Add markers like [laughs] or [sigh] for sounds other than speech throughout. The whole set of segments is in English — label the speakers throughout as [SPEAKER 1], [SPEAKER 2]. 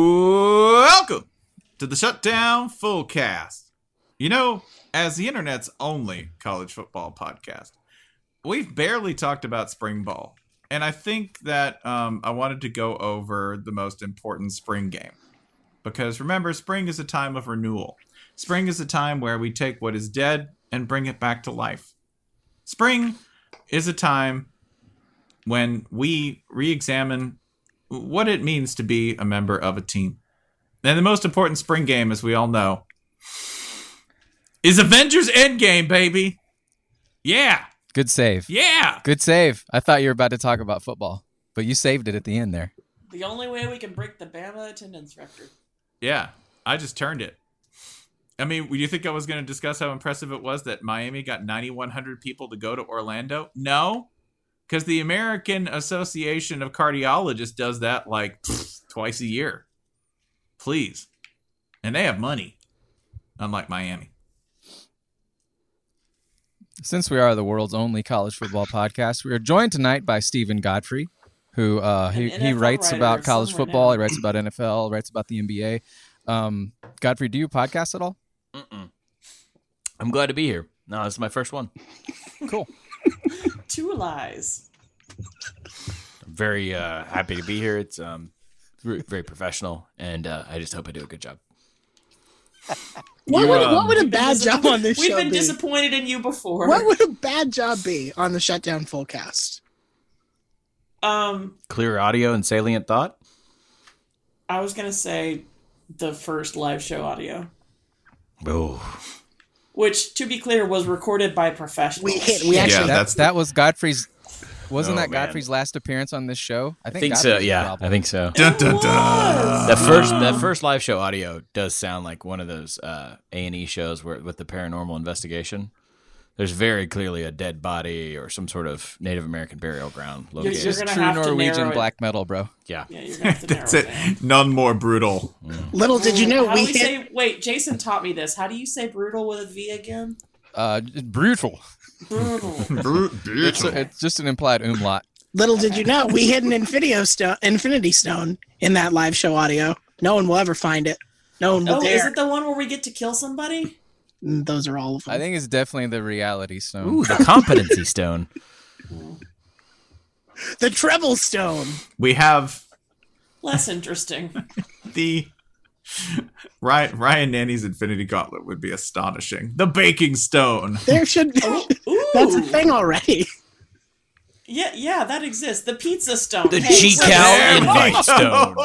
[SPEAKER 1] Welcome to the Shutdown Fullcast. You know, as the internet's only college football podcast, we've barely talked about spring ball. And I think that um, I wanted to go over the most important spring game. Because remember, spring is a time of renewal. Spring is a time where we take what is dead and bring it back to life. Spring is a time when we re examine what it means to be a member of a team. And the most important spring game, as we all know, is Avengers Endgame, baby. Yeah,
[SPEAKER 2] Good save.
[SPEAKER 1] yeah.
[SPEAKER 2] Good save. I thought you were about to talk about football, but you saved it at the end there.
[SPEAKER 3] The only way we can break the Bama attendance record.
[SPEAKER 1] Yeah, I just turned it. I mean, do you think I was going to discuss how impressive it was that Miami got 9,100 people to go to Orlando? No, because the American Association of Cardiologists does that like [sniffs] pfft, twice a year. Please. And they have money, unlike Miami.
[SPEAKER 2] Since we are the world's only college football podcast, we are joined tonight by Stephen Godfrey, who uh, he,
[SPEAKER 3] An
[SPEAKER 2] he
[SPEAKER 3] NFL
[SPEAKER 2] writes
[SPEAKER 3] writer
[SPEAKER 2] about college
[SPEAKER 3] somewhere
[SPEAKER 2] football,
[SPEAKER 3] now.
[SPEAKER 2] he writes about NFL, writes about the NBA. Um, Godfrey, do you podcast at all?
[SPEAKER 4] Mm-mm. I'm glad to be here. No, this is my first one.
[SPEAKER 2] Cool.
[SPEAKER 3] Two lies.
[SPEAKER 4] I'm very uh, happy to be here. It's um, very, very professional, and uh, I just hope I do a good job.
[SPEAKER 5] What,
[SPEAKER 4] You,
[SPEAKER 5] would,
[SPEAKER 4] um,
[SPEAKER 5] what would a bad
[SPEAKER 3] Disappo-
[SPEAKER 5] job on this
[SPEAKER 3] We've
[SPEAKER 5] show
[SPEAKER 3] been
[SPEAKER 5] be?
[SPEAKER 3] disappointed in you before.
[SPEAKER 5] What would a bad job be on the shutdown full cast?
[SPEAKER 3] Um,
[SPEAKER 4] Clear audio and salient thought.
[SPEAKER 3] I was gonna say the first live show audio,
[SPEAKER 4] Oh,
[SPEAKER 3] which, to be clear, was recorded by professionals.
[SPEAKER 5] We hit. We actually.
[SPEAKER 1] Yeah. That's-
[SPEAKER 2] That's that was Godfrey's. Wasn't
[SPEAKER 4] Oh,
[SPEAKER 2] that
[SPEAKER 4] man.
[SPEAKER 2] Godfrey's last appearance on this show? I
[SPEAKER 4] I
[SPEAKER 2] think,
[SPEAKER 4] think so.
[SPEAKER 2] Godfrey's the
[SPEAKER 4] Yeah, I
[SPEAKER 2] problem.
[SPEAKER 4] think so.
[SPEAKER 1] Dun, dun, dun.
[SPEAKER 4] That first, that first live show audio does sound like one of those A and E shows where with the paranormal investigation. There's very clearly a dead body or some sort of Native American burial ground
[SPEAKER 3] You're-
[SPEAKER 4] located.
[SPEAKER 3] you're gonna
[SPEAKER 2] True
[SPEAKER 3] have to
[SPEAKER 2] Norwegian
[SPEAKER 3] narrow it.
[SPEAKER 2] black metal, bro.
[SPEAKER 4] yeah,
[SPEAKER 3] Yeah, you're gonna have to narrow
[SPEAKER 1] [laughs] That's it. None more brutal.
[SPEAKER 5] Little did you know
[SPEAKER 3] Oh, How
[SPEAKER 5] we
[SPEAKER 3] do we
[SPEAKER 5] hit.
[SPEAKER 3] say? Wait, Jason taught me this. How do you say brutal with a V again?
[SPEAKER 2] Uh, brutal.
[SPEAKER 5] [laughs]
[SPEAKER 3] Brutal.
[SPEAKER 1] Bru-
[SPEAKER 2] It's, it's just an implied umlaut.
[SPEAKER 5] little did you know we hid an infinity stone, infinity stone in that live show audio. No one will ever find it. No one will
[SPEAKER 3] oh, is
[SPEAKER 5] dare.
[SPEAKER 3] it the one where we get to kill somebody?
[SPEAKER 5] Mm, Those are all of them.
[SPEAKER 2] I think it's definitely the reality stone.
[SPEAKER 4] Ooh, the competency stone.
[SPEAKER 1] [laughs]
[SPEAKER 5] the treble stone.
[SPEAKER 1] we have
[SPEAKER 3] Less interesting.
[SPEAKER 1] the Ryan, Ryan Nanny's Infinity Gauntlet would be astonishing. The Baking Stone.
[SPEAKER 5] There should be.
[SPEAKER 3] Oh. Ooh.
[SPEAKER 5] [laughs] [laughs] That's a thing already.
[SPEAKER 3] Yeah, yeah, that exists. The pizza stone.
[SPEAKER 4] The
[SPEAKER 3] Hey,
[SPEAKER 4] G-Cal
[SPEAKER 3] there we
[SPEAKER 4] invite
[SPEAKER 3] go.
[SPEAKER 4] stone.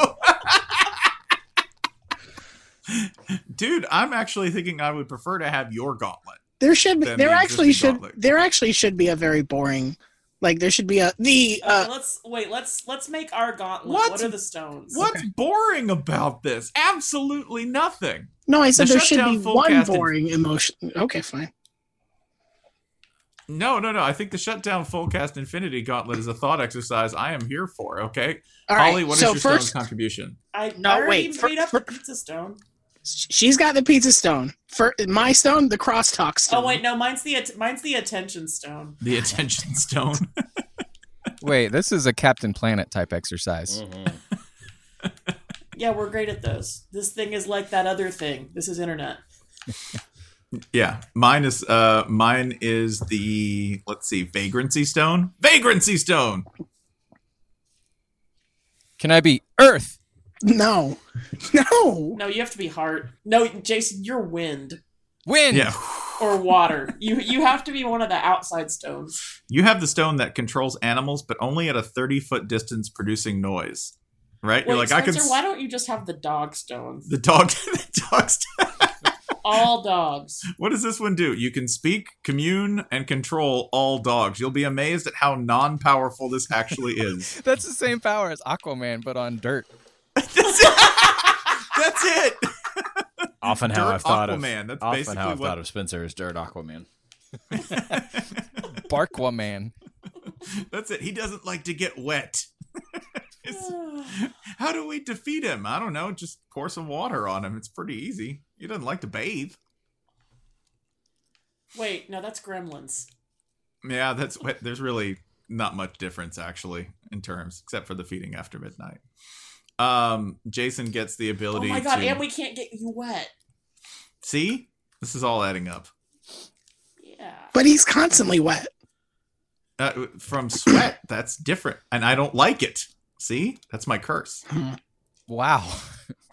[SPEAKER 1] Dude, I'm actually thinking I would prefer to have your gauntlet.
[SPEAKER 5] There should be.
[SPEAKER 1] Then
[SPEAKER 5] There
[SPEAKER 1] the
[SPEAKER 5] actually
[SPEAKER 1] existing
[SPEAKER 5] should.
[SPEAKER 1] gauntlet.
[SPEAKER 5] There actually should be a very boring. Like there should be a the.
[SPEAKER 3] Okay,
[SPEAKER 5] Uh,
[SPEAKER 3] let's wait. Let's let's make our gauntlet.
[SPEAKER 1] What?
[SPEAKER 3] What, are the stones?
[SPEAKER 1] What's boring about this? Absolutely nothing.
[SPEAKER 5] no, I said
[SPEAKER 1] The
[SPEAKER 5] there should
[SPEAKER 1] shutdown
[SPEAKER 5] be
[SPEAKER 1] full
[SPEAKER 5] one
[SPEAKER 1] cast in-
[SPEAKER 5] boring emotion. Okay, fine.
[SPEAKER 1] No, no, no. I think the Shutdown Fullcast Infinity Gauntlet is a thought exercise I am here for, okay?
[SPEAKER 5] All right.
[SPEAKER 1] Holly, what is
[SPEAKER 5] so
[SPEAKER 1] your
[SPEAKER 5] first,
[SPEAKER 1] stone's contribution?
[SPEAKER 3] I
[SPEAKER 5] No,
[SPEAKER 3] I already
[SPEAKER 5] wait, for-
[SPEAKER 3] made up
[SPEAKER 5] for-
[SPEAKER 3] the pizza stone.
[SPEAKER 5] she's got the pizza stone. For my stone, the crosstalk stone.
[SPEAKER 3] Oh wait, no, mine's the at- mine's the attention stone.
[SPEAKER 1] The Attention Stone.
[SPEAKER 2] Wait, this is a Captain Planet type exercise.
[SPEAKER 3] Mm-hmm. Yeah, we're great at those. This thing is like that other thing. This is internet.
[SPEAKER 1] Yeah, mine is uh mine is the let's see, vagrancy stone. Vagrancy stone.
[SPEAKER 2] Can I be Earth?
[SPEAKER 5] No, no.
[SPEAKER 3] No, you have to be heart. No, Jason, you're wind
[SPEAKER 2] Wind.
[SPEAKER 1] Yeah,
[SPEAKER 3] or [laughs] water. you you have to be one of the outside stones.
[SPEAKER 1] you have the stone that controls animals, but only at a thirty foot distance, producing noise. Right?
[SPEAKER 3] Wait,
[SPEAKER 1] You're like
[SPEAKER 3] Spencer,
[SPEAKER 1] I can.
[SPEAKER 3] why don't you just have the dog stones?
[SPEAKER 1] the dog. [laughs] the dog. Stone.
[SPEAKER 3] All dogs.
[SPEAKER 1] What does this one do? You can speak, commune, and control all dogs. You'll be amazed at how non powerful this actually
[SPEAKER 2] [laughs]
[SPEAKER 1] is.
[SPEAKER 2] [laughs] That's the same power as Aquaman, but on dirt.
[SPEAKER 1] That's it.
[SPEAKER 4] Often how
[SPEAKER 1] Dirt
[SPEAKER 4] I've thought
[SPEAKER 1] Aquaman,
[SPEAKER 4] of
[SPEAKER 1] that's
[SPEAKER 4] often
[SPEAKER 1] basically
[SPEAKER 4] how I've
[SPEAKER 1] what-
[SPEAKER 4] thought of Spencer is Dirt Aquaman.
[SPEAKER 1] [laughs]
[SPEAKER 2] Barkwaman.
[SPEAKER 1] That's it. He doesn't like to get wet. [laughs] It's- how do we defeat him? I don't know. Just pour some water on him. It's pretty easy. He doesn't like to bathe.
[SPEAKER 3] [sighs] Wait, no, that's gremlins.
[SPEAKER 1] Yeah, that's what there's really not much difference actually in terms, except for the feeding after midnight. Um, Jason gets the ability.
[SPEAKER 3] Oh my god,
[SPEAKER 1] to,
[SPEAKER 3] and we can't get you wet.
[SPEAKER 1] see this is all adding up
[SPEAKER 3] Yeah.
[SPEAKER 5] But he's constantly wet.
[SPEAKER 1] uh, from sweat. that's different, and I don't like it. See, that's my curse.
[SPEAKER 2] Wow.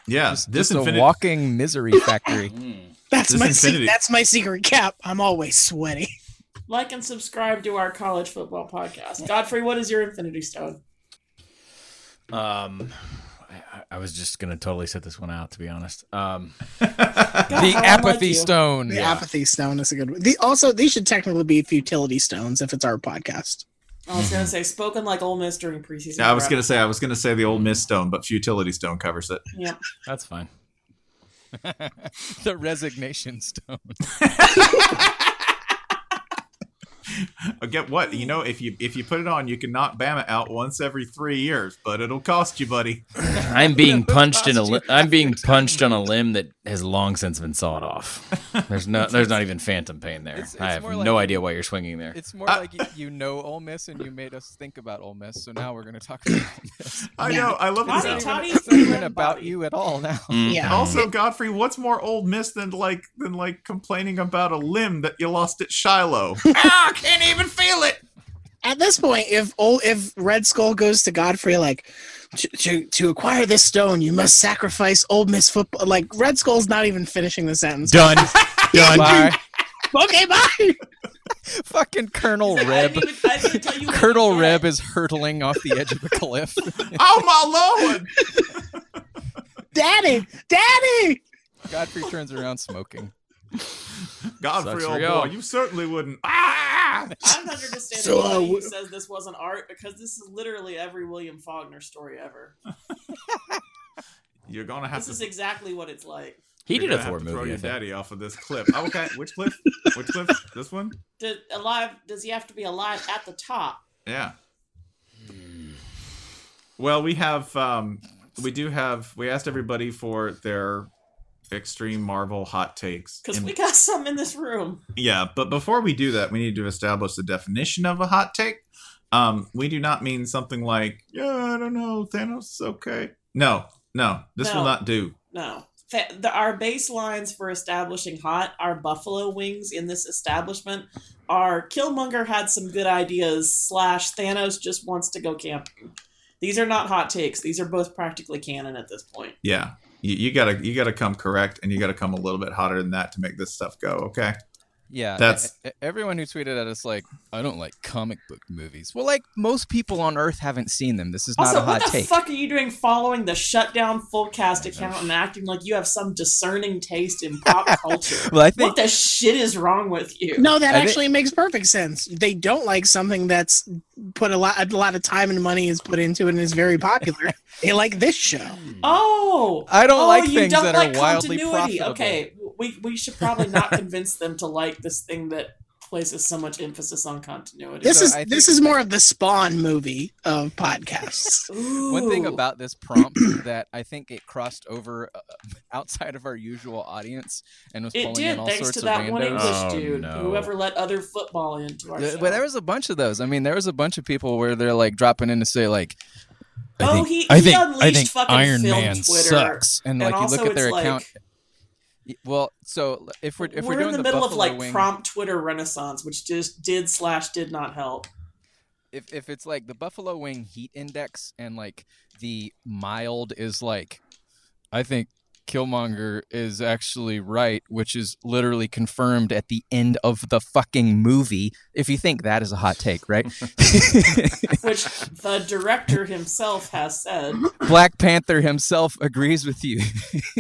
[SPEAKER 1] Yeah,
[SPEAKER 2] Just,
[SPEAKER 1] this
[SPEAKER 2] just
[SPEAKER 1] infini-
[SPEAKER 2] a walking misery
[SPEAKER 3] [laughs]
[SPEAKER 2] factory.
[SPEAKER 1] Hmm.
[SPEAKER 5] That's
[SPEAKER 1] This
[SPEAKER 5] my se-
[SPEAKER 1] infinity-
[SPEAKER 5] that's my secret cap. I'm always sweaty.
[SPEAKER 3] Like and subscribe to our college football podcast. Godfrey, what is your infinity stone?
[SPEAKER 4] Um, I, I was just gonna totally set this one out to be honest. Um,
[SPEAKER 3] God,
[SPEAKER 2] [laughs] the
[SPEAKER 3] how I like
[SPEAKER 2] apathy
[SPEAKER 3] you.
[SPEAKER 2] stone.
[SPEAKER 5] The apathy stone is a good one. The, also, these should technically be futility stones if it's our podcast.
[SPEAKER 3] I was gonna say spoken like Ole Miss during preseason.
[SPEAKER 1] I was
[SPEAKER 3] prep.
[SPEAKER 1] gonna say I was gonna say the old Miss Stone, but Futility Stone covers it.
[SPEAKER 3] Yeah.
[SPEAKER 4] that's fine.
[SPEAKER 2] the resignation
[SPEAKER 3] [laughs]
[SPEAKER 2] stone.
[SPEAKER 1] Uh, Get what you know if you if you put it on, you can knock Bama out once every three years, but it'll cost you, buddy.
[SPEAKER 2] [laughs]
[SPEAKER 4] I'm being punched in a. Li- I'm being punched on a limb that has long since been sawed off. There's no. There's not even phantom pain there.
[SPEAKER 2] It's- it's
[SPEAKER 4] I have
[SPEAKER 2] more
[SPEAKER 4] no
[SPEAKER 2] like-
[SPEAKER 4] idea why you're swinging there.
[SPEAKER 2] It's more
[SPEAKER 3] Uh,
[SPEAKER 2] like you, you know Ole Miss and you made us think about Ole Miss, so now we're going to talk
[SPEAKER 3] [laughs]
[SPEAKER 2] about Ole Miss.
[SPEAKER 1] I
[SPEAKER 5] Yeah.
[SPEAKER 1] know. I love
[SPEAKER 3] Toddy,
[SPEAKER 1] it.
[SPEAKER 3] Toddy,
[SPEAKER 2] It's not even about you at all
[SPEAKER 3] [laughs]
[SPEAKER 2] now.
[SPEAKER 4] Mm.
[SPEAKER 5] Yeah.
[SPEAKER 1] Also, Godfrey, what's more old Miss than like than like complaining about a limb that you lost at
[SPEAKER 4] [laughs]
[SPEAKER 1] Shiloh? ah, can't even feel it.
[SPEAKER 5] At this point, if old, if Red Skull goes to Godfrey like to, to to acquire this stone, you must sacrifice Old Miss football. Like Red Skull's not even finishing the sentence.
[SPEAKER 4] Done. Done.
[SPEAKER 2] Bye.
[SPEAKER 5] okay, bye. [laughs]
[SPEAKER 2] Fucking Colonel
[SPEAKER 3] He's like, I
[SPEAKER 2] Reb.
[SPEAKER 3] didn't even- I didn't tell you what
[SPEAKER 2] Colonel
[SPEAKER 3] you did.
[SPEAKER 2] Reb is hurtling off the edge of a cliff. [laughs]
[SPEAKER 1] Oh my lord!
[SPEAKER 5] Daddy, Daddy.
[SPEAKER 2] Godfrey turns around smoking.
[SPEAKER 1] Godfrey,
[SPEAKER 4] Sucks for
[SPEAKER 1] old
[SPEAKER 4] y'all.
[SPEAKER 1] boy, you certainly wouldn't. Ah!
[SPEAKER 3] I don't understand
[SPEAKER 5] So,
[SPEAKER 3] anybody
[SPEAKER 5] uh,
[SPEAKER 3] who
[SPEAKER 5] wh-
[SPEAKER 3] says this wasn't art because this is literally every William Faulkner story ever.
[SPEAKER 1] You're gonna have
[SPEAKER 3] This is
[SPEAKER 1] to.
[SPEAKER 3] exactly what it's like.
[SPEAKER 4] He
[SPEAKER 1] you're
[SPEAKER 4] did a
[SPEAKER 1] gonna have
[SPEAKER 4] Thor
[SPEAKER 1] to Throw
[SPEAKER 4] movie. I
[SPEAKER 1] your
[SPEAKER 4] think.
[SPEAKER 1] daddy off of this cliff. Oh, okay, which cliff? Which cliff? This one?
[SPEAKER 3] Did, alive? Does he have to be alive at the top?
[SPEAKER 1] Yeah. Well, we have um we do have we asked everybody for their extreme Marvel hot takes.
[SPEAKER 3] Because
[SPEAKER 1] And-
[SPEAKER 3] we got some in this room.
[SPEAKER 1] yeah, but before we do that, we need to establish the definition of a hot take. Um we do not mean something like, yeah, I don't know, Thanos is okay. No. No, this will
[SPEAKER 3] No.
[SPEAKER 1] not do.
[SPEAKER 3] No. Fa- The, our baselines for establishing hot, our buffalo wings in this establishment are Killmonger had some good ideas, slash Thanos just wants to go camping. These are not hot takes. These are both practically canon at this point.
[SPEAKER 1] Yeah. You, you gotta you gotta come correct and you gotta come a little bit hotter than that to make this stuff go, okay?
[SPEAKER 2] Yeah.
[SPEAKER 1] That's-
[SPEAKER 2] e- e- everyone who tweeted at us like, I don't like comic book movies. Well, like most people on earth haven't seen them. This is not
[SPEAKER 3] Also,
[SPEAKER 2] a
[SPEAKER 3] what
[SPEAKER 2] hot
[SPEAKER 3] the
[SPEAKER 2] take.
[SPEAKER 3] fuck are you doing following the shutdown full cast account and acting like you have some discerning taste
[SPEAKER 2] [laughs]
[SPEAKER 3] in pop culture?
[SPEAKER 2] Well, I think
[SPEAKER 3] what the shit is wrong with you?
[SPEAKER 5] No, that
[SPEAKER 2] I thi-
[SPEAKER 5] actually makes perfect sense. They don't like something that's put a lot a lot of time and money is put into it and is
[SPEAKER 2] [laughs]
[SPEAKER 5] very popular. they like this show.
[SPEAKER 3] Oh,
[SPEAKER 2] I don't
[SPEAKER 3] oh,
[SPEAKER 2] like
[SPEAKER 3] you
[SPEAKER 2] things
[SPEAKER 3] don't
[SPEAKER 2] that are
[SPEAKER 3] like
[SPEAKER 2] wildly
[SPEAKER 3] continuity.
[SPEAKER 2] profitable.
[SPEAKER 3] Okay, we we should probably not convince them to like this thing that places so much emphasis on continuity.
[SPEAKER 5] This
[SPEAKER 2] So
[SPEAKER 5] is
[SPEAKER 2] I
[SPEAKER 5] this
[SPEAKER 2] think-
[SPEAKER 5] is more of the Spawn movie
[SPEAKER 2] [laughs]
[SPEAKER 5] of podcasts.
[SPEAKER 2] One thing
[SPEAKER 3] Ooh.
[SPEAKER 2] about this
[SPEAKER 3] [clears throat]
[SPEAKER 2] prompt that I think it crossed over uh, [laughs] outside of our usual audience and was
[SPEAKER 3] it
[SPEAKER 2] pulling
[SPEAKER 3] did
[SPEAKER 2] in all
[SPEAKER 3] thanks
[SPEAKER 2] sorts
[SPEAKER 3] to
[SPEAKER 2] of
[SPEAKER 3] that one
[SPEAKER 2] randos.
[SPEAKER 3] English
[SPEAKER 4] Oh,
[SPEAKER 3] dude,
[SPEAKER 4] no.
[SPEAKER 3] whoever let other football into our
[SPEAKER 2] Th-
[SPEAKER 3] show.
[SPEAKER 2] But there was a bunch of those. I mean, there was a bunch of people where they're like dropping in to say like, I
[SPEAKER 3] Oh,
[SPEAKER 2] think,
[SPEAKER 3] he-
[SPEAKER 2] I
[SPEAKER 3] he
[SPEAKER 2] think, I
[SPEAKER 3] unleashed
[SPEAKER 2] think
[SPEAKER 3] fucking
[SPEAKER 2] Iron
[SPEAKER 3] film
[SPEAKER 2] Man
[SPEAKER 3] Twitter.
[SPEAKER 2] sucks, and,
[SPEAKER 3] and
[SPEAKER 2] like
[SPEAKER 3] also
[SPEAKER 2] you look at their
[SPEAKER 3] it's
[SPEAKER 2] account.
[SPEAKER 3] like
[SPEAKER 2] y- Well, so if we're if we're, doing
[SPEAKER 3] in the,
[SPEAKER 2] the,
[SPEAKER 3] middle of
[SPEAKER 2] Buffalo
[SPEAKER 3] like
[SPEAKER 2] Wing,
[SPEAKER 3] prompt Twitter renaissance, which just did slash did not help.
[SPEAKER 2] if if it's like the Buffalo Wing heat index and like the mild is like, I think Killmonger is actually right, which is literally confirmed at the end of the fucking movie. If you think that is a hot take,
[SPEAKER 3] [laughs]
[SPEAKER 2] right? [laughs]
[SPEAKER 3] which the director himself has said.
[SPEAKER 2] Black Panther himself agrees with you.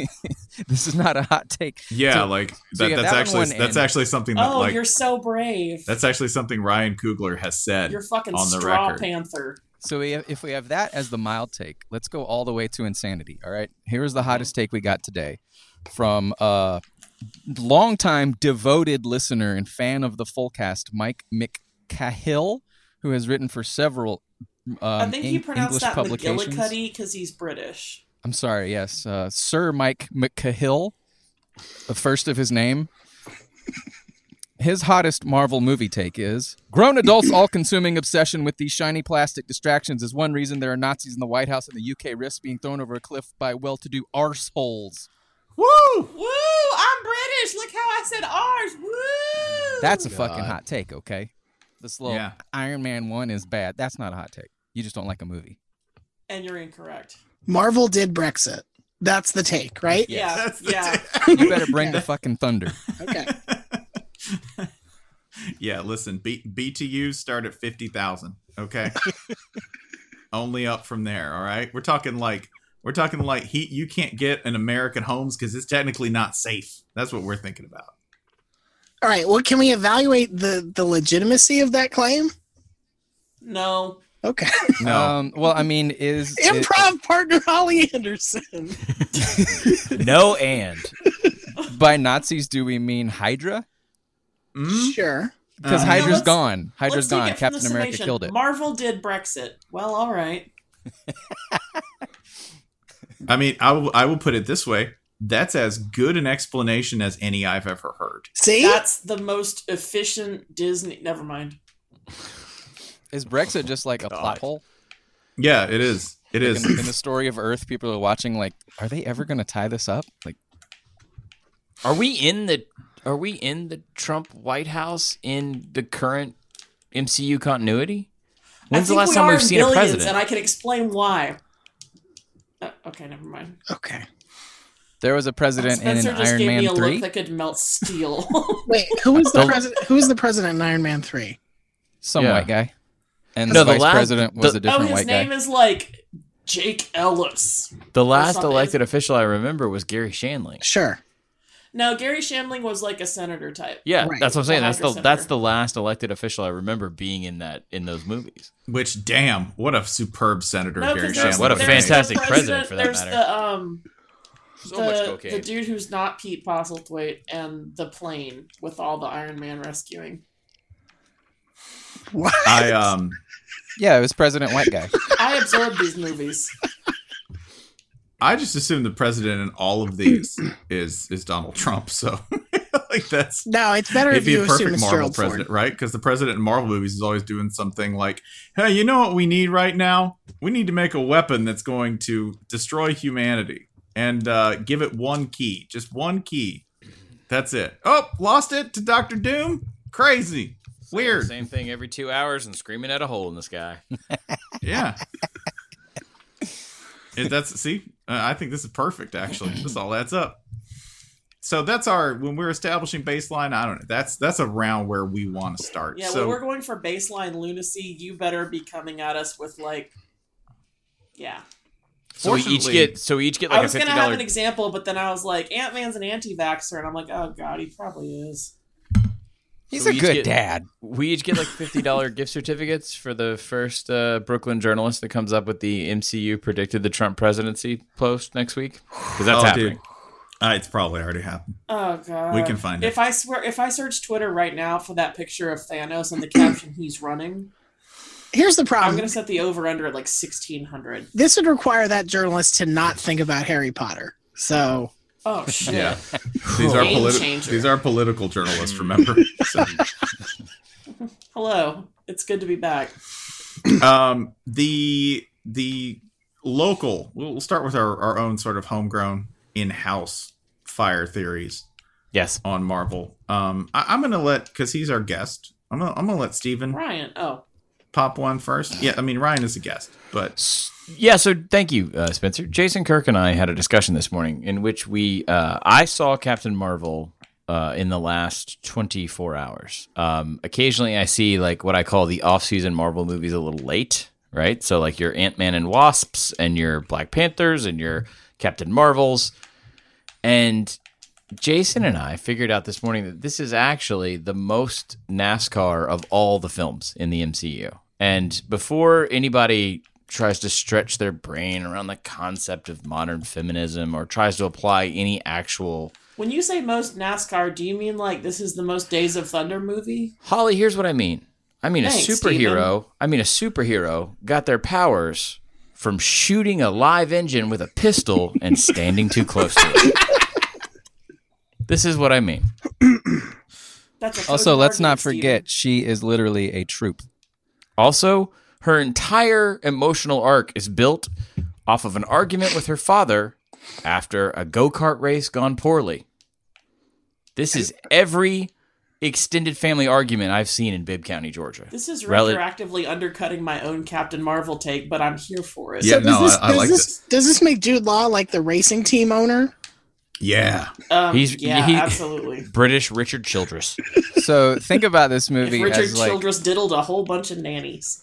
[SPEAKER 2] [laughs] this is not a hot take.
[SPEAKER 1] Yeah,
[SPEAKER 2] So-
[SPEAKER 1] like
[SPEAKER 2] so
[SPEAKER 1] that,
[SPEAKER 2] you have
[SPEAKER 1] that's
[SPEAKER 2] that
[SPEAKER 1] actually
[SPEAKER 2] one
[SPEAKER 1] that's
[SPEAKER 2] and-
[SPEAKER 1] actually something that
[SPEAKER 3] Oh,
[SPEAKER 1] like
[SPEAKER 3] you're so brave.
[SPEAKER 1] That's actually something Ryan Coogler has said.
[SPEAKER 3] You're fucking
[SPEAKER 1] on the
[SPEAKER 3] straw
[SPEAKER 1] record.
[SPEAKER 3] panther.
[SPEAKER 2] So we have, if we have that as the mild take, let's go all the way to insanity. All right, here's the hottest take we got today from uh, longtime devoted listener and fan of the full cast, Mike McCahill, who has written for several. Um,
[SPEAKER 3] I think he
[SPEAKER 2] Eng- English
[SPEAKER 3] pronounced that
[SPEAKER 2] publications.
[SPEAKER 3] McGillicuddy because he's British.
[SPEAKER 2] I'm sorry, yes, uh, Sir Mike McCahill, the first of his name. his hottest Marvel movie take is grown adults' all consuming obsession with these shiny plastic distractions is one reason there are Nazis in the White House and the UK risk being thrown over a cliff by well to do arseholes.
[SPEAKER 1] Woo!
[SPEAKER 3] Woo! I'm British. Look how I said ours. Woo!
[SPEAKER 2] That's a
[SPEAKER 4] God.
[SPEAKER 2] fucking hot take, okay? This little
[SPEAKER 1] Yeah.
[SPEAKER 2] Iron Man 1 is bad. That's not a hot take. You just don't like a movie.
[SPEAKER 3] and you're incorrect.
[SPEAKER 5] Marvel did Brexit. That's the take, right?
[SPEAKER 2] Yes.
[SPEAKER 3] [laughs] Yeah,
[SPEAKER 1] That's the
[SPEAKER 3] yeah.
[SPEAKER 2] You better bring the fucking thunder.
[SPEAKER 5] [laughs] Okay.
[SPEAKER 1] [laughs] yeah, listen, B- BTUs start at 50,000,
[SPEAKER 3] [laughs]
[SPEAKER 1] okay? Only up from there, all right? We're talking like we're talking like heat you can't get in American homes cuz it's technically not safe. That's what we're thinking about.
[SPEAKER 5] All right. Well, can we evaluate the the legitimacy of that claim?
[SPEAKER 3] No.
[SPEAKER 5] Okay.
[SPEAKER 1] No.
[SPEAKER 4] Uh,
[SPEAKER 2] Um, well, I mean, is.
[SPEAKER 5] [laughs]
[SPEAKER 2] it-
[SPEAKER 5] Improv partner Holly Anderson.
[SPEAKER 4] No, and
[SPEAKER 2] by Nazis, do we mean Hydra? Hmm?
[SPEAKER 1] Mm?
[SPEAKER 5] Sure.
[SPEAKER 2] Because
[SPEAKER 1] Um,
[SPEAKER 2] hydra's
[SPEAKER 3] No, let's-
[SPEAKER 2] gone. Hydra's
[SPEAKER 3] Let's
[SPEAKER 2] gone.
[SPEAKER 3] take it from the
[SPEAKER 2] Captain America
[SPEAKER 3] summation.
[SPEAKER 2] killed it.
[SPEAKER 3] Marvel did Brexit. Well, all right.
[SPEAKER 1] I mean, I will I will put it this way. That's as good an explanation as any I've ever heard.
[SPEAKER 5] See?
[SPEAKER 3] That's the most efficient Disney. Never mind.
[SPEAKER 2] Is Brexit just like a plot
[SPEAKER 1] God.
[SPEAKER 2] hole?
[SPEAKER 1] Yeah, it is. It
[SPEAKER 2] Like,
[SPEAKER 1] is.
[SPEAKER 2] In, in the story of Earth, people are watching. Like, are they ever going to tie this up? Like,
[SPEAKER 4] are we in the are we in the Trump White House in the current MCU continuity?
[SPEAKER 3] I
[SPEAKER 4] When's the
[SPEAKER 3] think
[SPEAKER 4] last
[SPEAKER 3] we
[SPEAKER 4] time
[SPEAKER 3] are in
[SPEAKER 4] we've seen a
[SPEAKER 3] billions,
[SPEAKER 4] president?
[SPEAKER 3] And I can explain why. Uh, okay, never mind.
[SPEAKER 5] Okay.
[SPEAKER 2] there was a president in
[SPEAKER 3] Spencer
[SPEAKER 2] an
[SPEAKER 3] just
[SPEAKER 2] Iron
[SPEAKER 3] gave me a
[SPEAKER 2] Man three.
[SPEAKER 3] look that could melt steel.
[SPEAKER 5] Wait, who
[SPEAKER 2] [laughs]
[SPEAKER 5] was the
[SPEAKER 4] Don't-
[SPEAKER 5] president? Who was the president in Iron Man three?
[SPEAKER 2] Some
[SPEAKER 4] Yeah.
[SPEAKER 2] white guy, and
[SPEAKER 4] No,
[SPEAKER 2] the
[SPEAKER 4] the
[SPEAKER 2] vice
[SPEAKER 4] last-
[SPEAKER 2] president was
[SPEAKER 4] the-
[SPEAKER 2] a
[SPEAKER 3] [laughs]
[SPEAKER 2] [laughs]
[SPEAKER 3] oh,
[SPEAKER 2] different
[SPEAKER 3] his
[SPEAKER 2] white
[SPEAKER 3] name
[SPEAKER 2] guy.
[SPEAKER 3] is like Jake Ellis.
[SPEAKER 4] the last
[SPEAKER 3] something.
[SPEAKER 4] elected official I remember was Gary Shanley.
[SPEAKER 5] Sure.
[SPEAKER 3] No, Gary Shandling was like a senator type.
[SPEAKER 4] Yeah,
[SPEAKER 5] Right.
[SPEAKER 4] that's what I'm saying. That's the
[SPEAKER 3] 100%
[SPEAKER 4] that's
[SPEAKER 3] her.
[SPEAKER 4] the last elected official I remember being in that in those movies.
[SPEAKER 1] Which damn, what a superb senator
[SPEAKER 3] No, 'cause
[SPEAKER 1] Gary
[SPEAKER 3] there's-
[SPEAKER 1] Shamlin.
[SPEAKER 4] What a
[SPEAKER 1] is.
[SPEAKER 3] there's
[SPEAKER 4] fantastic
[SPEAKER 3] the
[SPEAKER 4] president, for that
[SPEAKER 3] there's
[SPEAKER 4] matter.
[SPEAKER 3] The, um,
[SPEAKER 4] So
[SPEAKER 3] the, the dude who's not Pete Postlethwaite and the plane with all the Iron Man rescuing.
[SPEAKER 5] What?
[SPEAKER 1] I um
[SPEAKER 2] Yeah, it was president white
[SPEAKER 3] [laughs]
[SPEAKER 2] guy.
[SPEAKER 3] I absorb these movies.
[SPEAKER 1] I just assume the president in all of these is is Donald Trump. So [laughs] like that's
[SPEAKER 5] no, it's better
[SPEAKER 1] it'd
[SPEAKER 5] if
[SPEAKER 1] be a
[SPEAKER 5] you assume
[SPEAKER 1] perfect
[SPEAKER 5] it's
[SPEAKER 1] Marvel
[SPEAKER 5] Gerald
[SPEAKER 1] president,
[SPEAKER 5] Ford.
[SPEAKER 1] right? Because the president in Marvel movies is always doing something like, "Hey, you know what we need right now? We need to make a weapon that's going to destroy humanity and uh, give it one key, just one key. That's it. Oh, lost it to Doctor Doom. Crazy, weird.
[SPEAKER 4] Same thing every two hours and screaming at a hole in the sky.
[SPEAKER 1] Yeah. It- that's see, uh, I think this is perfect. Actually, this all adds up. So that's our when we're establishing baseline. I don't know. That's that's around where we want to start.
[SPEAKER 3] Yeah,
[SPEAKER 1] so
[SPEAKER 3] when we're going for baseline lunacy, you better be coming at us with like, yeah.
[SPEAKER 4] [laughs] So we each
[SPEAKER 1] Fortunately-
[SPEAKER 4] get so we each get
[SPEAKER 3] I
[SPEAKER 4] like a
[SPEAKER 3] was gonna
[SPEAKER 4] fifty
[SPEAKER 3] have
[SPEAKER 4] dollar.
[SPEAKER 3] an example, but then I was like, Ant Man's an anti-vaxxer, and I'm like, oh god, he probably is.
[SPEAKER 2] He's
[SPEAKER 4] So
[SPEAKER 2] a
[SPEAKER 4] we each
[SPEAKER 2] good
[SPEAKER 4] get-
[SPEAKER 2] dad.
[SPEAKER 4] we each get like fifty
[SPEAKER 3] [laughs]
[SPEAKER 4] dollar gift certificates for the first uh, Brooklyn journalist that comes up with the MCU predicted the Trump presidency post next week because that's
[SPEAKER 1] Oh,
[SPEAKER 4] happening.
[SPEAKER 1] dude. Uh, it's probably already happened.
[SPEAKER 3] Oh god,
[SPEAKER 1] We can find it.
[SPEAKER 3] If I swear, if I search Twitter right now for that picture of Thanos and the caption "He's running,"
[SPEAKER 5] Here's the
[SPEAKER 3] I'm
[SPEAKER 5] problem.
[SPEAKER 3] gonna set the over under at like 1600.
[SPEAKER 5] This would require that journalist to not think about Harry Potter. So
[SPEAKER 3] [laughs] Oh shit.
[SPEAKER 1] Yeah, these are
[SPEAKER 3] Game
[SPEAKER 1] political.
[SPEAKER 3] changer. Mm.
[SPEAKER 1] These are political journalists.
[SPEAKER 3] [laughs]
[SPEAKER 1] Remember. So,
[SPEAKER 3] Hello, it's good to be back.
[SPEAKER 1] um, the the local. We'll we'll start with our our own sort of homegrown in house fire theories.
[SPEAKER 4] Yes,
[SPEAKER 1] on Marvel. Um, I, I'm gonna let because he's our guest. I'm gonna, I'm gonna let Steven
[SPEAKER 3] Ryan, oh,
[SPEAKER 1] pop one first. Yeah, I mean Ryan is a guest, but
[SPEAKER 4] S- yeah. So thank you, uh, Spencer. Jason Kirk and I had a discussion this morning in which we uh, I saw Captain Marvel uh, in the last twenty four hours. Um, occasionally, I see like what I call the off season Marvel movies a little late, right? So like your Ant Man and Wasps and your Black Panthers and your Captain Marvels and Jason and I figured out this morning that this is actually the most NASCAR of all the films in the MCU. And before anybody tries to stretch their brain around the concept of modern feminism or tries to apply any actual
[SPEAKER 3] when you say most NASCAR, do you mean like this is the most Days of Thunder movie?
[SPEAKER 4] Holly, here's what I mean. I mean
[SPEAKER 3] Thanks,
[SPEAKER 4] a superhero. I mean a superhero got their powers from shooting a live engine with a pistol and standing too close to it. This is what I mean.
[SPEAKER 3] That's a
[SPEAKER 2] Also,
[SPEAKER 3] code
[SPEAKER 2] let's
[SPEAKER 3] word,
[SPEAKER 2] not
[SPEAKER 3] Steven.
[SPEAKER 2] forget she is literally a troop.
[SPEAKER 4] Also, her entire emotional arc is built off of an argument with her father after a go kart race gone poorly. This is every extended family argument I've seen in Bibb County, Georgia.
[SPEAKER 3] This is
[SPEAKER 4] Rel-
[SPEAKER 3] retroactively undercutting my own Captain Marvel take, but I'm here for it.
[SPEAKER 1] Yeah,
[SPEAKER 5] does
[SPEAKER 1] no,
[SPEAKER 5] this,
[SPEAKER 1] I- I
[SPEAKER 5] does
[SPEAKER 1] like
[SPEAKER 5] this, Does this make Jude Law like the racing team owner?
[SPEAKER 1] Yeah.
[SPEAKER 3] Um,
[SPEAKER 4] He's-
[SPEAKER 3] yeah,
[SPEAKER 4] he-
[SPEAKER 3] absolutely.
[SPEAKER 4] British Richard Childress.
[SPEAKER 2] So think about this
[SPEAKER 3] If
[SPEAKER 2] movie
[SPEAKER 3] Richard
[SPEAKER 2] as like,
[SPEAKER 3] Childress diddled a whole bunch of nannies.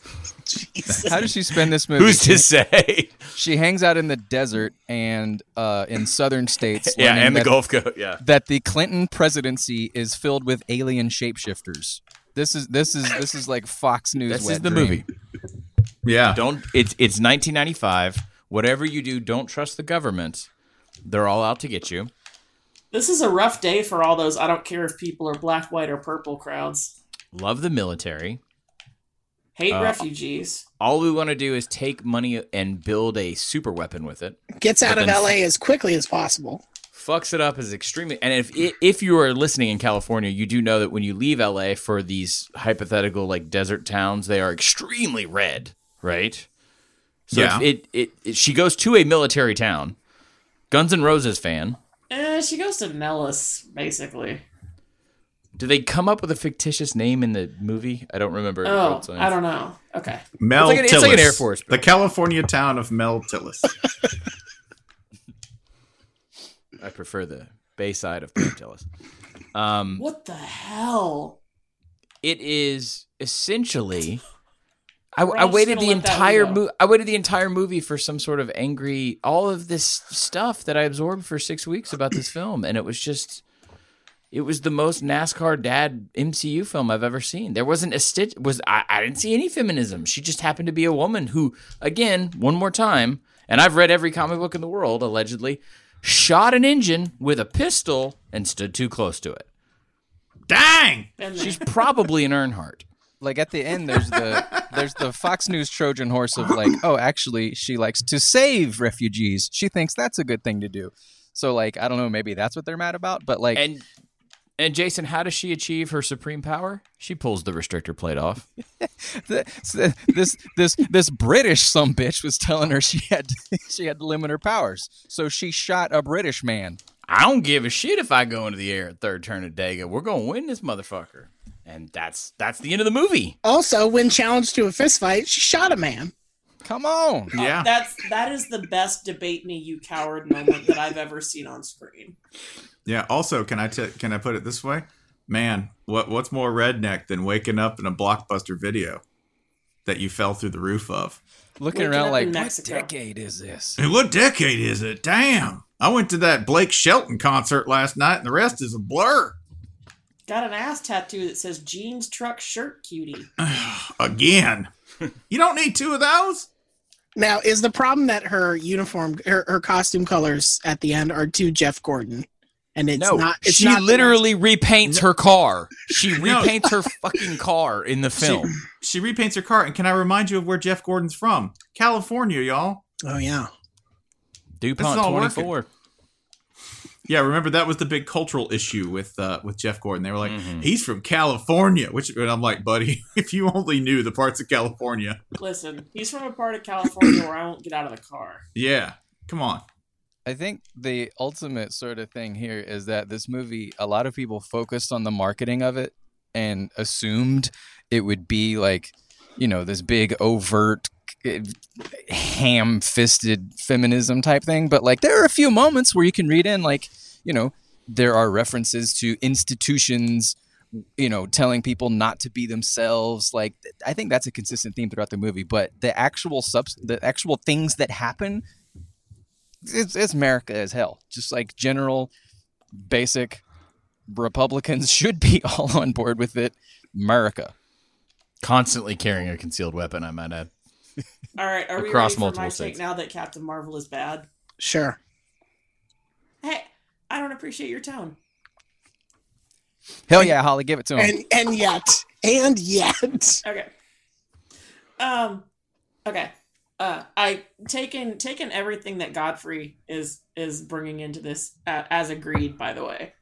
[SPEAKER 5] Jesus.
[SPEAKER 2] how does she spend this movie?
[SPEAKER 4] [laughs] Who's
[SPEAKER 2] She-
[SPEAKER 4] [laughs] to say?
[SPEAKER 2] She hangs out in the desert and uh, in southern states.
[SPEAKER 4] [laughs] yeah,
[SPEAKER 2] learning
[SPEAKER 4] and the
[SPEAKER 2] that-
[SPEAKER 4] Gulf Coast. Yeah.
[SPEAKER 2] that the Clinton presidency is filled with alien shapeshifters. This is this is this is like Fox News.
[SPEAKER 4] This
[SPEAKER 2] wet
[SPEAKER 4] is the
[SPEAKER 2] dream.
[SPEAKER 4] movie.
[SPEAKER 1] Yeah.
[SPEAKER 4] Don't it's it's 1995. Whatever you do, don't trust the government. They're all out to get you.
[SPEAKER 3] This is a rough day for all those I don't care if people are black, white, or purple crowds.
[SPEAKER 4] Love the military.
[SPEAKER 3] Hate
[SPEAKER 4] Uh,
[SPEAKER 3] refugees.
[SPEAKER 4] All we want to do is take money and build a super weapon with it.
[SPEAKER 5] Gets out
[SPEAKER 4] But
[SPEAKER 5] of
[SPEAKER 4] then-
[SPEAKER 5] LA as quickly as possible.
[SPEAKER 4] Fucks it up as extremely. And if i- if you are listening in California, you do know that when you leave LA for these hypothetical like desert towns, they are extremely red, right? So
[SPEAKER 1] Yeah.
[SPEAKER 4] it, it it she goes to a military town. Guns N' Roses fan.
[SPEAKER 3] Eh, she goes to Nellis, basically.
[SPEAKER 4] Do they come up with a fictitious name in the movie? I don't remember.
[SPEAKER 3] Oh,
[SPEAKER 4] It's-
[SPEAKER 3] I don't know. Okay.
[SPEAKER 1] Mel
[SPEAKER 4] It's like an- it's like an
[SPEAKER 1] Tillis.
[SPEAKER 4] Air Force.
[SPEAKER 1] The California town of Mel
[SPEAKER 4] [laughs]
[SPEAKER 1] Tillis.
[SPEAKER 4] I prefer the Bayside of Portillo's. Um,
[SPEAKER 3] What the hell?
[SPEAKER 4] it is essentially. I,
[SPEAKER 3] We're
[SPEAKER 4] I
[SPEAKER 3] all just
[SPEAKER 4] waited
[SPEAKER 3] gonna
[SPEAKER 4] the
[SPEAKER 3] let that
[SPEAKER 4] entire
[SPEAKER 3] one go.
[SPEAKER 4] movie. I waited the entire movie for some sort of angry. All of this stuff that I absorbed for six weeks about this film, and it was just. It was the most NASCAR dad MCU film I've ever seen. There wasn't a stitch. Was I, I didn't see any feminism. She just happened to be a woman who, again, one more time, and I've read every comic book in the world allegedly, shot an engine with a pistol and stood too close to it.
[SPEAKER 1] Dang!
[SPEAKER 3] Been there.
[SPEAKER 4] She's probably an Earnhardt.
[SPEAKER 2] Like at the end, there's the there's the Fox News Trojan horse of like, oh, actually, she likes to save refugees. She thinks that's a good thing to do. So like, I don't know, maybe that's what they're mad about. But like,
[SPEAKER 4] And and Jason, how does she achieve her supreme power? She pulls the restrictor plate off.
[SPEAKER 2] th- th- [laughs] this this this British some bitch was telling her she had [laughs] to, she had to limit her powers. So she shot a British man.
[SPEAKER 4] I don't give a shit if I go into the air at third turn of Dago. We're gonna win this motherfucker. And that's that's the end of the movie.
[SPEAKER 5] Also, when challenged to a fist fight, she shot a man.
[SPEAKER 2] Come on.
[SPEAKER 4] Oh,
[SPEAKER 1] Yeah.
[SPEAKER 3] That's that is the best debate me you coward moment that I've ever seen on screen.
[SPEAKER 1] Yeah. Also, can I t- can I put it this way? Man, what what's more redneck than waking up in a blockbuster video that you fell through the roof of?
[SPEAKER 2] Looking
[SPEAKER 3] Waking
[SPEAKER 2] around
[SPEAKER 3] up
[SPEAKER 2] like,
[SPEAKER 3] in
[SPEAKER 2] what
[SPEAKER 3] Mexico."
[SPEAKER 2] decade is this?
[SPEAKER 1] And what decade is it? Damn. I went to that Blake Shelton concert last night and the rest is a blur.
[SPEAKER 3] Got an ass tattoo that says jeans, truck, shirt, cutie. [laughs]
[SPEAKER 1] Again. you don't need two of those?
[SPEAKER 5] Now, is the problem that her uniform, her, her costume colors at the end are too Jeff Gordon, and it's
[SPEAKER 4] no,
[SPEAKER 5] not. It's
[SPEAKER 4] she
[SPEAKER 5] not
[SPEAKER 4] literally repaints her car.
[SPEAKER 5] [laughs]
[SPEAKER 4] She
[SPEAKER 1] No.
[SPEAKER 4] repaints her fucking car in the film.
[SPEAKER 1] She repaints her car and can I remind you of where Jeff Gordon's from? California, y'all.
[SPEAKER 5] Oh yeah.
[SPEAKER 4] DuPont
[SPEAKER 1] all
[SPEAKER 4] twenty
[SPEAKER 1] working.
[SPEAKER 4] four.
[SPEAKER 1] Yeah, remember that was the big cultural issue with uh, with Jeff Gordon. They were like,
[SPEAKER 4] Mm-hmm.
[SPEAKER 3] Mm.
[SPEAKER 1] he's from California, which and I'm like, buddy, [laughs] if you only knew the parts of California.
[SPEAKER 3] Listen, he's from a part of California where I won't get out of the car.
[SPEAKER 1] Yeah, come on.
[SPEAKER 2] I think the ultimate sort of thing here is that this movie, a lot of people focused on the marketing of it and assumed it would be like, you know, this big overt, ham fisted feminism type thing. But like, there are a few moments where you can read in, like, you know, there are references to institutions, you know, telling people not to be themselves. Like, th- I think that's a consistent theme throughout the movie. But the actual subs, the actual things that happen it's it's America as hell. Just like general, basic Republicans [laughs] should be all on board with it. America.
[SPEAKER 4] Constantly carrying a concealed weapon, I might add.
[SPEAKER 3] All right, are we
[SPEAKER 4] Across
[SPEAKER 3] ready for
[SPEAKER 4] multiple
[SPEAKER 3] my
[SPEAKER 4] states.
[SPEAKER 3] take now that Captain Marvel is bad?
[SPEAKER 5] Sure.
[SPEAKER 3] Hey, I don't appreciate your tone.
[SPEAKER 2] Hell yeah, Holly, give it to
[SPEAKER 1] Oh.
[SPEAKER 2] him.
[SPEAKER 5] And and yet, and yet,
[SPEAKER 3] Okay. Um. Okay. Uh, I taken taken everything that Godfrey is is bringing into this uh, as agreed. By the way,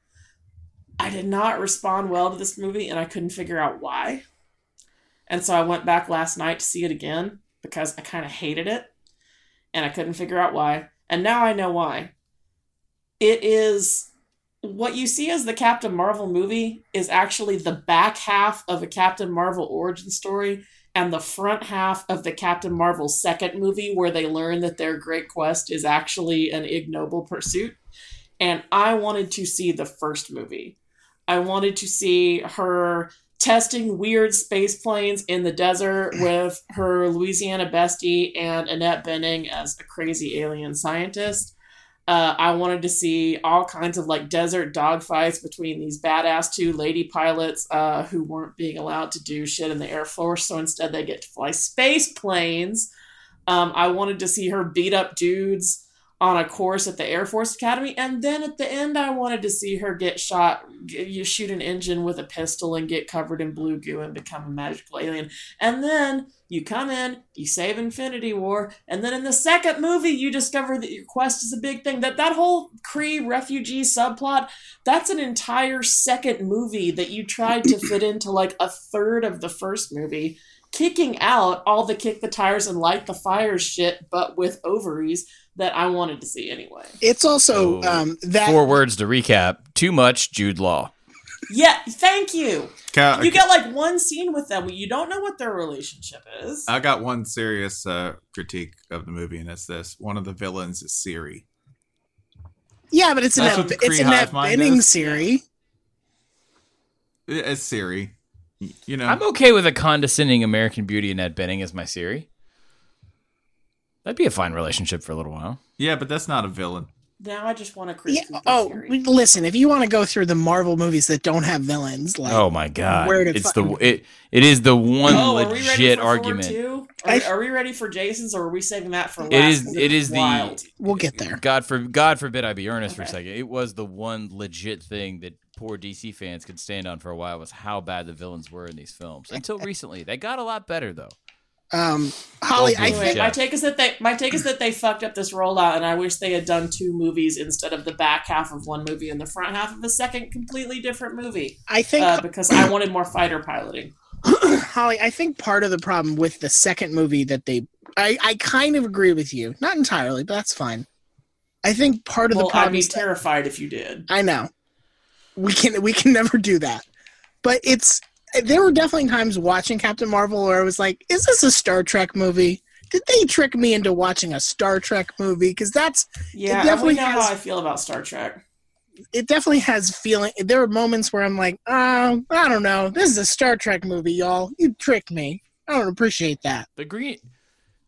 [SPEAKER 3] I did not respond well to this movie and I couldn't figure out why. And so I went back last night to see it again because I kind of hated it and I couldn't figure out why. And now I know why. It is what you see as the Captain Marvel movie is actually the back half of a Captain Marvel origin story and the front half of the Captain Marvel second movie where they learn that their great quest is actually an ignoble pursuit. And I wanted to see the first movie. I wanted to see her testing weird space planes in the desert [clears throat] with her Louisiana bestie and Annette Benning as a crazy alien scientist. Uh, I wanted to see all kinds of like desert dogfights between these badass two lady pilots uh, who weren't being allowed to do shit in the Air Force, so instead they get to fly space planes. Um, I wanted to see her beat up dudes on a course at the Air Force Academy, and then at the end, I wanted to see her get shot. g- You shoot an engine with a pistol and get covered in blue goo and become a magical alien, and then you come in, you save Infinity War, and then in the second movie, you discover that your quest is a big thing. That that whole Kree refugee subplot, that's an entire second movie that you tried to fit into like a third of the first movie, kicking out all the kick the tires and light the fires shit, but with ovaries that I wanted to see anyway.
[SPEAKER 5] It's also
[SPEAKER 4] Oh.
[SPEAKER 5] um, that
[SPEAKER 4] Four words to recap. Too much Jude Law.
[SPEAKER 3] Yeah, thank you.
[SPEAKER 1] Cal-
[SPEAKER 3] You get like one scene with them. You don't know what their relationship is.
[SPEAKER 1] I got one serious uh, critique of the movie, and it's this: one of the villains is Siri.
[SPEAKER 5] yeah, but it's in
[SPEAKER 1] That's
[SPEAKER 5] that
[SPEAKER 1] what the
[SPEAKER 5] it's
[SPEAKER 1] Kree
[SPEAKER 5] in that
[SPEAKER 1] hive mind
[SPEAKER 5] Benning
[SPEAKER 1] is.
[SPEAKER 5] series.
[SPEAKER 1] I- It's Siri. Y- You know,
[SPEAKER 4] I'm okay with a condescending American Beauty and Ed Benning as my Siri. That'd be a fine relationship for a little while.
[SPEAKER 1] yeah, but that's not a villain.
[SPEAKER 3] Now I just want to
[SPEAKER 5] Yeah.
[SPEAKER 3] critique.
[SPEAKER 5] Oh, listen, if you want to go through the Marvel movies that don't have villains, like
[SPEAKER 4] Oh my god!
[SPEAKER 5] Where to
[SPEAKER 4] It's the
[SPEAKER 5] fucking-
[SPEAKER 4] it it is the one
[SPEAKER 3] Oh, are we ready
[SPEAKER 4] legit
[SPEAKER 3] for four
[SPEAKER 4] argument.
[SPEAKER 3] too?
[SPEAKER 5] I-
[SPEAKER 3] Are, are we ready for Jason's, or are we saving that for last?
[SPEAKER 4] It is-
[SPEAKER 3] 'Cause
[SPEAKER 4] it
[SPEAKER 3] it's
[SPEAKER 4] is the-
[SPEAKER 3] wild.
[SPEAKER 5] we'll get there.
[SPEAKER 4] God for God forbid I be earnest for a
[SPEAKER 3] Okay.
[SPEAKER 4] second. It was the one legit thing that poor DC fans could stand on for a while was how bad the villains were in these films. Until recently, they got a lot better though.
[SPEAKER 5] Um, Holly,
[SPEAKER 4] Don't
[SPEAKER 5] I
[SPEAKER 4] do
[SPEAKER 5] think
[SPEAKER 4] it.
[SPEAKER 3] Anyway, my take is that they my take is that they fucked up this rollout, and I wish they had done two movies instead of the back half of one movie and the front half of a second completely different movie.
[SPEAKER 5] I think
[SPEAKER 3] Uh, because I wanted more fighter piloting.
[SPEAKER 5] [clears throat] Holly, I think part of the problem with the second movie that they, I, I kind of agree with you, not entirely, but that's fine. I think part of
[SPEAKER 3] Well,
[SPEAKER 5] [laughs] the
[SPEAKER 3] I'd
[SPEAKER 5] problem
[SPEAKER 3] be
[SPEAKER 5] is that-
[SPEAKER 3] terrified if you did.
[SPEAKER 5] I know we can we can never do that, but it's there were definitely times watching Captain Marvel where I was like, is this a Star Trek movie? Did they trick me into watching a Star Trek movie? Because that's
[SPEAKER 3] Yeah, and
[SPEAKER 5] definitely
[SPEAKER 3] we know
[SPEAKER 5] has-
[SPEAKER 3] how I feel about Star Trek.
[SPEAKER 5] it definitely has feeling. There were moments where I'm like, oh, I don't know, this is a Star Trek movie, y'all. You tricked me. I don't appreciate that.
[SPEAKER 4] The green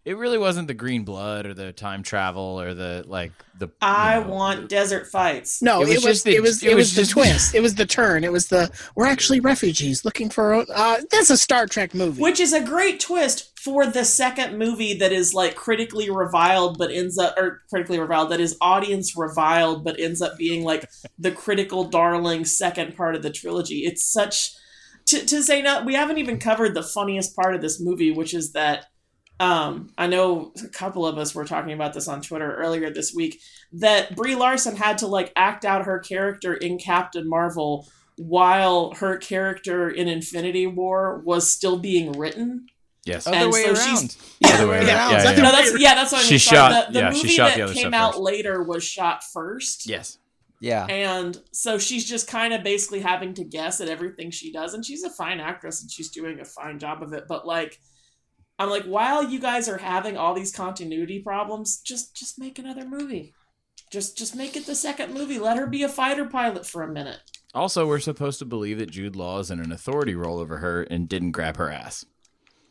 [SPEAKER 4] it really wasn't the green blood or the time travel or the like the
[SPEAKER 3] I
[SPEAKER 4] you know,
[SPEAKER 3] want desert fights.
[SPEAKER 5] No,
[SPEAKER 4] It was
[SPEAKER 5] it was,
[SPEAKER 4] just the-
[SPEAKER 5] it was
[SPEAKER 4] it
[SPEAKER 5] it,
[SPEAKER 4] was
[SPEAKER 5] was,
[SPEAKER 4] just-
[SPEAKER 5] the twist. It was the turn. It was the we're actually refugees looking for. our own- Uh, that's a Star Trek movie.
[SPEAKER 3] Which is a great twist for the second movie that is like critically reviled but ends up or critically reviled that is audience reviled but ends up being like the critical darling second part of the trilogy. It's such to, to say not we haven't even covered the funniest part of this movie, which is that um, I know a couple of us were talking about this on Twitter earlier this week that Brie Larson had to like act out her character in Captain Marvel while her character in Infinity War was still being written.
[SPEAKER 4] Yes.
[SPEAKER 2] Other
[SPEAKER 3] And
[SPEAKER 2] way
[SPEAKER 3] so she's-
[SPEAKER 2] around.
[SPEAKER 4] Other way
[SPEAKER 5] Yeah,
[SPEAKER 4] around. Yeah,
[SPEAKER 5] it's nothing
[SPEAKER 3] [laughs] No,
[SPEAKER 4] yeah.
[SPEAKER 3] that's yeah, that's what I mean.
[SPEAKER 4] She
[SPEAKER 3] Sorry,
[SPEAKER 4] shot-
[SPEAKER 3] the, the
[SPEAKER 4] yeah, she
[SPEAKER 3] movie
[SPEAKER 4] shot
[SPEAKER 3] that
[SPEAKER 4] the other
[SPEAKER 3] came
[SPEAKER 4] stuff
[SPEAKER 3] out
[SPEAKER 4] first.
[SPEAKER 3] later was shot first.
[SPEAKER 4] Yes.
[SPEAKER 2] Yeah.
[SPEAKER 3] And so she's just kind of basically having to guess at everything she does, and she's a fine actress and she's doing a fine job of it. But like, I'm like, while you guys are having all these continuity problems, just just make another movie. Just just make it the second movie. Let her be a fighter pilot for a minute.
[SPEAKER 4] Also, we're supposed to believe that Jude Law is in an authority role over her and didn't grab her ass.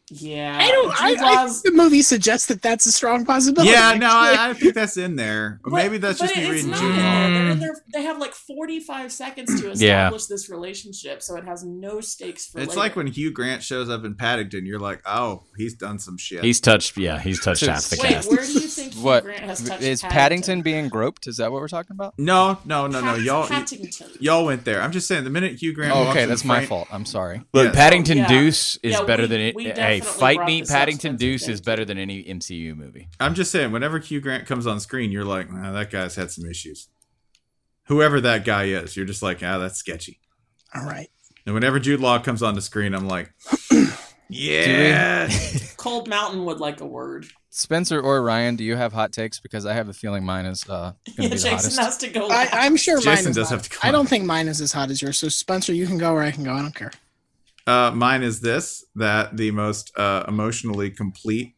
[SPEAKER 3] Yeah,
[SPEAKER 5] I don't. I,
[SPEAKER 3] Jude
[SPEAKER 5] I
[SPEAKER 3] Law's-
[SPEAKER 5] think the movie suggests that that's a strong possibility.
[SPEAKER 1] yeah, no,
[SPEAKER 5] actually.
[SPEAKER 1] I, I think that's in there. Or
[SPEAKER 3] [laughs] But-
[SPEAKER 1] Maybe that's
[SPEAKER 3] but
[SPEAKER 1] just me
[SPEAKER 3] it's
[SPEAKER 1] reading
[SPEAKER 3] not
[SPEAKER 1] Jude
[SPEAKER 3] in
[SPEAKER 1] Law.
[SPEAKER 3] there.
[SPEAKER 2] Mm.
[SPEAKER 3] They're in their- they have like 45 seconds to
[SPEAKER 4] Yeah.
[SPEAKER 3] establish this relationship, so it has no stakes for
[SPEAKER 1] It's
[SPEAKER 3] later.
[SPEAKER 1] like when Hugh Grant shows up in Paddington. You're like, oh, he's done some shit.
[SPEAKER 4] He's touched. Yeah, he's touched
[SPEAKER 2] Just-
[SPEAKER 4] half the
[SPEAKER 3] Wait,
[SPEAKER 4] cast.
[SPEAKER 3] where do you think Hugh
[SPEAKER 2] What
[SPEAKER 3] Grant has touched
[SPEAKER 2] is Paddington. being groped? Is that what we're talking about?
[SPEAKER 1] no, no, no, no.
[SPEAKER 3] Pat-
[SPEAKER 1] Y'all,
[SPEAKER 3] Paddington.
[SPEAKER 1] y'all went there. I'm just saying. The minute Hugh Grant.
[SPEAKER 2] Oh,
[SPEAKER 1] walks
[SPEAKER 2] okay,
[SPEAKER 1] in
[SPEAKER 2] that's
[SPEAKER 1] frame-
[SPEAKER 2] my fault. I'm sorry.
[SPEAKER 4] Look,
[SPEAKER 1] Yeah.
[SPEAKER 4] Paddington
[SPEAKER 3] Yeah.
[SPEAKER 4] Deuce is
[SPEAKER 3] Yeah,
[SPEAKER 4] better
[SPEAKER 3] we-
[SPEAKER 4] than it.
[SPEAKER 3] we definitely
[SPEAKER 4] Hey, fight
[SPEAKER 3] brought
[SPEAKER 4] me.
[SPEAKER 3] this up,
[SPEAKER 4] Paddington
[SPEAKER 3] Spencer,
[SPEAKER 4] Deuce
[SPEAKER 3] thank
[SPEAKER 4] is
[SPEAKER 3] you.
[SPEAKER 4] better than any MCU movie.
[SPEAKER 1] I'm just saying. Whenever Hugh Grant comes on screen, you're like, nah, that guy's had some issues. Whoever that guy is, you're just like, ah, that's sketchy.
[SPEAKER 5] All right.
[SPEAKER 1] And whenever Jude Law comes on the screen, I'm like, yeah.
[SPEAKER 3] Cold Mountain would like a word.
[SPEAKER 2] Spencer or Ryan, do you have hot takes? Because I have a feeling mine is uh,
[SPEAKER 3] [laughs] Yeah,
[SPEAKER 2] going to be the
[SPEAKER 3] Jason
[SPEAKER 2] hottest.
[SPEAKER 3] has to go.
[SPEAKER 5] I,
[SPEAKER 3] last.
[SPEAKER 5] I'm sure mine
[SPEAKER 1] Jason
[SPEAKER 5] is
[SPEAKER 1] does
[SPEAKER 5] not-
[SPEAKER 1] have to come
[SPEAKER 5] I don't
[SPEAKER 1] on.
[SPEAKER 5] think mine is as hot as yours. So Spencer, you can go where I can go. I don't care.
[SPEAKER 1] Uh, mine is this that the most uh, emotionally complete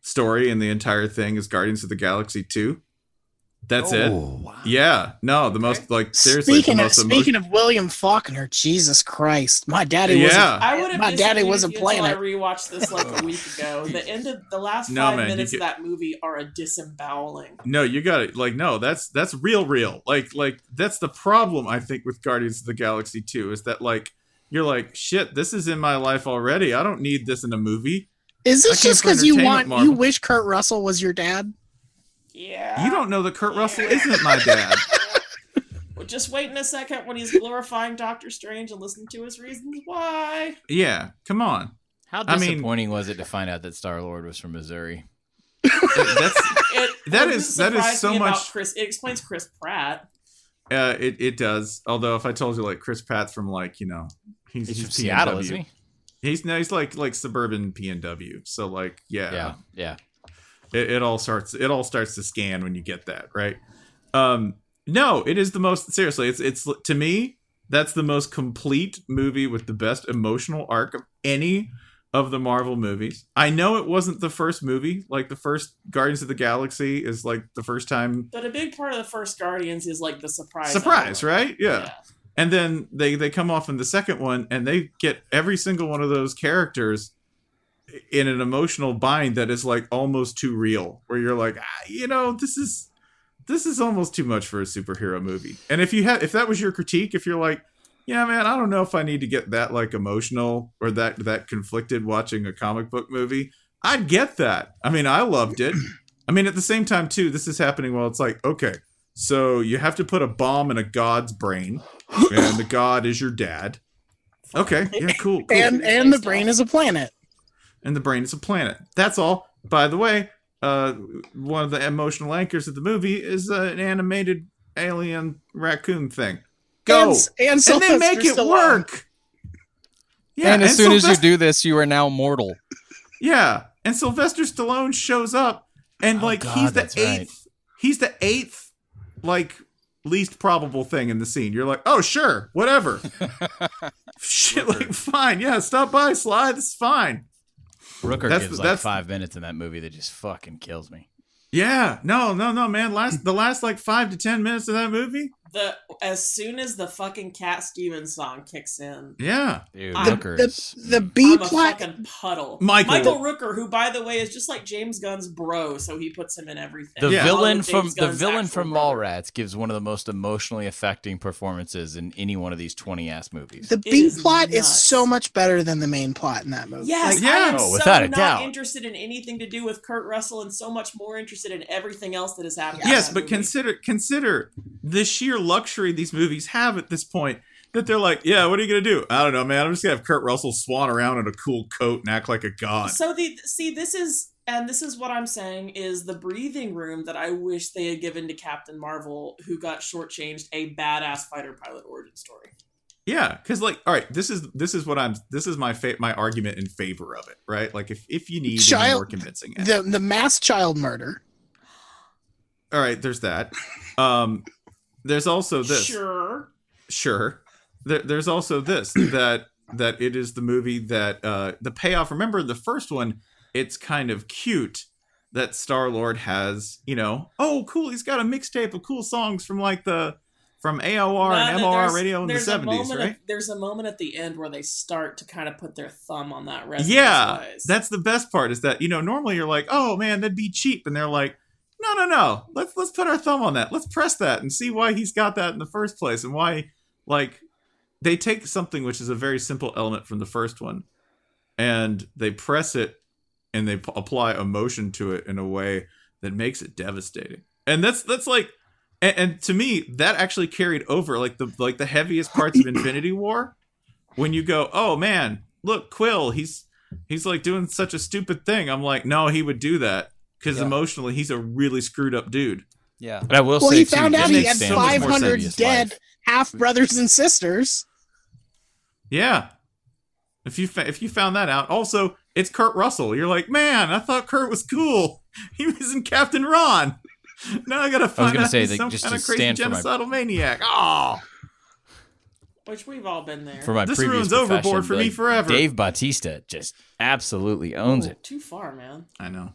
[SPEAKER 1] story in the entire thing is Guardians of the Galaxy 2. That's
[SPEAKER 4] Oh.
[SPEAKER 1] it.
[SPEAKER 3] Oh,
[SPEAKER 1] Yeah. No, the most, like, seriously,
[SPEAKER 5] speaking
[SPEAKER 1] the
[SPEAKER 5] of,
[SPEAKER 1] most emo-
[SPEAKER 5] speaking of William Faulkner, Jesus Christ, my daddy was.
[SPEAKER 1] Yeah.
[SPEAKER 3] I would have
[SPEAKER 5] My daddy
[SPEAKER 3] disagreed
[SPEAKER 5] wasn't
[SPEAKER 3] with you until
[SPEAKER 5] playing
[SPEAKER 3] I rewatched this like a week ago. The end of the last
[SPEAKER 1] Oh. No,
[SPEAKER 3] five
[SPEAKER 1] man, you
[SPEAKER 3] minutes
[SPEAKER 1] get-
[SPEAKER 3] of that movie are a disemboweling.
[SPEAKER 1] No, you got it. Like, no, that's that's real, real. Like, like that's the problem I think with Guardians of the Galaxy 2 is that like you're like, shit, this is in my life already. I don't need this in a movie.
[SPEAKER 5] Is
[SPEAKER 1] I
[SPEAKER 5] this
[SPEAKER 1] came
[SPEAKER 5] just
[SPEAKER 1] for
[SPEAKER 5] because you want
[SPEAKER 1] entertainment,
[SPEAKER 5] you
[SPEAKER 1] Marvel.
[SPEAKER 5] wish Kurt Russell was your dad?
[SPEAKER 3] Yeah.
[SPEAKER 1] You don't know that Kurt Russell isn't my dad.
[SPEAKER 3] Well, Just wait in a second when he's glorifying Doctor Strange and listen to his reasons why.
[SPEAKER 1] Yeah, come on.
[SPEAKER 4] How
[SPEAKER 1] I mean-
[SPEAKER 4] disappointing was it to find out that Star Lord was from Missouri?
[SPEAKER 1] That's
[SPEAKER 3] It
[SPEAKER 1] [laughs] That
[SPEAKER 3] wouldn't
[SPEAKER 1] is- that is
[SPEAKER 3] surprise
[SPEAKER 1] so
[SPEAKER 3] me about
[SPEAKER 1] much-
[SPEAKER 3] Chris, it explains Chris Pratt.
[SPEAKER 1] uh, it it does. Although if I told you like Chris Pratt's from like you know he's,
[SPEAKER 4] He's
[SPEAKER 1] he's
[SPEAKER 4] from Seattle,
[SPEAKER 1] PNW.
[SPEAKER 4] isn't he?
[SPEAKER 1] He's no, he's like like suburban PNW. So like yeah,
[SPEAKER 4] Yeah, yeah.
[SPEAKER 1] It, it all starts it all starts to scan when you get that right. Um, no, it is the most seriously. It's it's to me that's the most complete movie with the best emotional arc of any of the Marvel movies. I know it wasn't the first movie. Like the first Guardians of the Galaxy is like the first time
[SPEAKER 3] But a big part of the first Guardians is like the surprise.
[SPEAKER 1] surprise,
[SPEAKER 3] element.
[SPEAKER 1] right? yeah. and then they they come off in the second one and they get every single one of those characters in an emotional bind that is like almost too real where you're like ah, you know this is this is almost too much for a superhero movie and if you had if that was your critique if you're like yeah man i don't know if i need to get that like emotional or that that conflicted watching a comic book movie i'd get that i mean i loved it i mean at the same time too this is happening while it's like okay so you have to put a bomb in a god's brain and the god is your dad. Okay, yeah, cool. cool. And,
[SPEAKER 5] And and the brain is a planet.
[SPEAKER 1] the brain is a planet. That's all. By the way, uh, one of the emotional anchors of the movie is uh, an animated alien raccoon thing. Go
[SPEAKER 5] And, s- and,
[SPEAKER 1] and,
[SPEAKER 5] Sylvester
[SPEAKER 1] then make it
[SPEAKER 5] Stallone.
[SPEAKER 1] work. Yeah,
[SPEAKER 2] and as soon
[SPEAKER 3] [laughs]
[SPEAKER 2] as you
[SPEAKER 1] Sylvester-
[SPEAKER 2] do this, you are now mortal.
[SPEAKER 1] yeah, and Sylvester Stallone shows up, and
[SPEAKER 4] Oh,
[SPEAKER 1] like
[SPEAKER 4] God,
[SPEAKER 1] he's the
[SPEAKER 4] that's
[SPEAKER 1] eighth.
[SPEAKER 4] right.
[SPEAKER 1] He's the eighth, like least probable thing in the scene. You're like, oh sure,
[SPEAKER 2] [laughs]
[SPEAKER 1] whatever. Shit, like fine, yeah, stop by, Sly. This is fine.
[SPEAKER 4] Rooker
[SPEAKER 1] That's-
[SPEAKER 4] gives like
[SPEAKER 1] that's-
[SPEAKER 4] five minutes in that movie that just fucking kills me.
[SPEAKER 1] Yeah, no, no, no, man. Last the last like five to ten minutes of that movie.
[SPEAKER 3] The as soon as the fucking Cat Stevens song kicks in,
[SPEAKER 1] Yeah,
[SPEAKER 4] Dude,
[SPEAKER 3] I-
[SPEAKER 4] Rooker
[SPEAKER 5] The,
[SPEAKER 4] is
[SPEAKER 5] the B
[SPEAKER 3] I'm a
[SPEAKER 5] plot.
[SPEAKER 3] fucking puddle.
[SPEAKER 1] Michael.
[SPEAKER 3] Rooker, who by the way is just like James Gunn's bro, so he puts him in everything.
[SPEAKER 4] the
[SPEAKER 1] Yeah.
[SPEAKER 4] villain
[SPEAKER 3] All of James
[SPEAKER 4] from the
[SPEAKER 3] Gunn's
[SPEAKER 4] villain
[SPEAKER 3] actual
[SPEAKER 4] from
[SPEAKER 3] brother.
[SPEAKER 4] Mallrats gives one of the most emotionally affecting performances in any one of these twenty ass movies.
[SPEAKER 5] The
[SPEAKER 3] It
[SPEAKER 5] B
[SPEAKER 3] is
[SPEAKER 5] plot is
[SPEAKER 3] nuts.
[SPEAKER 5] so much better than the main plot in that movie.
[SPEAKER 3] Yes,
[SPEAKER 5] Like,
[SPEAKER 1] yeah.
[SPEAKER 3] I am
[SPEAKER 4] Oh,
[SPEAKER 3] so
[SPEAKER 4] without a
[SPEAKER 3] not
[SPEAKER 4] doubt.
[SPEAKER 3] interested in anything to do with Kurt Russell, and so much more interested in everything else that is happening. in
[SPEAKER 1] yes,
[SPEAKER 3] that
[SPEAKER 1] but
[SPEAKER 3] movie.
[SPEAKER 1] consider consider the sheer luxury these movies have at this point. That they're like, yeah, what are you gonna do? I don't know, man. I'm just gonna have Kurt Russell swan around in a cool coat and act like a god.
[SPEAKER 3] So the see this is and this is what I'm saying is the breathing room that I wish they had given to Captain Marvel, who got shortchanged a badass fighter pilot origin story.
[SPEAKER 1] Yeah, because like, all right, this is this is what I'm this is my fa- my argument in favor of it, right? Like, if if you need any
[SPEAKER 5] Child-
[SPEAKER 1] more convincing, it.
[SPEAKER 5] The the mass child murder.
[SPEAKER 1] all right, there's that. Um, there's also this.
[SPEAKER 3] Sure.
[SPEAKER 1] sure. There, there's also this that that it is the movie that uh the payoff. Remember the first one? It's kind of cute that Star Lord has. You know, oh cool, he's got a mixtape of cool songs from like the from AOR and
[SPEAKER 3] No, no,
[SPEAKER 1] MOR
[SPEAKER 3] there's-
[SPEAKER 1] radio in the
[SPEAKER 3] there's a
[SPEAKER 1] seventies,
[SPEAKER 3] moment at-
[SPEAKER 1] right?
[SPEAKER 3] there's a moment at the end where they start to kind of put their thumb on that resume.
[SPEAKER 1] yeah
[SPEAKER 3] size.
[SPEAKER 1] that's the best part is that you know normally you're like oh man that'd be cheap and they're like no no no let's let's put our thumb on that let's press that and see why he's got that in the first place and why like they take something which is a very simple element from the first one and they press it and they p- apply emotion to it in a way that makes it devastating and that's that's like and, and to me that actually carried over like the like the heaviest parts of infinity war when you go oh man look quill he's he's like doing such a stupid thing i'm like no he would do that because
[SPEAKER 2] Yeah.
[SPEAKER 1] emotionally he's a really screwed up dude
[SPEAKER 2] Yeah.
[SPEAKER 4] But I will
[SPEAKER 5] Well,
[SPEAKER 4] say
[SPEAKER 5] he found
[SPEAKER 4] too,
[SPEAKER 5] out
[SPEAKER 1] it
[SPEAKER 5] he
[SPEAKER 1] makes
[SPEAKER 5] had
[SPEAKER 1] so
[SPEAKER 4] Disney
[SPEAKER 1] much more
[SPEAKER 5] five
[SPEAKER 1] sense.
[SPEAKER 4] standards for
[SPEAKER 5] hundred
[SPEAKER 4] serious
[SPEAKER 5] dead
[SPEAKER 4] life.
[SPEAKER 5] half brothers and sisters.
[SPEAKER 1] Yeah. If you fa- if you found that out, also it's Kurt Russell. You're like, man, I thought Kurt was cool. [laughs] He was in Captain Ron. [laughs] Now I gotta find
[SPEAKER 4] gonna
[SPEAKER 1] out
[SPEAKER 4] say,
[SPEAKER 1] he's
[SPEAKER 4] like,
[SPEAKER 1] some
[SPEAKER 4] just
[SPEAKER 1] kind
[SPEAKER 4] to
[SPEAKER 1] of crazy
[SPEAKER 4] stand for my-
[SPEAKER 1] genocidal maniac. Oh,
[SPEAKER 3] Which we've all been there.
[SPEAKER 4] For my
[SPEAKER 1] This ruins
[SPEAKER 4] previous
[SPEAKER 1] Overboard
[SPEAKER 4] profession,
[SPEAKER 1] for me
[SPEAKER 4] like,
[SPEAKER 1] forever.
[SPEAKER 4] Dave Bautista just absolutely owns
[SPEAKER 3] Ooh,
[SPEAKER 4] it.
[SPEAKER 3] Too far, man.
[SPEAKER 1] I know.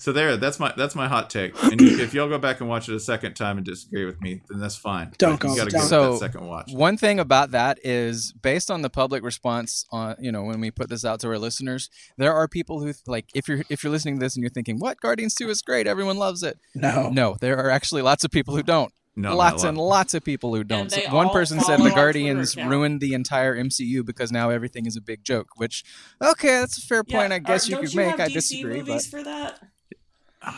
[SPEAKER 1] So there, that's my that's my hot take. And if y'all go back and watch it a second time and disagree with me, then that's fine.
[SPEAKER 5] Don't
[SPEAKER 1] But you
[SPEAKER 5] go-
[SPEAKER 1] gotta
[SPEAKER 5] don't.
[SPEAKER 1] give it
[SPEAKER 2] So-
[SPEAKER 1] that second watch.
[SPEAKER 2] One thing about that is based on the public response on you know when we put this out to our listeners, there are people who like if you're if you're listening to this and you're thinking, "What Guardians 2 is great. Everyone loves it."
[SPEAKER 5] No.
[SPEAKER 2] No, there are actually lots of people who don't.
[SPEAKER 1] No,
[SPEAKER 2] lots
[SPEAKER 1] not
[SPEAKER 2] and
[SPEAKER 1] a lot.
[SPEAKER 2] lots of people who don't.
[SPEAKER 3] they
[SPEAKER 2] So one
[SPEAKER 3] all
[SPEAKER 2] person said
[SPEAKER 3] follow
[SPEAKER 2] the
[SPEAKER 3] our
[SPEAKER 2] Guardians
[SPEAKER 3] Twitter account.
[SPEAKER 2] ruined the entire MCU because now everything is a big joke, which okay, that's a fair point. I guess
[SPEAKER 3] are-
[SPEAKER 2] you
[SPEAKER 3] don't
[SPEAKER 2] could
[SPEAKER 3] you
[SPEAKER 2] make.
[SPEAKER 3] Have
[SPEAKER 2] I
[SPEAKER 3] DC
[SPEAKER 2] disagree,
[SPEAKER 3] movies
[SPEAKER 2] but
[SPEAKER 1] [sighs]
[SPEAKER 3] for that.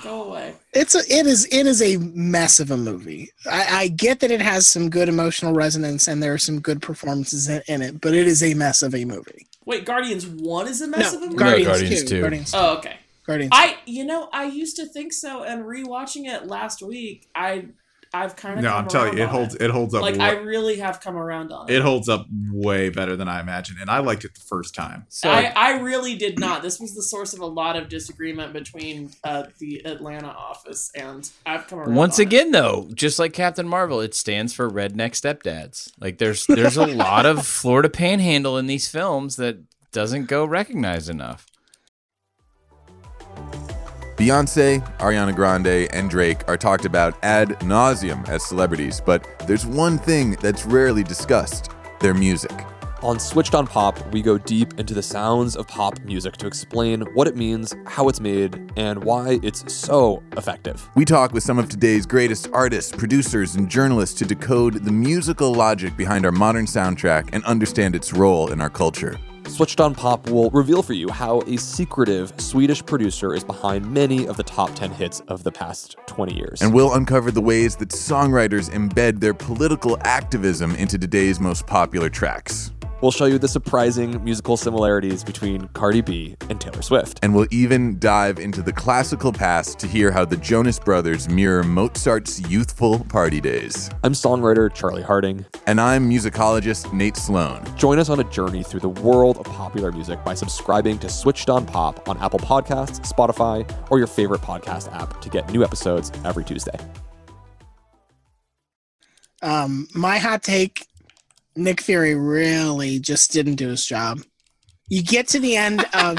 [SPEAKER 3] Go away.
[SPEAKER 5] It's a it is it is a mess of a movie. I, I get that it has some good emotional resonance and there are some good performances in, in it, but it is a mess of a movie.
[SPEAKER 3] Wait, Guardians One is a mess
[SPEAKER 5] No,
[SPEAKER 3] of a movie.
[SPEAKER 5] Guardians,
[SPEAKER 4] Guardians
[SPEAKER 5] 2,
[SPEAKER 4] two.
[SPEAKER 5] Guardians,
[SPEAKER 3] Oh, okay.
[SPEAKER 5] Guardians.
[SPEAKER 3] I, you know, I used to think so, and rewatching it last week, I, I've kind of
[SPEAKER 1] No, I'm telling you, it holds it holds up.
[SPEAKER 3] Like
[SPEAKER 1] wa-
[SPEAKER 3] I really have come around on it.
[SPEAKER 1] it holds up way better than I imagined, and I liked it the first time.
[SPEAKER 2] so
[SPEAKER 3] I, I really did not. This was the source of a lot of disagreement between uh, the Atlanta office and I've come around.
[SPEAKER 4] Once
[SPEAKER 3] on it.
[SPEAKER 4] again, though, just like Captain Marvel, it stands for redneck stepdads. Like
[SPEAKER 5] [laughs]
[SPEAKER 4] there's there's a lot of Florida Panhandle in these films that doesn't go recognized enough.
[SPEAKER 6] Beyonce, Ariana Grande, and Drake are talked about ad nauseum as celebrities, but there's one thing that's rarely discussed their music.
[SPEAKER 7] On Switched on Pop, we go deep into the sounds of pop music to explain what it means, how it's made, and why it's so effective.
[SPEAKER 6] We talk with some of today's greatest artists, producers, and journalists to decode the musical logic behind our modern soundtrack and understand its role in our culture.
[SPEAKER 7] Switched on Pop will reveal for you how a secretive Swedish producer is behind many of the top 10 hits of the past 20 years.
[SPEAKER 6] And we'll uncover the ways that songwriters embed their political activism into today's most popular tracks.
[SPEAKER 7] we'll show you the surprising musical similarities between Cardi B and Taylor Swift.
[SPEAKER 6] And we'll even dive into the classical past to hear how the Jonas Brothers mirror Mozart's youthful party days.
[SPEAKER 7] I'm songwriter Charlie Harding.
[SPEAKER 6] And I'm musicologist Nate Sloan.
[SPEAKER 7] Join us on a journey through the world of popular music by subscribing to Switched on Pop on Apple Podcasts, Spotify, or your favorite podcast app to get new episodes every Tuesday.
[SPEAKER 5] Um, my hot take: Nick Fury really just didn't do his job. You get to the end of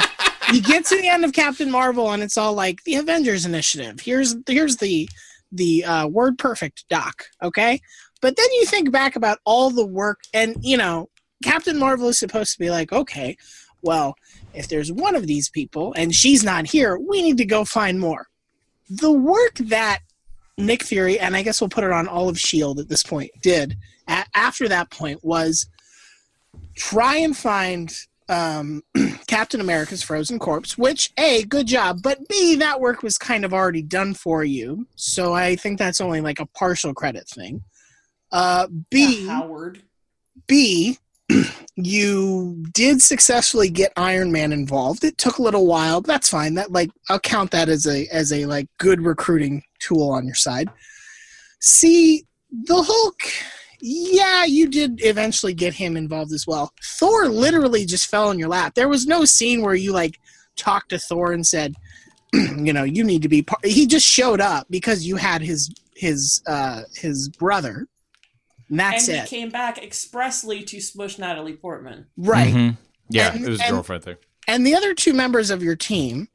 [SPEAKER 5] you get to the end of Captain Marvel, and it's all like the Avengers Initiative. Here's here's the the uh, word perfect doc, okay? But then you think back about all the work, and you know, Captain Marvel is supposed to be like, okay, well, if there's one of these people and she's not here, we need to go find more. The work that Nick Fury, and I guess we'll put it on all of Shield at this point, did a- after that point was try and find um, [clears throat] Captain America's frozen corpse, which a good job, but b that work was kind of already done for you, so I think that's only like a partial credit thing. Uh, b
[SPEAKER 3] Yeah, Howard.
[SPEAKER 5] B, [clears throat] you did successfully get Iron Man involved. It took a little while, but that's fine. That like I'll count that as a as a like good recruiting tool on your side. See, the Hulk, yeah, you did eventually get him involved as well. Thor literally just fell in your lap. There was no scene where you like talked to Thor and said, [clears throat] you know, you need to be part. He just showed up because you had his his uh his brother. And that's
[SPEAKER 3] and
[SPEAKER 5] it.
[SPEAKER 3] he came back expressly to smush Natalie Portman.
[SPEAKER 5] Right.
[SPEAKER 4] Mm-hmm. Yeah,
[SPEAKER 5] And-
[SPEAKER 4] it was
[SPEAKER 5] and-
[SPEAKER 4] girlfriend thing.
[SPEAKER 5] and the other two members of your team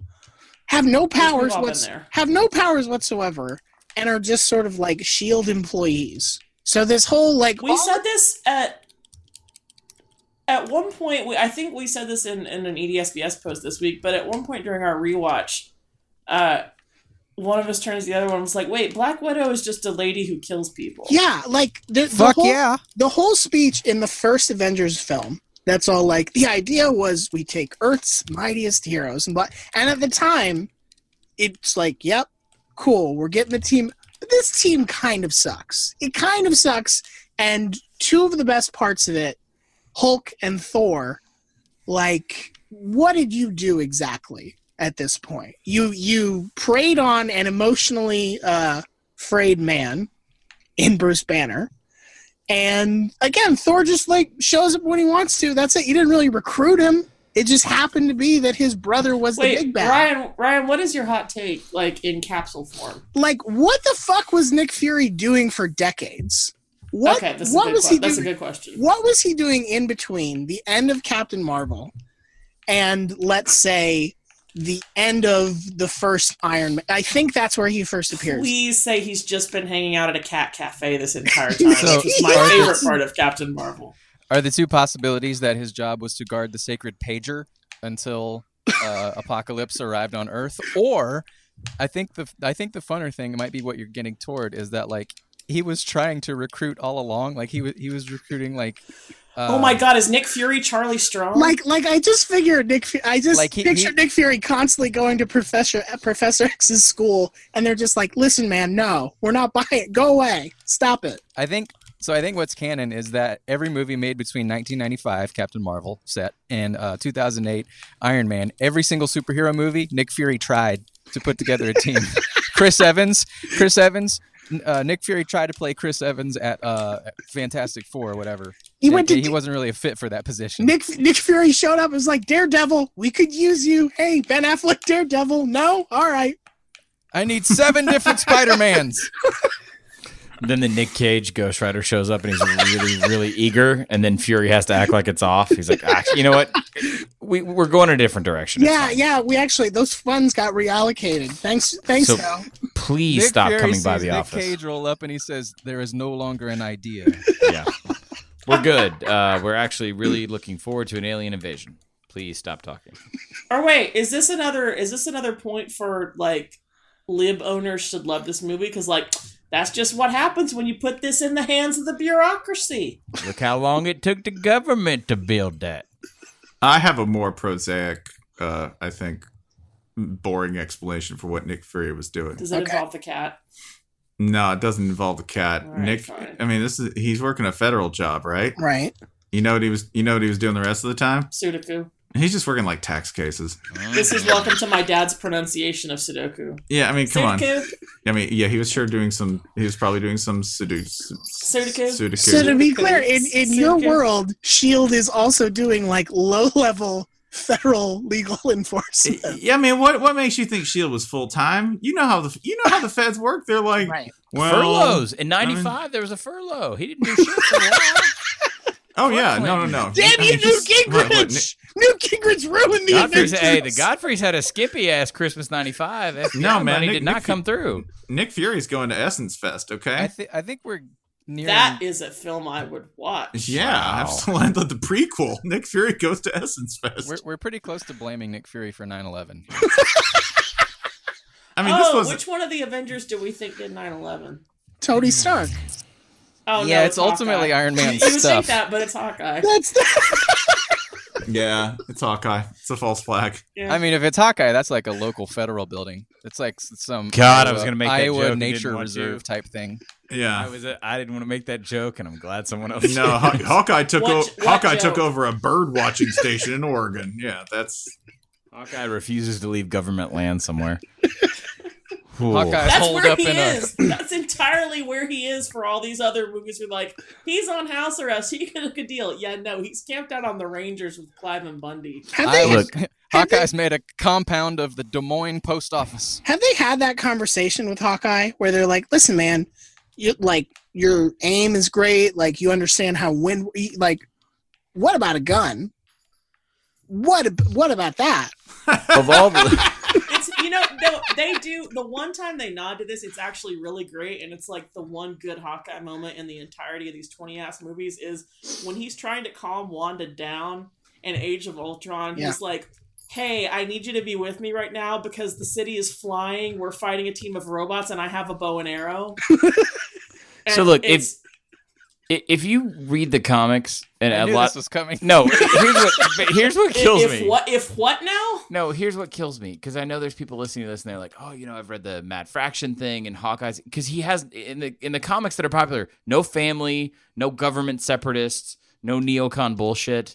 [SPEAKER 5] have no powers
[SPEAKER 3] all been
[SPEAKER 5] what's,
[SPEAKER 3] there.
[SPEAKER 5] have no powers whatsoever and are just sort of like shield E employees. So this whole like
[SPEAKER 3] We
[SPEAKER 5] all-
[SPEAKER 3] said this at at one point. We, I think we said this in, in an E EDSBS post this week, but at one point during our rewatch, uh, one of us turns to the other one and was like, "Wait, Black Widow is just a lady who kills people."
[SPEAKER 5] yeah, like the, the
[SPEAKER 2] fuck
[SPEAKER 5] whole,
[SPEAKER 2] yeah.
[SPEAKER 5] the whole speech in the first Avengers film. That's all like the idea was we take Earth's mightiest heroes and blah. And at the time, it's like, yep, cool, we're getting the team. But this team kind of sucks. It kind of sucks. And two of the best parts of it, Hulk and Thor, like, what did you do exactly at this point? You you preyed on an emotionally uh, frayed man in Bruce Banner And again, Thor just like shows up when he wants to. That's it. You didn't really recruit him. It just happened to be that his brother was the
[SPEAKER 3] Wait,
[SPEAKER 5] big bad.
[SPEAKER 3] Ryan, Ryan, what is your hot take, like in capsule form?
[SPEAKER 5] Like, what the fuck was Nick Fury doing for decades? What
[SPEAKER 3] okay, this is a
[SPEAKER 5] what
[SPEAKER 3] good
[SPEAKER 5] was
[SPEAKER 3] que-
[SPEAKER 5] he
[SPEAKER 3] That's a
[SPEAKER 5] doing?
[SPEAKER 3] good question.
[SPEAKER 5] what was he doing in between the end of Captain Marvel and let's say the end of the first Iron Man? I think that's where he first appears.
[SPEAKER 3] Please say he's just been hanging out at a cat cafe this
[SPEAKER 5] [laughs]
[SPEAKER 3] entire time.
[SPEAKER 2] So-
[SPEAKER 3] which is my
[SPEAKER 5] Yes.
[SPEAKER 3] favorite part of Captain Marvel.
[SPEAKER 2] Are the two possibilities that his job was to guard the sacred pager until uh, Apocalypse arrived on Earth, or I think the I think the funner thing might be what you're getting toward is that like he was trying to recruit all along, like he was he was recruiting like uh,
[SPEAKER 3] oh my God, is Nick Fury Charlie Strong?
[SPEAKER 5] Like, like I just figured Nick. Fu- I just
[SPEAKER 2] Like, he-
[SPEAKER 5] pictured
[SPEAKER 2] he-
[SPEAKER 5] Nick Fury constantly going to Professor uh, Professor X's school, and they're just like, "Listen, man, no, we're not buying it. Go away. Stop it."
[SPEAKER 2] I think so. I think what's canon is that every movie made between 1995, Captain Marvel set, and uh, 2008, Iron Man, every single superhero movie, Nick Fury tried to put together a
[SPEAKER 4] [laughs]
[SPEAKER 2] team. Chris Evans, Chris Evans, n- uh, Nick Fury tried to play Chris Evans at uh, at Fantastic Four or whatever.
[SPEAKER 5] He went to
[SPEAKER 2] he wasn't really a fit for that position.
[SPEAKER 5] Nick Nick Fury showed up. and was like, "Daredevil, we could use you." Hey, Ben Affleck, Daredevil. No, all right.
[SPEAKER 2] I need seven different Spider Mans.
[SPEAKER 4] Then the Nick Cage Ghost Rider shows up and he's really, really eager. And then Fury has to act like it's off. He's like, ah, you know what? We, we're going a different direction. It's
[SPEAKER 5] Yeah,
[SPEAKER 4] fine.
[SPEAKER 5] yeah, we actually those funds got reallocated. Thanks, thanks,
[SPEAKER 4] So-
[SPEAKER 5] Hal.
[SPEAKER 4] [laughs] Please
[SPEAKER 2] Nick
[SPEAKER 4] stop
[SPEAKER 2] Fury
[SPEAKER 4] coming by
[SPEAKER 2] sees
[SPEAKER 4] the
[SPEAKER 2] Nick
[SPEAKER 4] office.
[SPEAKER 2] Cage roll up and he says, "There is no longer an idea."
[SPEAKER 3] [laughs]
[SPEAKER 4] Yeah. We're good. Uh, we're actually really looking forward to an alien invasion. Please stop talking.
[SPEAKER 3] or wait, is this another? Is this another point for like lib owners should love this movie because like that's just what happens when you put this in the hands of the bureaucracy.
[SPEAKER 4] Look how long it took the government to build that.
[SPEAKER 1] I have a more prosaic, uh, I think, boring explanation for what Nick Fury was doing.
[SPEAKER 3] Does it
[SPEAKER 5] Okay.
[SPEAKER 3] involve the cat?
[SPEAKER 1] No, it doesn't involve the cat.
[SPEAKER 3] All right,
[SPEAKER 1] Nick, uh,
[SPEAKER 3] fine.
[SPEAKER 1] I mean, this is he's working a federal job, right?
[SPEAKER 5] Right.
[SPEAKER 1] You know what he was. You know what he was doing the rest of the time.
[SPEAKER 3] Sudoku.
[SPEAKER 1] He's just working like tax cases.
[SPEAKER 3] This is welcome to my dad's pronunciation of Sudoku.
[SPEAKER 1] Yeah, I mean, come on.
[SPEAKER 3] Sudoku.
[SPEAKER 1] I mean, yeah, he was sure doing some. He was probably doing some sudoku.
[SPEAKER 3] Sudoku?
[SPEAKER 1] Sudoku.
[SPEAKER 5] So to be clear, in, in your
[SPEAKER 3] Okay.
[SPEAKER 5] world, Shield E is also doing like low level federal legal [laughs] enforcement.
[SPEAKER 1] Yeah, I mean, what what makes you think Shield E was full time? You know how the you know how the feds work. They're like, well,
[SPEAKER 4] Furloughs. In
[SPEAKER 1] mean-
[SPEAKER 4] 95, there was a furlough. He didn't do shit for
[SPEAKER 1] [laughs]
[SPEAKER 4] a while.
[SPEAKER 1] Oh yeah, no, no, no.
[SPEAKER 5] Damn
[SPEAKER 1] I
[SPEAKER 5] you,
[SPEAKER 1] mean,
[SPEAKER 5] Newt
[SPEAKER 1] just- what- what,
[SPEAKER 5] Gingrich! Newt Gingrich ruined the
[SPEAKER 4] Godfrey's,
[SPEAKER 5] Avengers.
[SPEAKER 4] hey, the Godfrey's had a skippy ass Christmas '95. FBI
[SPEAKER 1] No, man,
[SPEAKER 4] money
[SPEAKER 1] Nick-
[SPEAKER 4] did not
[SPEAKER 1] Nick-
[SPEAKER 4] come through.
[SPEAKER 1] Nick Fury's going to Essence Fest. Okay.
[SPEAKER 2] I think I think we're near
[SPEAKER 3] That is a film I would watch.
[SPEAKER 1] yeah,
[SPEAKER 4] Wow.
[SPEAKER 1] [laughs] absolutely. The prequel. Nick Fury goes to Essence Fest.
[SPEAKER 2] We're, we're pretty close to blaming Nick Fury for 9/11.
[SPEAKER 1] I mean,
[SPEAKER 3] oh,
[SPEAKER 1] this was
[SPEAKER 3] which one of the Avengers do we think did 9/11?
[SPEAKER 5] Tony Stark.
[SPEAKER 3] Oh, no,
[SPEAKER 2] yeah, it's
[SPEAKER 3] Hawkeye.
[SPEAKER 2] ultimately Iron Man's
[SPEAKER 3] You would think
[SPEAKER 2] stuff.
[SPEAKER 3] that, but it's Hawkeye.
[SPEAKER 5] That's the-
[SPEAKER 1] yeah. It's Hawkeye. It's a false flag.
[SPEAKER 3] Yeah.
[SPEAKER 2] I mean, if it's Hawkeye, that's like a local federal building. It's like s- some
[SPEAKER 4] God, I
[SPEAKER 2] Iowa,
[SPEAKER 4] was gonna make that
[SPEAKER 2] Iowa
[SPEAKER 4] joke and didn't
[SPEAKER 2] Nature
[SPEAKER 4] want
[SPEAKER 2] Reserve
[SPEAKER 4] to.
[SPEAKER 2] type thing.
[SPEAKER 4] I
[SPEAKER 1] Yeah.
[SPEAKER 4] was, a, I didn't want to make that joke, and I'm glad someone [laughs] else.
[SPEAKER 1] No, Haw- Hawkeye took
[SPEAKER 3] What-
[SPEAKER 1] o-
[SPEAKER 3] what
[SPEAKER 1] Hawkeye
[SPEAKER 3] joke?
[SPEAKER 1] took over a bird watching station in Oregon. Yeah, that's
[SPEAKER 4] Hawkeye refuses to leave government land [laughs] somewhere.
[SPEAKER 2] Hawkeye
[SPEAKER 3] That's
[SPEAKER 2] holed
[SPEAKER 3] where
[SPEAKER 2] up
[SPEAKER 3] he
[SPEAKER 2] in a. [laughs] [clears throat]
[SPEAKER 3] is. That's entirely where he is for all these other movies. We're like, he's on house arrest. [laughs] He could look a deal. Yeah, no, he's camped out on the Rangers with Clive and Bundy.
[SPEAKER 5] have,
[SPEAKER 2] I
[SPEAKER 5] they,
[SPEAKER 2] look,
[SPEAKER 5] have they-
[SPEAKER 2] Hawkeye's made a compound of the Des Moines post office.
[SPEAKER 5] have they had that conversation with Hawkeye where they're like, "Listen, man, you like your aim is great. Like you understand how when like what about a gun? What ab- what about that?
[SPEAKER 4] Of all the,
[SPEAKER 3] It's you know no, they do the one time they nod to this. It's actually really great, and it's like the one good Hawkeye moment in the entirety of these twenty ass movies is when he's trying to calm Wanda down in Age of Ultron.
[SPEAKER 5] Yeah.
[SPEAKER 3] He's like. Hey, I need you to be with me right now because the city is flying. We're fighting a team of robots, and I have a bow and
[SPEAKER 4] [laughs]
[SPEAKER 3] arrow.
[SPEAKER 4] So look, if-
[SPEAKER 3] it's-
[SPEAKER 4] I- if you read the comics and
[SPEAKER 2] I
[SPEAKER 4] a
[SPEAKER 2] knew
[SPEAKER 4] lot,
[SPEAKER 2] this was coming.
[SPEAKER 4] no, here's what, but here's what kills
[SPEAKER 3] if,
[SPEAKER 4] me.
[SPEAKER 3] what if what now?
[SPEAKER 4] No, here's what kills me because I know there's people listening to this and they're like, "Oh, you know, I've read the Mad Fraction thing and Hawkeye's because he has in the in the comics that are popular, no family, no government separatists, no neocon bullshit."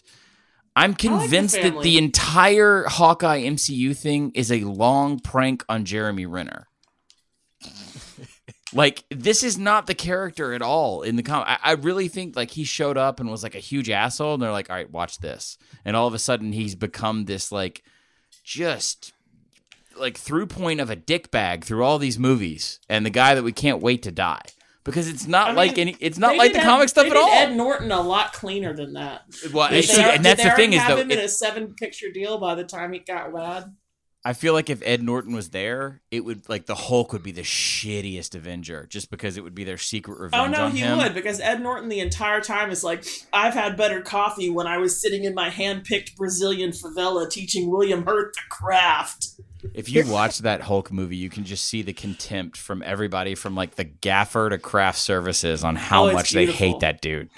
[SPEAKER 4] I'm
[SPEAKER 3] the
[SPEAKER 4] convinced that the
[SPEAKER 3] family.
[SPEAKER 4] entire Hawkeye MCU thing is a long prank on Jeremy Renner. [laughs] Like this is not the character at all in the comic. I, I really think like he showed up and was like a huge asshole, and they're like, "All right, watch this," and all of a sudden he's become this like just like through point of a dick bag through all these movies, and the guy that we can't wait to die because it's not
[SPEAKER 3] I
[SPEAKER 4] like
[SPEAKER 3] mean,
[SPEAKER 4] any. It's not
[SPEAKER 3] They
[SPEAKER 4] like
[SPEAKER 3] did
[SPEAKER 4] the
[SPEAKER 3] Ed-
[SPEAKER 4] comic stuff
[SPEAKER 3] they
[SPEAKER 4] at
[SPEAKER 3] did
[SPEAKER 4] all.
[SPEAKER 3] Ed Norton a lot cleaner than that.
[SPEAKER 4] well,
[SPEAKER 3] Did
[SPEAKER 4] it's
[SPEAKER 3] they
[SPEAKER 4] true,
[SPEAKER 3] al-
[SPEAKER 4] and that's
[SPEAKER 3] did they
[SPEAKER 4] the thing
[SPEAKER 3] already
[SPEAKER 4] is
[SPEAKER 3] have
[SPEAKER 4] though,
[SPEAKER 3] him in
[SPEAKER 4] it-
[SPEAKER 3] a seven picture deal by the time he got wad.
[SPEAKER 4] I feel like if Ed Norton was there, it would like the Hulk would be the shittiest Avenger just because it would be their secret
[SPEAKER 3] Oh
[SPEAKER 4] revenge.
[SPEAKER 3] no,
[SPEAKER 4] on
[SPEAKER 3] he
[SPEAKER 4] him.
[SPEAKER 3] would because Ed Norton the entire time is like, I've had better coffee when I was sitting in my hand-picked Brazilian favela teaching William Hurt the craft.
[SPEAKER 4] If you watch that Hulk movie, you can just see the contempt from everybody from like the gaffer to craft services on how
[SPEAKER 3] Oh, it's
[SPEAKER 4] much they hate
[SPEAKER 3] beautiful.
[SPEAKER 4] that dude.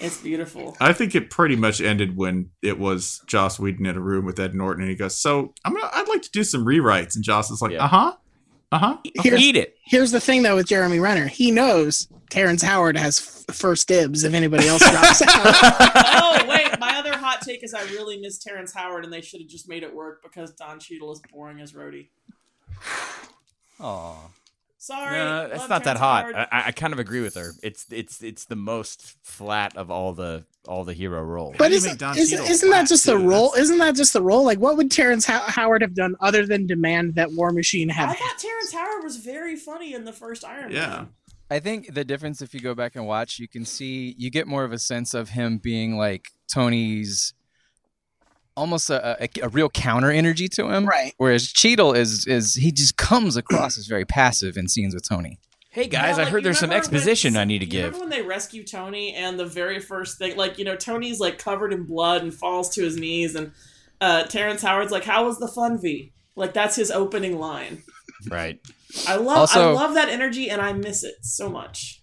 [SPEAKER 3] It's
[SPEAKER 4] [laughs]
[SPEAKER 3] beautiful.
[SPEAKER 1] I think it pretty much ended when it was Joss Whedon in a room with Ed Norton, and he goes, "So I'm gonna, I'd like to do some rewrites," and Joss is like,
[SPEAKER 4] Yeah.
[SPEAKER 1] "Uh huh, uh huh."
[SPEAKER 5] Here's,
[SPEAKER 4] Eat it.
[SPEAKER 5] here's the thing though with Jeremy Renner, he knows Terrence Howard has f- first dibs if anybody
[SPEAKER 1] [laughs]
[SPEAKER 5] else drops out.
[SPEAKER 3] oh wait, my other hot take is I really miss Terrence Howard, and they should have just made it work because Don Cheadle is boring as Rhodey.
[SPEAKER 4] Aw.
[SPEAKER 3] Sorry,
[SPEAKER 4] No, that's
[SPEAKER 3] love
[SPEAKER 4] not that
[SPEAKER 3] Terrence
[SPEAKER 4] hot.
[SPEAKER 3] Howard.
[SPEAKER 4] I, I- I kind of agree with her. It's it's it's the most flat of all the all the hero roles.
[SPEAKER 1] How
[SPEAKER 5] But
[SPEAKER 1] do you
[SPEAKER 5] isn't,
[SPEAKER 1] make Don
[SPEAKER 5] isn't,
[SPEAKER 1] Cheadle
[SPEAKER 5] isn't that
[SPEAKER 1] flat,
[SPEAKER 5] just the
[SPEAKER 1] dude?
[SPEAKER 5] role?
[SPEAKER 1] That's-
[SPEAKER 5] Isn't that just the role? Like, what would Terrence How- Howard have done other than demand that War Machine have?
[SPEAKER 3] I thought Terrence Howard was very funny in the first Iron
[SPEAKER 1] Yeah.
[SPEAKER 3] Man.
[SPEAKER 2] I think the difference, if you go back and watch, you can see you get more of a sense of him being like Tony's, almost a, a, a real counter energy to him.
[SPEAKER 5] Right.
[SPEAKER 2] Whereas Cheadle is is he just comes across as very passive in scenes with Tony.
[SPEAKER 4] hey guys,
[SPEAKER 3] Yeah,
[SPEAKER 4] I
[SPEAKER 3] like,
[SPEAKER 4] heard
[SPEAKER 3] you
[SPEAKER 4] there's some
[SPEAKER 3] remember when-
[SPEAKER 4] exposition I need to
[SPEAKER 3] you
[SPEAKER 4] give.
[SPEAKER 3] Remember when they rescue Tony and the very first thing, like you know, Tony's like covered in blood and falls to his knees, and uh, Terrence Howard's like, "How was the fun, V?" Like that's his opening line. [laughs]
[SPEAKER 4] Right.
[SPEAKER 3] I love,
[SPEAKER 2] Also-
[SPEAKER 3] I love that energy, and I miss it so much.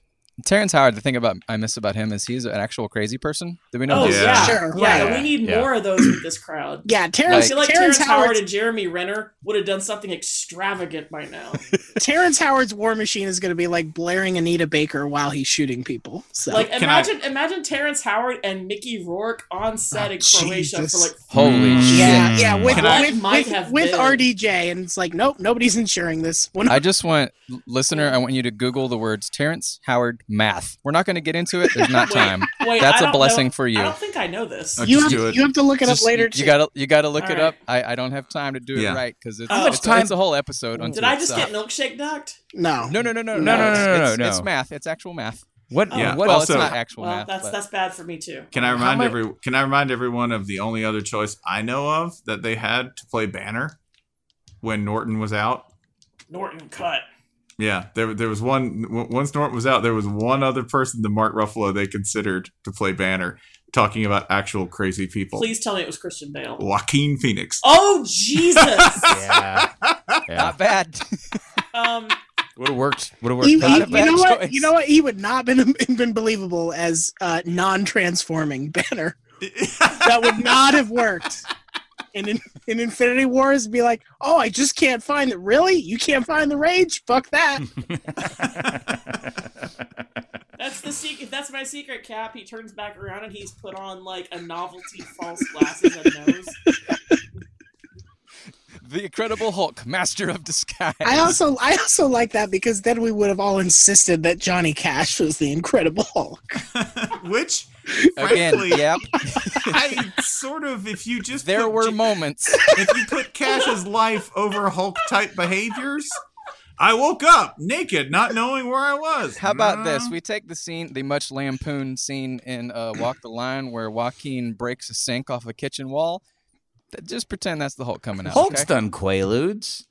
[SPEAKER 2] Terrence Howard, the thing about I miss about him is he's an actual crazy person. Did we know?
[SPEAKER 3] Oh
[SPEAKER 2] this?
[SPEAKER 1] Yeah.
[SPEAKER 3] yeah,
[SPEAKER 5] Sure,
[SPEAKER 3] yeah.
[SPEAKER 4] right.
[SPEAKER 3] We need
[SPEAKER 4] Yeah.
[SPEAKER 3] more of those with this crowd.
[SPEAKER 5] Yeah,
[SPEAKER 3] I
[SPEAKER 5] Terrence,
[SPEAKER 3] feel like
[SPEAKER 5] Terrence,
[SPEAKER 3] Terrence, Howard
[SPEAKER 5] Howard's,
[SPEAKER 3] and Jeremy Renner would have done something extravagant by
[SPEAKER 4] [laughs]
[SPEAKER 3] now.
[SPEAKER 5] Terrence Howard's War Machine is going to be like blaring Anita Baker while he's shooting people. So
[SPEAKER 3] Like
[SPEAKER 1] Can I-
[SPEAKER 3] imagine, imagine Terrence Howard and Mickey Rourke on set
[SPEAKER 5] Oh,
[SPEAKER 4] Ah,
[SPEAKER 3] in Croatia
[SPEAKER 5] Jesus.
[SPEAKER 3] for like
[SPEAKER 2] Holy
[SPEAKER 4] Mm.
[SPEAKER 2] shit!
[SPEAKER 5] yeah, yeah, with
[SPEAKER 1] Can I-
[SPEAKER 5] with,
[SPEAKER 3] Might
[SPEAKER 5] with,
[SPEAKER 3] have
[SPEAKER 5] with
[SPEAKER 3] been.
[SPEAKER 5] RDJ, and it's like, nope, nobody's insuring this. One
[SPEAKER 2] I just want listener, I want you to Google the words Terrence Howard math. We're not going to get into it. There's not
[SPEAKER 3] [laughs] Wait,
[SPEAKER 2] time.
[SPEAKER 3] wait, I
[SPEAKER 2] That's a
[SPEAKER 3] don't
[SPEAKER 2] blessing
[SPEAKER 3] know-
[SPEAKER 2] for you.
[SPEAKER 3] I don't think I know this.
[SPEAKER 1] Okay.
[SPEAKER 5] you
[SPEAKER 1] just
[SPEAKER 5] have
[SPEAKER 1] do it.
[SPEAKER 5] you have to look it
[SPEAKER 2] Just-
[SPEAKER 5] up later.
[SPEAKER 2] You
[SPEAKER 5] too.
[SPEAKER 2] gotta you gotta look
[SPEAKER 3] All
[SPEAKER 2] it
[SPEAKER 3] right.
[SPEAKER 2] up. I, I don't have time to do it
[SPEAKER 1] Yeah.
[SPEAKER 4] Yeah.
[SPEAKER 2] right because it's,
[SPEAKER 3] How much
[SPEAKER 2] it's,
[SPEAKER 4] time-
[SPEAKER 2] it's a whole episode on
[SPEAKER 3] Did I
[SPEAKER 2] TV,
[SPEAKER 3] just
[SPEAKER 2] so-
[SPEAKER 3] get milkshake ducked?
[SPEAKER 5] no,
[SPEAKER 2] No no no no
[SPEAKER 5] No,
[SPEAKER 4] no,
[SPEAKER 2] it's-
[SPEAKER 4] no, no,
[SPEAKER 2] it's,
[SPEAKER 4] no.
[SPEAKER 2] It's math. It's actual math.
[SPEAKER 4] What?
[SPEAKER 3] Oh.
[SPEAKER 1] Yeah,
[SPEAKER 4] What?
[SPEAKER 2] well,
[SPEAKER 4] also,
[SPEAKER 2] it's not actual
[SPEAKER 3] Well,
[SPEAKER 2] math.
[SPEAKER 3] that's
[SPEAKER 2] but-
[SPEAKER 3] that's bad for me too.
[SPEAKER 1] Can I
[SPEAKER 4] How
[SPEAKER 1] remind
[SPEAKER 4] mu-
[SPEAKER 1] every Can I remind everyone of the only other choice I know of that they had to play Banner when Norton was out?
[SPEAKER 3] Norton cut.
[SPEAKER 1] Yeah, there there was one w- once Norton was out, there was one other person than Mark Ruffalo they considered to play Banner, talking about actual crazy people.
[SPEAKER 3] Please tell me it was Christian Bale.
[SPEAKER 1] Joaquin Phoenix.
[SPEAKER 3] Oh
[SPEAKER 2] [laughs]
[SPEAKER 3] Jesus!
[SPEAKER 4] yeah. yeah.
[SPEAKER 2] [laughs]
[SPEAKER 4] [laughs]
[SPEAKER 2] not bad. [laughs]
[SPEAKER 3] um,
[SPEAKER 4] Would have worked. Would have worked.
[SPEAKER 5] He, he-
[SPEAKER 2] not a
[SPEAKER 5] you
[SPEAKER 2] bad
[SPEAKER 5] know
[SPEAKER 2] choice.
[SPEAKER 5] what? You know what? He would not been [laughs] been believable as uh, non-transforming Banner. that would not have worked. And in, in Infinity Wars, be like, oh, I just can't find the really. You can't find the rage. Fuck that.
[SPEAKER 3] that's the secret. That's my secret cap. He turns back around and he's put on like a novelty false glasses and nose.
[SPEAKER 2] the Incredible Hulk, Master of Disguise.
[SPEAKER 5] I also I also like that because then we would have all insisted that Johnny Cash was the Incredible Hulk.
[SPEAKER 1] Which,
[SPEAKER 2] [laughs] Again,
[SPEAKER 1] frankly,
[SPEAKER 2] yep.
[SPEAKER 1] I sort of if you just [laughs]
[SPEAKER 2] There
[SPEAKER 1] put
[SPEAKER 2] were
[SPEAKER 1] J-
[SPEAKER 2] moments.
[SPEAKER 1] if you put Cash's life over Hulk type behaviors. I woke up naked, not knowing where I was.
[SPEAKER 2] How about this?
[SPEAKER 1] Mm.
[SPEAKER 2] We take the scene, the much lampooned scene in uh, Walk the Line, where Joaquin breaks a sink off a kitchen wall. Th- Just pretend that's the Hulk coming out.
[SPEAKER 4] Hulk's
[SPEAKER 2] okay?
[SPEAKER 4] done Quaaludes.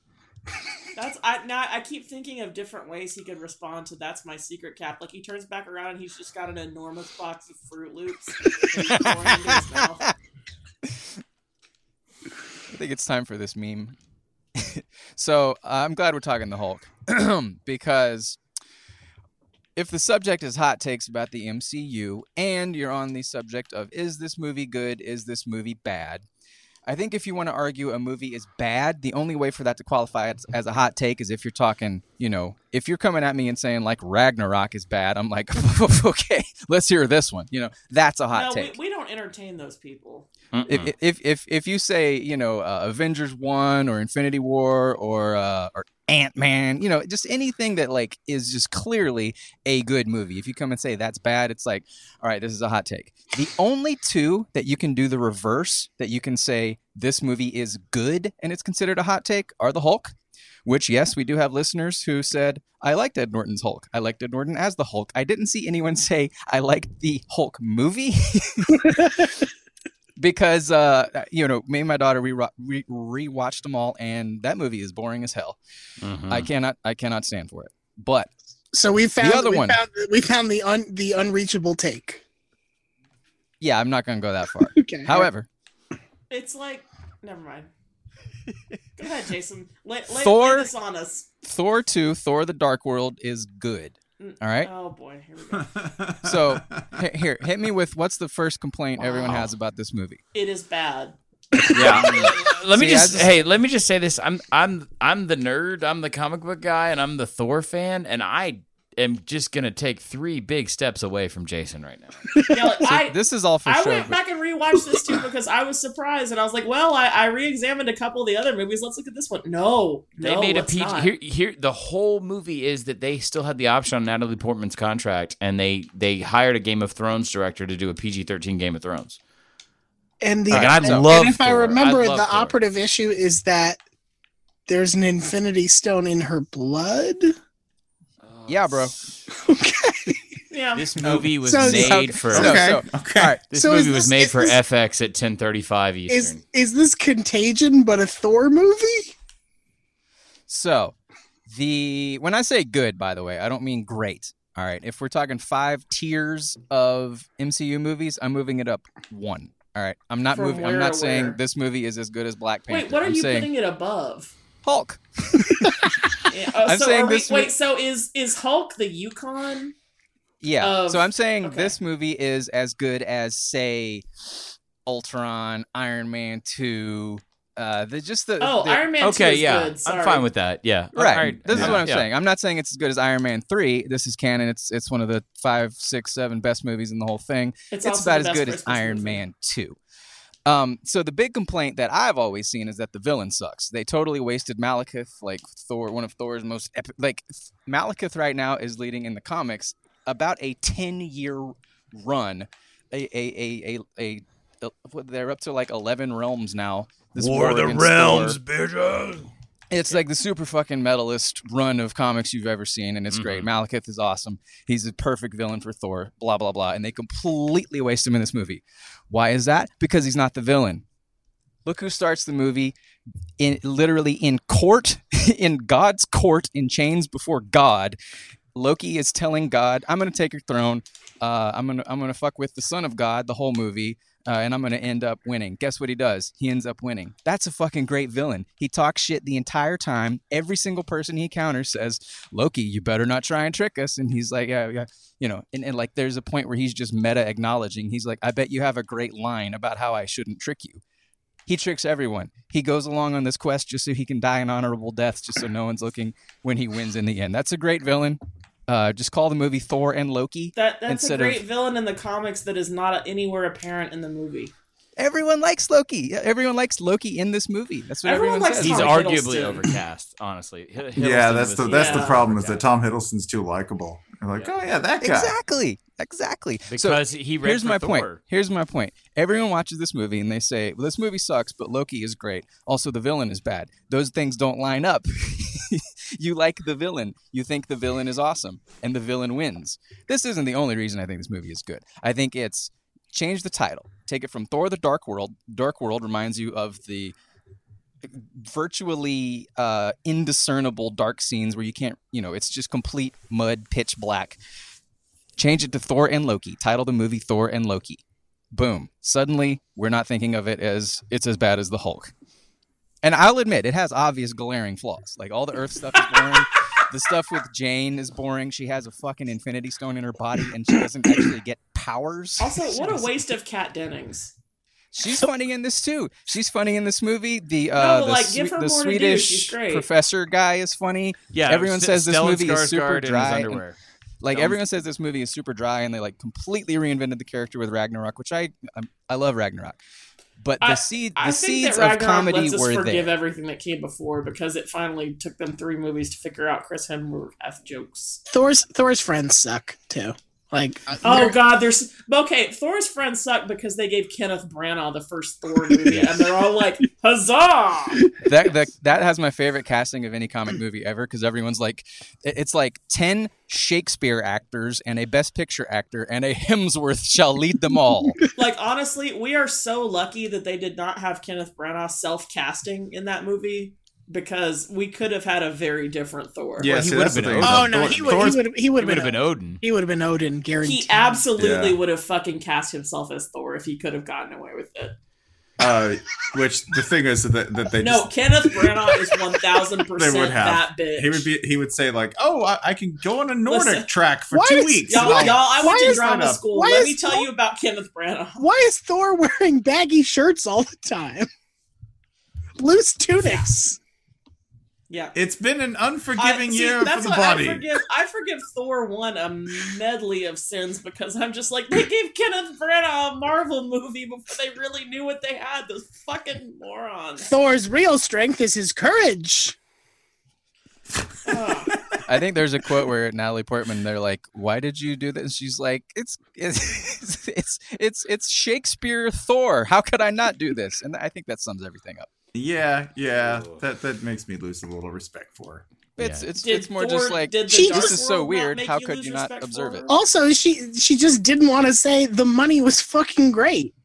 [SPEAKER 3] That's I now I keep thinking of different ways he could respond to that's my secret cap. Like he turns back around and he's just got an enormous box of Fruit Loops. that he's pouring into his mouth.
[SPEAKER 2] I think it's time for this meme. [laughs] so uh, I'm glad we're talking the Hulk [clears throat] because if the subject is hot takes about the MCU and you're on the subject of is this movie good, is this movie bad, I think if you want to argue a movie is bad, the only way for that to qualify as, as a hot take is if you're talking, you know, if you're coming at me and saying [laughs] like Ragnarok is bad, I'm like, okay, let's hear this one. You know, that's a [laughs] hot
[SPEAKER 3] no,
[SPEAKER 2] take.
[SPEAKER 3] We, we don't don't entertain those people.
[SPEAKER 2] If, if if if you say you know uh, Avengers one or Infinity War or uh, or Ant Man, you know just anything that like is just clearly a good movie. If you come and say that's bad, it's like all right, this is a hot take. The only two that you can do the reverse that you can say this movie is good and it's considered a hot take are the Hulk. Which yes, we do have listeners who said I liked Ed Norton's Hulk. I liked Ed Norton as the Hulk. I didn't see anyone [laughs] say I liked the Hulk movie. because uh you know me and my daughter we ro- we rewatched them all and that movie is boring as hell
[SPEAKER 4] Mm-hmm.
[SPEAKER 2] i cannot i cannot stand for it but
[SPEAKER 5] So we found
[SPEAKER 2] other
[SPEAKER 5] we
[SPEAKER 2] one.
[SPEAKER 5] found we found the un, the unreachable take.
[SPEAKER 2] yeah i'm not gonna go that far
[SPEAKER 5] Okay.
[SPEAKER 2] however
[SPEAKER 3] It's like, never mind. Go ahead, Jason. Lay, lay,
[SPEAKER 2] Thor-
[SPEAKER 3] lay this on us.
[SPEAKER 2] thor 2 thor the dark world is good
[SPEAKER 3] Mm.
[SPEAKER 2] all
[SPEAKER 3] [laughs]
[SPEAKER 2] right
[SPEAKER 3] Oh boy, here we go.
[SPEAKER 2] so h- here hit me with what's the first complaint everyone has about this movie
[SPEAKER 3] It is bad.
[SPEAKER 4] [laughs] Yeah. let me
[SPEAKER 2] See, I
[SPEAKER 4] just,
[SPEAKER 2] just-
[SPEAKER 4] hey, let me just say this. I'm I'm I'm the nerd. I'm the comic book guy, and I'm the Thor fan, and I am just gonna take three big steps away from Jason right now.
[SPEAKER 3] Yeah, like, I,
[SPEAKER 2] [laughs] this is all for
[SPEAKER 3] I
[SPEAKER 2] sure
[SPEAKER 3] went back and rewatched this too because I was surprised and I was like, well, I, I re-examined a couple of the other movies. Let's look at this one. No,
[SPEAKER 4] They
[SPEAKER 3] no,
[SPEAKER 4] made a
[SPEAKER 3] let's
[SPEAKER 4] PG.
[SPEAKER 3] not.
[SPEAKER 4] Here, here, the whole movie is that they still had the option on Natalie Portman's contract, and they they hired a Game of Thrones director to do a PG-13 Game of Thrones.
[SPEAKER 5] And the
[SPEAKER 4] Like, and I
[SPEAKER 5] and
[SPEAKER 4] love
[SPEAKER 5] if I
[SPEAKER 4] Thor. I
[SPEAKER 5] remember,
[SPEAKER 4] love
[SPEAKER 5] the
[SPEAKER 4] Thor.
[SPEAKER 5] operative issue is that there's an Infinity Stone in her blood.
[SPEAKER 2] yeah bro
[SPEAKER 5] Okay.
[SPEAKER 3] yeah.
[SPEAKER 4] This movie was
[SPEAKER 5] Um, So-
[SPEAKER 4] made
[SPEAKER 5] okay.
[SPEAKER 4] for.
[SPEAKER 2] So-
[SPEAKER 1] okay.
[SPEAKER 2] so-
[SPEAKER 1] okay.
[SPEAKER 2] all right
[SPEAKER 4] This
[SPEAKER 5] So is
[SPEAKER 4] movie was
[SPEAKER 5] this-
[SPEAKER 4] made
[SPEAKER 5] is
[SPEAKER 4] for
[SPEAKER 5] this-
[SPEAKER 4] FX at 10:35 Eastern.
[SPEAKER 5] Is is this Contagion but a Thor movie?
[SPEAKER 2] So, the when I say good, by the way, I don't mean great. All right. If we're talking five tiers of MCU movies, I'm moving it up one. All right. I'm not
[SPEAKER 3] From
[SPEAKER 2] moving.
[SPEAKER 3] where
[SPEAKER 2] I'm
[SPEAKER 3] to
[SPEAKER 2] not saying
[SPEAKER 3] where?
[SPEAKER 2] this movie is as good as Black Panther.
[SPEAKER 3] Wait, what are
[SPEAKER 2] I'm
[SPEAKER 3] you
[SPEAKER 2] saying
[SPEAKER 3] putting
[SPEAKER 2] [laughs]
[SPEAKER 3] it above?
[SPEAKER 2] Hulk.
[SPEAKER 3] Yeah, oh,
[SPEAKER 2] I'm
[SPEAKER 3] so
[SPEAKER 2] saying
[SPEAKER 3] are we-
[SPEAKER 2] this
[SPEAKER 3] wait,
[SPEAKER 2] mo-
[SPEAKER 3] so is is Hulk the Yukon?
[SPEAKER 2] Yeah.
[SPEAKER 3] Of-
[SPEAKER 2] so I'm saying
[SPEAKER 3] okay.
[SPEAKER 2] this movie is as good as say Ultron, Iron Man 2, uh the just the
[SPEAKER 3] Oh,
[SPEAKER 2] the-
[SPEAKER 3] Iron Man. 2
[SPEAKER 4] okay,
[SPEAKER 3] is
[SPEAKER 4] yeah,
[SPEAKER 3] good,
[SPEAKER 4] I'm
[SPEAKER 3] sorry.
[SPEAKER 4] fine with that. Yeah,
[SPEAKER 2] Right.
[SPEAKER 4] All right.
[SPEAKER 2] This is
[SPEAKER 4] Yeah.
[SPEAKER 2] what I'm
[SPEAKER 4] Yeah.
[SPEAKER 2] saying. I'm not saying it's as good as Iron Man 3. This is canon. It's it's one of the five, six, seven best movies in the whole thing. It's,
[SPEAKER 3] also the
[SPEAKER 2] about as
[SPEAKER 3] best
[SPEAKER 2] good as
[SPEAKER 3] Christmas
[SPEAKER 2] Iron
[SPEAKER 3] movie.
[SPEAKER 2] Man 2. Um, so the big complaint that I've always seen is that the villain sucks. They totally wasted Malekith, like Thor, one of Thor's most epic. Like Malekith right now is leading in the comics about a 10 year run, a a a a, a what- they're up to like 11 realms now. This war, of the realms, it's like the super fucking medalist run of comics you've ever seen, and it's great. Malekith is awesome. He's a perfect villain for Thor, blah, blah, blah. And they completely waste him in this movie. Why is that? Because he's not the villain. Look who starts the movie in literally in court, [laughs] in God's court, in chains before God. Loki is telling God, "I'm going to take your throne. Uh, I'm going to I'm going to fuck with the Son of God the whole movie, uh, and I'm going to end up winning." Guess what he does? He ends up winning. That's a fucking great villain. He talks shit the entire time. Every single person he counters says, "Loki, you better not try and trick us." And he's like, "Yeah, yeah." You know, and, and like there's a point where he's just meta acknowledging. He's like, "I bet you have a great line about how I shouldn't trick you." He tricks everyone. He goes along on this quest just so he can die an honorable death, just so no one's looking when he wins in the end. That's a great villain. Uh, just call the movie Thor and Loki.
[SPEAKER 3] That that's
[SPEAKER 2] instead
[SPEAKER 3] a great
[SPEAKER 2] of
[SPEAKER 3] villain in the comics that is not anywhere apparent in the movie.
[SPEAKER 2] everyone likes Loki. Yeah, Everyone likes Loki in this movie. That's what
[SPEAKER 3] Everyone
[SPEAKER 2] everyone,
[SPEAKER 3] likes
[SPEAKER 2] says.
[SPEAKER 4] He's
[SPEAKER 3] Tom
[SPEAKER 4] arguably
[SPEAKER 3] Hiddleston.
[SPEAKER 4] overcast, honestly. Hidd-
[SPEAKER 1] Yeah,
[SPEAKER 4] Hiddleston
[SPEAKER 1] that's
[SPEAKER 4] was
[SPEAKER 1] the that's the
[SPEAKER 3] Yeah.
[SPEAKER 1] problem is that Tom Hiddleston's too likable. You're like, oh yeah, that guy.
[SPEAKER 2] exactly, exactly. so
[SPEAKER 4] because he read
[SPEAKER 2] here's
[SPEAKER 4] for
[SPEAKER 2] my point.
[SPEAKER 4] Thor.
[SPEAKER 2] Here's my point. Everyone watches this movie and they say, "Well, this movie sucks, but Loki is great. Also, the villain is bad. Those things don't line up." [laughs] you like the villain. You think the villain is awesome, and the villain wins. This isn't the only reason I think this movie is good. I think it's change the title. Take it from Thor: The Dark World. Dark World reminds you of the virtually uh, indiscernible dark scenes where you can't, you know, it's just complete mud, pitch black. Change it to Thor and Loki. Title the movie Thor and Loki. Boom. Suddenly, we're not thinking of it as it's as bad as the Hulk. And I'll admit, it has obvious glaring flaws. Like all the Earth stuff is boring. the stuff with Jane is boring. She has a fucking infinity stone in her body and she doesn't actually get powers. [laughs]
[SPEAKER 3] Also, what a
[SPEAKER 2] She's-
[SPEAKER 3] waste of Kat Dennings.
[SPEAKER 2] She's funny in this too. She's funny in this movie. The
[SPEAKER 3] No,
[SPEAKER 2] uh,
[SPEAKER 3] but,
[SPEAKER 2] the,
[SPEAKER 3] like,
[SPEAKER 2] Swe-
[SPEAKER 3] give her
[SPEAKER 2] the
[SPEAKER 3] more to do.
[SPEAKER 2] Swedish
[SPEAKER 3] She's great.
[SPEAKER 2] professor guy is funny.
[SPEAKER 4] Yeah,
[SPEAKER 2] everyone
[SPEAKER 4] St-
[SPEAKER 2] says this
[SPEAKER 4] Stellan
[SPEAKER 2] movie is
[SPEAKER 4] Skarsgård
[SPEAKER 2] super
[SPEAKER 4] in his
[SPEAKER 2] dry. and-
[SPEAKER 4] underwear.
[SPEAKER 2] Like
[SPEAKER 1] That was-
[SPEAKER 2] everyone says this movie is super dry and they like completely reinvented the character with Ragnarok, which I I'm, I love Ragnarok. But the
[SPEAKER 3] I-
[SPEAKER 2] seed the
[SPEAKER 3] I think
[SPEAKER 2] seeds
[SPEAKER 3] that
[SPEAKER 2] of
[SPEAKER 3] Ragnarok
[SPEAKER 2] comedy
[SPEAKER 3] lets us
[SPEAKER 2] were
[SPEAKER 3] forgive
[SPEAKER 2] there.
[SPEAKER 3] everything that came before because it finally took them three movies to figure out Chris Hemsworth has
[SPEAKER 2] [laughs]
[SPEAKER 3] jokes.
[SPEAKER 5] Thor's Thor's friends suck too. Like
[SPEAKER 3] Oh
[SPEAKER 5] they're-
[SPEAKER 3] God, there's okay. Thor's friends suck because they gave Kenneth Branagh the first Thor movie, and they're all
[SPEAKER 2] [laughs]
[SPEAKER 3] like, "Huzzah!"
[SPEAKER 2] that, that that has my favorite casting of any comic movie ever because everyone's like, it- it's like ten Shakespeare actors and a Best Picture actor and a Hemsworth shall lead them all.
[SPEAKER 3] Like honestly, we are so lucky that they did not have Kenneth Branagh self-casting in that movie because we could have had a very different Thor.
[SPEAKER 1] Yeah,
[SPEAKER 2] Well, he
[SPEAKER 1] see,
[SPEAKER 2] would
[SPEAKER 1] that's
[SPEAKER 2] have
[SPEAKER 1] the
[SPEAKER 2] been
[SPEAKER 1] thing.
[SPEAKER 5] oh
[SPEAKER 2] Thor-
[SPEAKER 5] no, he would
[SPEAKER 2] Thor's-
[SPEAKER 5] he would he would
[SPEAKER 4] It would have been
[SPEAKER 5] been
[SPEAKER 4] Odin.
[SPEAKER 5] he would have been Odin guaranteed.
[SPEAKER 3] He absolutely
[SPEAKER 1] Yeah.
[SPEAKER 3] would have fucking cast himself as Thor if he could have gotten away with it.
[SPEAKER 1] Uh, which the thing is that, that they
[SPEAKER 3] no,
[SPEAKER 1] just, [laughs]
[SPEAKER 3] Kenneth Branagh is one thousand percent
[SPEAKER 1] They would have.
[SPEAKER 3] that bitch.
[SPEAKER 1] he would be he would say like, oh, I, I can go on a Nordic
[SPEAKER 3] Listen,
[SPEAKER 1] track for
[SPEAKER 5] why
[SPEAKER 1] two
[SPEAKER 5] is-
[SPEAKER 1] weeks.
[SPEAKER 3] Y'all,
[SPEAKER 1] and
[SPEAKER 3] y'all,
[SPEAKER 1] I'll-
[SPEAKER 3] I
[SPEAKER 5] Why
[SPEAKER 3] went to
[SPEAKER 5] is-
[SPEAKER 3] drama
[SPEAKER 1] why
[SPEAKER 3] school.
[SPEAKER 5] is-
[SPEAKER 3] Let me tell you about Kenneth Branagh.
[SPEAKER 5] Why is Thor [laughs] wearing baggy shirts all the time? Loose tunics.
[SPEAKER 3] Yeah.
[SPEAKER 1] It's been an
[SPEAKER 3] I-
[SPEAKER 1] unforgiving
[SPEAKER 3] see,
[SPEAKER 1] year for
[SPEAKER 3] that's
[SPEAKER 1] the
[SPEAKER 3] why
[SPEAKER 1] body.
[SPEAKER 3] I forgive, I forgive Thor one a medley of sins because I'm just like they gave Kenneth Branagh a Marvel movie before they really knew what they had. Those fucking morons.
[SPEAKER 5] Thor's real strength is his courage.
[SPEAKER 3] Ugh.
[SPEAKER 2] I think there's a quote where Natalie Portman, they're like, "Why did you do this?" And she's like, "It's it's [laughs] it's it's, it's Shakespeare Thor. How could I not do this?" And I think that sums everything up.
[SPEAKER 1] yeah, yeah. That that makes me lose a little respect for her.
[SPEAKER 2] It's it's
[SPEAKER 3] Did
[SPEAKER 2] it's more
[SPEAKER 3] Thor-
[SPEAKER 2] just like
[SPEAKER 3] did the
[SPEAKER 5] She-
[SPEAKER 3] Dark
[SPEAKER 5] this
[SPEAKER 2] is so
[SPEAKER 3] World not
[SPEAKER 2] weird.
[SPEAKER 3] make
[SPEAKER 2] How could
[SPEAKER 3] lose
[SPEAKER 2] you not
[SPEAKER 3] respect
[SPEAKER 2] observe
[SPEAKER 3] for
[SPEAKER 2] it?
[SPEAKER 3] her?
[SPEAKER 5] Also, she she just didn't want to say the money was fucking great.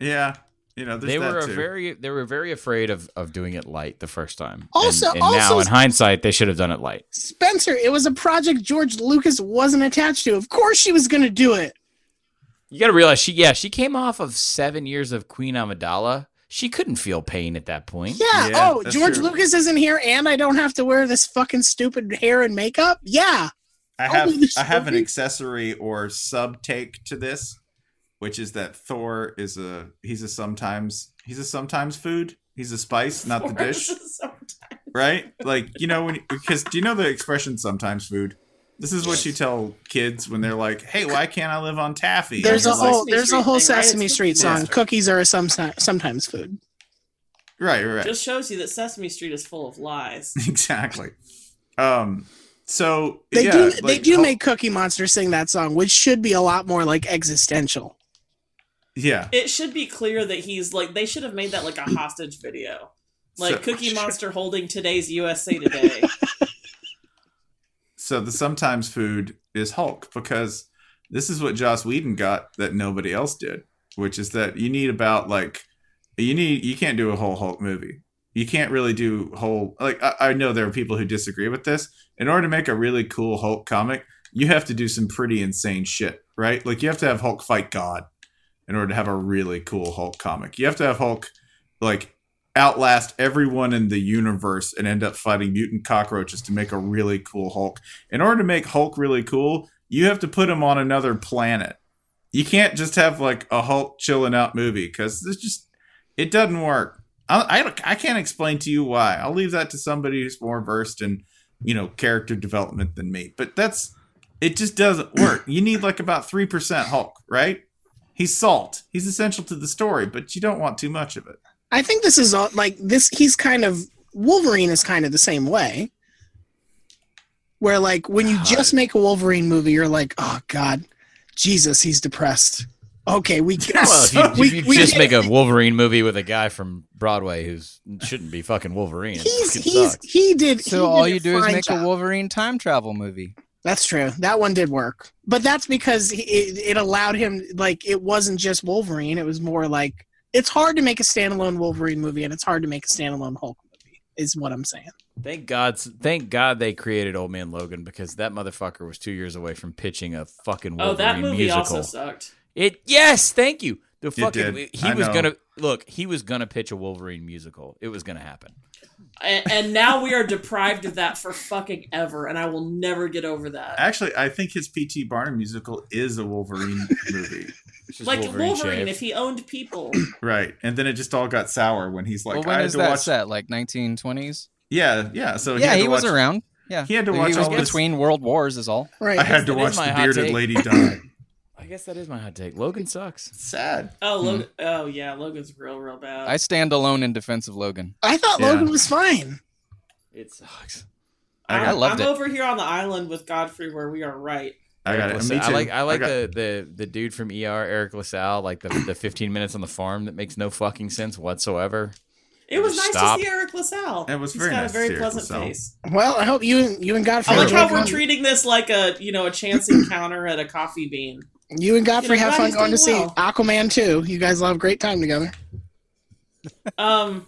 [SPEAKER 1] Yeah, you know, there's
[SPEAKER 4] They
[SPEAKER 1] that
[SPEAKER 4] were
[SPEAKER 1] too.
[SPEAKER 4] very they were very afraid of, of doing it light the first time. And-
[SPEAKER 5] Also-
[SPEAKER 4] and, now
[SPEAKER 5] also-
[SPEAKER 4] in hindsight, they should have done it light.
[SPEAKER 5] Spencer, it was a project George Lucas wasn't attached to. Of course she was going to do it.
[SPEAKER 4] You got to realize she yeah she came off of seven years of Queen Amidala. She couldn't feel pain at that point.
[SPEAKER 5] Yeah.
[SPEAKER 1] Yeah,
[SPEAKER 5] oh,
[SPEAKER 1] that's
[SPEAKER 5] George
[SPEAKER 1] true.
[SPEAKER 5] Lucas isn't here and I don't have to wear this fucking stupid hair and makeup? Yeah.
[SPEAKER 1] I
[SPEAKER 5] Oh,
[SPEAKER 1] have
[SPEAKER 5] this
[SPEAKER 1] I have an
[SPEAKER 5] movie-
[SPEAKER 1] accessory or sub take to this, which is that Thor is a he's a sometimes he's a sometimes food. He's a spice, not the
[SPEAKER 3] Thor
[SPEAKER 1] dish,
[SPEAKER 3] is [laughs] so
[SPEAKER 1] right? Like you know when because do you know the expression sometimes food? This is what you tell kids when they're like, "Hey, why can't I live on taffy?"
[SPEAKER 5] There's a
[SPEAKER 1] And you're
[SPEAKER 5] whole
[SPEAKER 3] Sesame
[SPEAKER 5] there's a
[SPEAKER 3] Street
[SPEAKER 5] whole
[SPEAKER 3] thing, right?
[SPEAKER 5] Sesame
[SPEAKER 3] It's
[SPEAKER 5] Street
[SPEAKER 3] cookies.
[SPEAKER 5] song.
[SPEAKER 1] Yeah.
[SPEAKER 5] Cookies are a some, sometimes food.
[SPEAKER 1] right, right, right.
[SPEAKER 3] Just shows you that Sesame Street is full of lies. [laughs]
[SPEAKER 1] [laughs] exactly. Um, so
[SPEAKER 5] They
[SPEAKER 1] yeah,
[SPEAKER 5] do
[SPEAKER 1] like,
[SPEAKER 5] they do
[SPEAKER 1] how-
[SPEAKER 5] make Cookie Monster sing that song, which should be a lot more like existential.
[SPEAKER 1] yeah.
[SPEAKER 3] It should be clear that he's like they should have made that like a hostage video. Like
[SPEAKER 1] So-
[SPEAKER 3] Cookie Monster holding today's
[SPEAKER 1] [laughs]
[SPEAKER 3] USA Today.
[SPEAKER 1] So the sometimes food is Hulk because this is what Joss Whedon got that nobody else did, which is that you need about like you need you can't do a whole Hulk movie. You can't really do whole like I, I know there are people who disagree with this. In order to make a really cool Hulk comic, you have to do some pretty insane shit, right? Like you have to have Hulk fight God in order to have a really cool Hulk comic. You have to have Hulk like outlast everyone in the universe and end up fighting mutant cockroaches to make a really cool Hulk in order to make Hulk really cool, you have to put him on another planet. You can't just have like a Hulk chilling out movie because this just it doesn't work. I, I don't- I can't explain to you why. I'll leave that to somebody who's more versed in you know character development than me. But that's it just doesn't work. you need like about three percent Hulk, right? He's salt. He's essential to the story, but you don't want too much of it.
[SPEAKER 5] I think this is all like this. He's kind of Wolverine is kind of the same way, where like when you just make a Wolverine movie, you're like, oh god, Jesus, he's depressed. Okay, we get [laughs]
[SPEAKER 4] Well, if
[SPEAKER 1] [laughs]
[SPEAKER 4] you, if
[SPEAKER 5] we-
[SPEAKER 4] you
[SPEAKER 5] we
[SPEAKER 4] just
[SPEAKER 5] get
[SPEAKER 4] make
[SPEAKER 5] it.
[SPEAKER 4] a Wolverine movie with a guy from Broadway who shouldn't be fucking Wolverine, it
[SPEAKER 5] He's
[SPEAKER 4] fucking
[SPEAKER 5] he's
[SPEAKER 4] sucks.
[SPEAKER 5] he did. he
[SPEAKER 2] So
[SPEAKER 5] did
[SPEAKER 2] all
[SPEAKER 5] a
[SPEAKER 2] you do is
[SPEAKER 5] fine
[SPEAKER 2] make
[SPEAKER 5] job.
[SPEAKER 2] a Wolverine time travel movie.
[SPEAKER 5] That's true. That one did work, but that's because he, it, it allowed him. Like it wasn't just Wolverine. It was more like it's hard to make a standalone Wolverine movie, and it's hard to make a standalone Hulk movie. Is what I'm saying.
[SPEAKER 4] Thank God, thank God they created Old Man Logan because that motherfucker was two years away from pitching a fucking Wolverine
[SPEAKER 3] oh, that movie
[SPEAKER 4] musical.
[SPEAKER 3] also sucked.
[SPEAKER 4] It yes, thank you. The fucking
[SPEAKER 1] did.
[SPEAKER 4] he
[SPEAKER 1] I
[SPEAKER 4] was
[SPEAKER 1] know.
[SPEAKER 4] gonna look. He was gonna pitch a Wolverine musical. It was gonna happen.
[SPEAKER 3] And, and now we are deprived of that for fucking ever, and I will never get over that.
[SPEAKER 1] Actually, I think his P.T. Barnum musical is a Wolverine [laughs] movie,
[SPEAKER 4] It's just
[SPEAKER 3] Like Wolverine,
[SPEAKER 4] shaved.
[SPEAKER 3] if he
[SPEAKER 1] [clears throat]
[SPEAKER 3] owned people.
[SPEAKER 1] right? And then it just all got sour when he's like,
[SPEAKER 2] well,
[SPEAKER 1] "I
[SPEAKER 2] when
[SPEAKER 1] had
[SPEAKER 2] is
[SPEAKER 1] to
[SPEAKER 2] that
[SPEAKER 1] watch
[SPEAKER 2] set? Like 1920s?
[SPEAKER 1] Yeah, yeah. So
[SPEAKER 2] yeah,
[SPEAKER 1] had
[SPEAKER 2] he
[SPEAKER 1] to
[SPEAKER 2] was
[SPEAKER 1] watch-
[SPEAKER 2] around. Yeah,
[SPEAKER 1] He had to
[SPEAKER 2] He
[SPEAKER 1] watch
[SPEAKER 2] was
[SPEAKER 1] all this.
[SPEAKER 2] between world wars is all.
[SPEAKER 5] Right.
[SPEAKER 8] I had to
[SPEAKER 4] That is
[SPEAKER 8] watch
[SPEAKER 4] my
[SPEAKER 8] the
[SPEAKER 4] hot
[SPEAKER 8] bearded
[SPEAKER 4] take.
[SPEAKER 8] lady die.
[SPEAKER 4] I guess that is my hot take. Logan sucks.
[SPEAKER 8] Sad.
[SPEAKER 3] Oh, Logan,
[SPEAKER 1] Mm-hmm.
[SPEAKER 3] oh yeah, Logan's real, real bad.
[SPEAKER 2] I stand alone in defense of Logan.
[SPEAKER 5] I thought
[SPEAKER 4] Yeah.
[SPEAKER 5] Logan was fine.
[SPEAKER 4] It sucks.
[SPEAKER 8] I
[SPEAKER 2] I
[SPEAKER 8] got.
[SPEAKER 2] loved
[SPEAKER 3] am
[SPEAKER 2] it.
[SPEAKER 3] over here on the island with Godfrey, where we are right.
[SPEAKER 8] I got it.
[SPEAKER 4] Lassa-
[SPEAKER 8] Me too.
[SPEAKER 4] I like I like
[SPEAKER 8] got-
[SPEAKER 4] the, the the dude from ER, Eric LaSalle, like the the 15 minutes on the farm that makes no fucking sense whatsoever.
[SPEAKER 3] It was
[SPEAKER 4] Just
[SPEAKER 3] nice
[SPEAKER 4] stop.
[SPEAKER 3] to see Eric LaSalle.
[SPEAKER 1] It was
[SPEAKER 3] He's
[SPEAKER 1] very
[SPEAKER 3] got
[SPEAKER 1] nice
[SPEAKER 3] a
[SPEAKER 1] to
[SPEAKER 3] very
[SPEAKER 1] see Eric
[SPEAKER 3] pleasant
[SPEAKER 1] LaSalle.
[SPEAKER 3] face.
[SPEAKER 5] Well, I hope you and you and Godfrey.
[SPEAKER 3] I like
[SPEAKER 5] have
[SPEAKER 3] how
[SPEAKER 5] fun
[SPEAKER 3] we're
[SPEAKER 5] going-
[SPEAKER 3] treating this like a you know a chance
[SPEAKER 1] [clears throat]
[SPEAKER 3] encounter at a coffee bean.
[SPEAKER 5] You and Godfrey
[SPEAKER 3] You know,
[SPEAKER 5] have fun
[SPEAKER 3] Godfrey's
[SPEAKER 5] going to see
[SPEAKER 3] doing
[SPEAKER 5] Aquaman too. You guys will have a great time together. [laughs]
[SPEAKER 3] Um,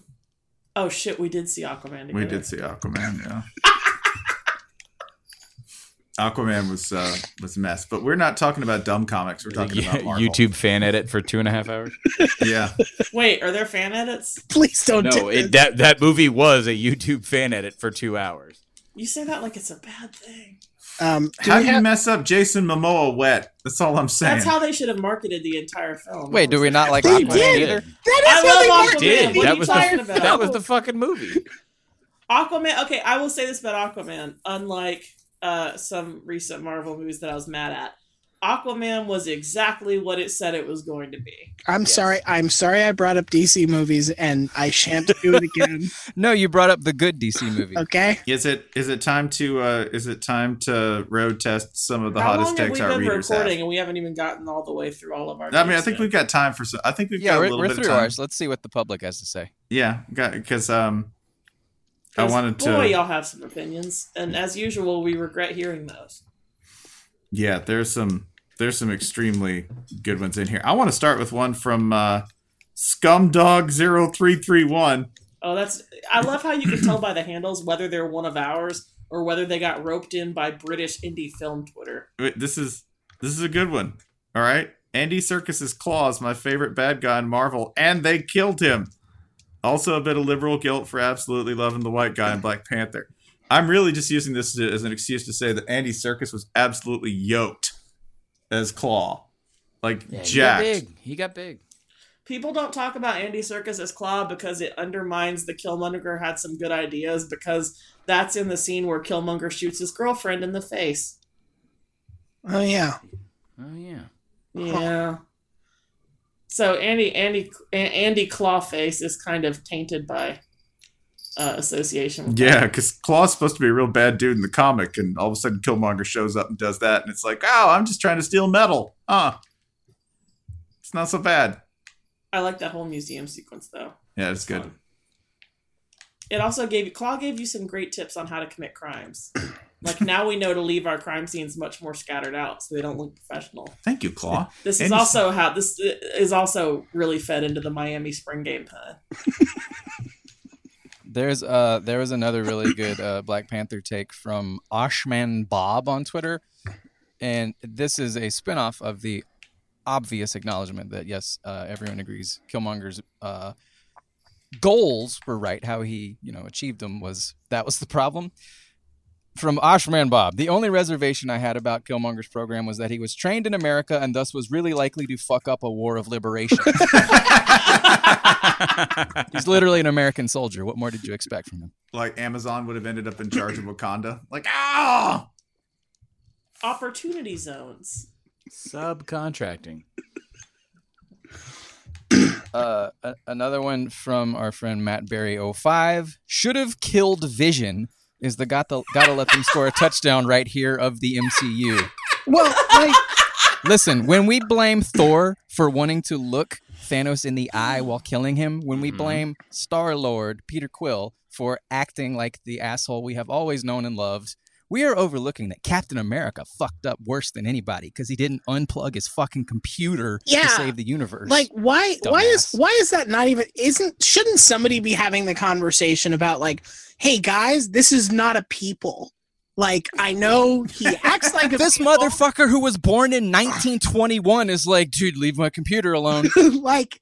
[SPEAKER 3] oh shit, we did see Aquaman. Together.
[SPEAKER 1] We did see Aquaman, yeah. Aquaman was uh, was a mess, but we're not talking about dumb comics. We're talking about Marvel.
[SPEAKER 4] YouTube fan edit for two and a
[SPEAKER 3] [laughs]
[SPEAKER 4] half hours.
[SPEAKER 1] yeah.
[SPEAKER 3] Wait, are there fan edits?
[SPEAKER 5] Please don't
[SPEAKER 4] no,
[SPEAKER 5] do
[SPEAKER 4] it,
[SPEAKER 5] this.
[SPEAKER 4] that that movie was a YouTube fan edit for two hours.
[SPEAKER 3] You say that like it's a bad thing.
[SPEAKER 5] Um, do
[SPEAKER 1] How
[SPEAKER 5] we
[SPEAKER 1] do you
[SPEAKER 5] have-
[SPEAKER 1] mess up Jason Momoa wet? That's all I'm saying.
[SPEAKER 3] That's how they should have marketed the entire film.
[SPEAKER 2] Wait, do we not like
[SPEAKER 5] They
[SPEAKER 2] Aquaman
[SPEAKER 5] did.
[SPEAKER 2] either?
[SPEAKER 5] that
[SPEAKER 3] I
[SPEAKER 5] is how they
[SPEAKER 3] love
[SPEAKER 5] work.
[SPEAKER 3] Aquaman.
[SPEAKER 4] Did
[SPEAKER 3] Oh, What are
[SPEAKER 4] that
[SPEAKER 3] you
[SPEAKER 4] was
[SPEAKER 3] talking
[SPEAKER 4] the,
[SPEAKER 3] about?
[SPEAKER 4] that was the fucking movie?
[SPEAKER 3] Aquaman. Okay, I will say this about Aquaman. Unlike uh, some recent Marvel movies that I was mad at, Aquaman was exactly what it said it was going to be.
[SPEAKER 5] I'm
[SPEAKER 4] Yes.
[SPEAKER 5] sorry. I'm sorry. I brought up DC movies, and I shan't do it
[SPEAKER 4] [laughs]
[SPEAKER 5] again.
[SPEAKER 2] No, you brought up the
[SPEAKER 1] [laughs]
[SPEAKER 2] good DC movie.
[SPEAKER 5] Okay.
[SPEAKER 1] Is it is it time to uh, is it time to road test some of the
[SPEAKER 3] How
[SPEAKER 1] hottest
[SPEAKER 3] long have
[SPEAKER 1] takes
[SPEAKER 3] we
[SPEAKER 1] our
[SPEAKER 3] been
[SPEAKER 1] readers have?
[SPEAKER 3] recording, and we haven't even gotten all the way through all of our.
[SPEAKER 1] I mean, I
[SPEAKER 3] dates
[SPEAKER 1] think
[SPEAKER 3] yet?
[SPEAKER 1] we've got time for some. I think we've
[SPEAKER 2] yeah,
[SPEAKER 1] got a
[SPEAKER 2] we're,
[SPEAKER 1] little
[SPEAKER 2] we're
[SPEAKER 1] bit of
[SPEAKER 2] through
[SPEAKER 1] time.
[SPEAKER 2] ours. Let's see what the public has to say.
[SPEAKER 1] Yeah, because um, I
[SPEAKER 3] 'Cause,
[SPEAKER 1] wanted to.
[SPEAKER 3] Boy, y'all have some opinions, and as usual, we regret hearing those.
[SPEAKER 1] Yeah, there's some there's some extremely good ones in here. I want to start with one from uh, Scumdog0331.
[SPEAKER 3] Oh, that's. I love how you can tell by the handles whether they're one of ours or whether they got roped in by British indie film Twitter.
[SPEAKER 1] Wait, This is this is a good one. All right, Andy Circus's claws, my favorite bad guy in Marvel, and they killed him. Also, a bit of liberal guilt for absolutely loving the white guy in Black Panther. I'm really just using this to- as an excuse to say that Andy Circus was absolutely yoked as Claw, like jacked.
[SPEAKER 4] He got big. He got big.
[SPEAKER 3] People don't talk about Andy Circus as Claw because it undermines the Killmonger had some good ideas because that's in the scene where Killmonger shoots his girlfriend in the face.
[SPEAKER 5] Oh yeah.
[SPEAKER 4] Oh yeah.
[SPEAKER 3] Yeah. So Andy Andy A- Andy Clawface is kind of tainted by uh, association. With
[SPEAKER 1] Yeah, because Claw's supposed to be a real bad dude in the comic, and all of a sudden Killmonger shows up and does that, and it's like, oh, I'm just trying to steal metal. Huh. It's not so bad.
[SPEAKER 3] I like that whole museum sequence though.
[SPEAKER 1] Yeah, it's good.
[SPEAKER 3] It also gave Claw gave you some great tips on how to commit crimes. like now we know to leave our crime scenes much more scattered out so they don't look professional.
[SPEAKER 1] Thank you, Claw.
[SPEAKER 3] This is
[SPEAKER 1] And-
[SPEAKER 3] also how this is also really fed into the Miami spring game pun.
[SPEAKER 2] There's uh there was another really good uh, Black Panther take from Oshman Bob on Twitter, and this is a spinoff of the obvious acknowledgement that yes, uh, everyone agrees Killmonger's uh, goals were right. How he you know achieved them was that was the problem. From Oshman Bob, the only reservation I had about Killmonger's program was that he was trained in America and thus was really likely to fuck up a war of liberation.
[SPEAKER 1] [laughs]
[SPEAKER 2] He's literally an American soldier. What more did you expect from him?
[SPEAKER 1] Like Amazon would have ended up in charge of Wakanda. Like, ah!
[SPEAKER 3] Opportunity zones.
[SPEAKER 4] Subcontracting.
[SPEAKER 2] uh, a- another one from our friend Matt Berry 05. Should have killed Vision is the got the gotta let them score a touchdown right here of the MCU.
[SPEAKER 5] Well, like,
[SPEAKER 2] Listen, when we blame Thor for wanting to look Thanos in the eye while killing him, when we blame Star Lord Peter Quill for acting like the asshole we have always known and loved, we are overlooking that Captain America fucked up worse than anybody because he didn't unplug his fucking computer
[SPEAKER 5] Yeah.
[SPEAKER 2] to save the universe.
[SPEAKER 5] like why? Why is
[SPEAKER 2] Dumbass.
[SPEAKER 5] why is that not even? Isn't shouldn't somebody be having the conversation about like, hey guys, this is not a people. Like I know
[SPEAKER 3] [laughs]
[SPEAKER 5] he acts like a
[SPEAKER 2] this
[SPEAKER 5] people. [laughs] Ah.
[SPEAKER 2] motherfucker who was born in 1921 is like, dude, leave my computer
[SPEAKER 5] [laughs]
[SPEAKER 2] alone.
[SPEAKER 5] like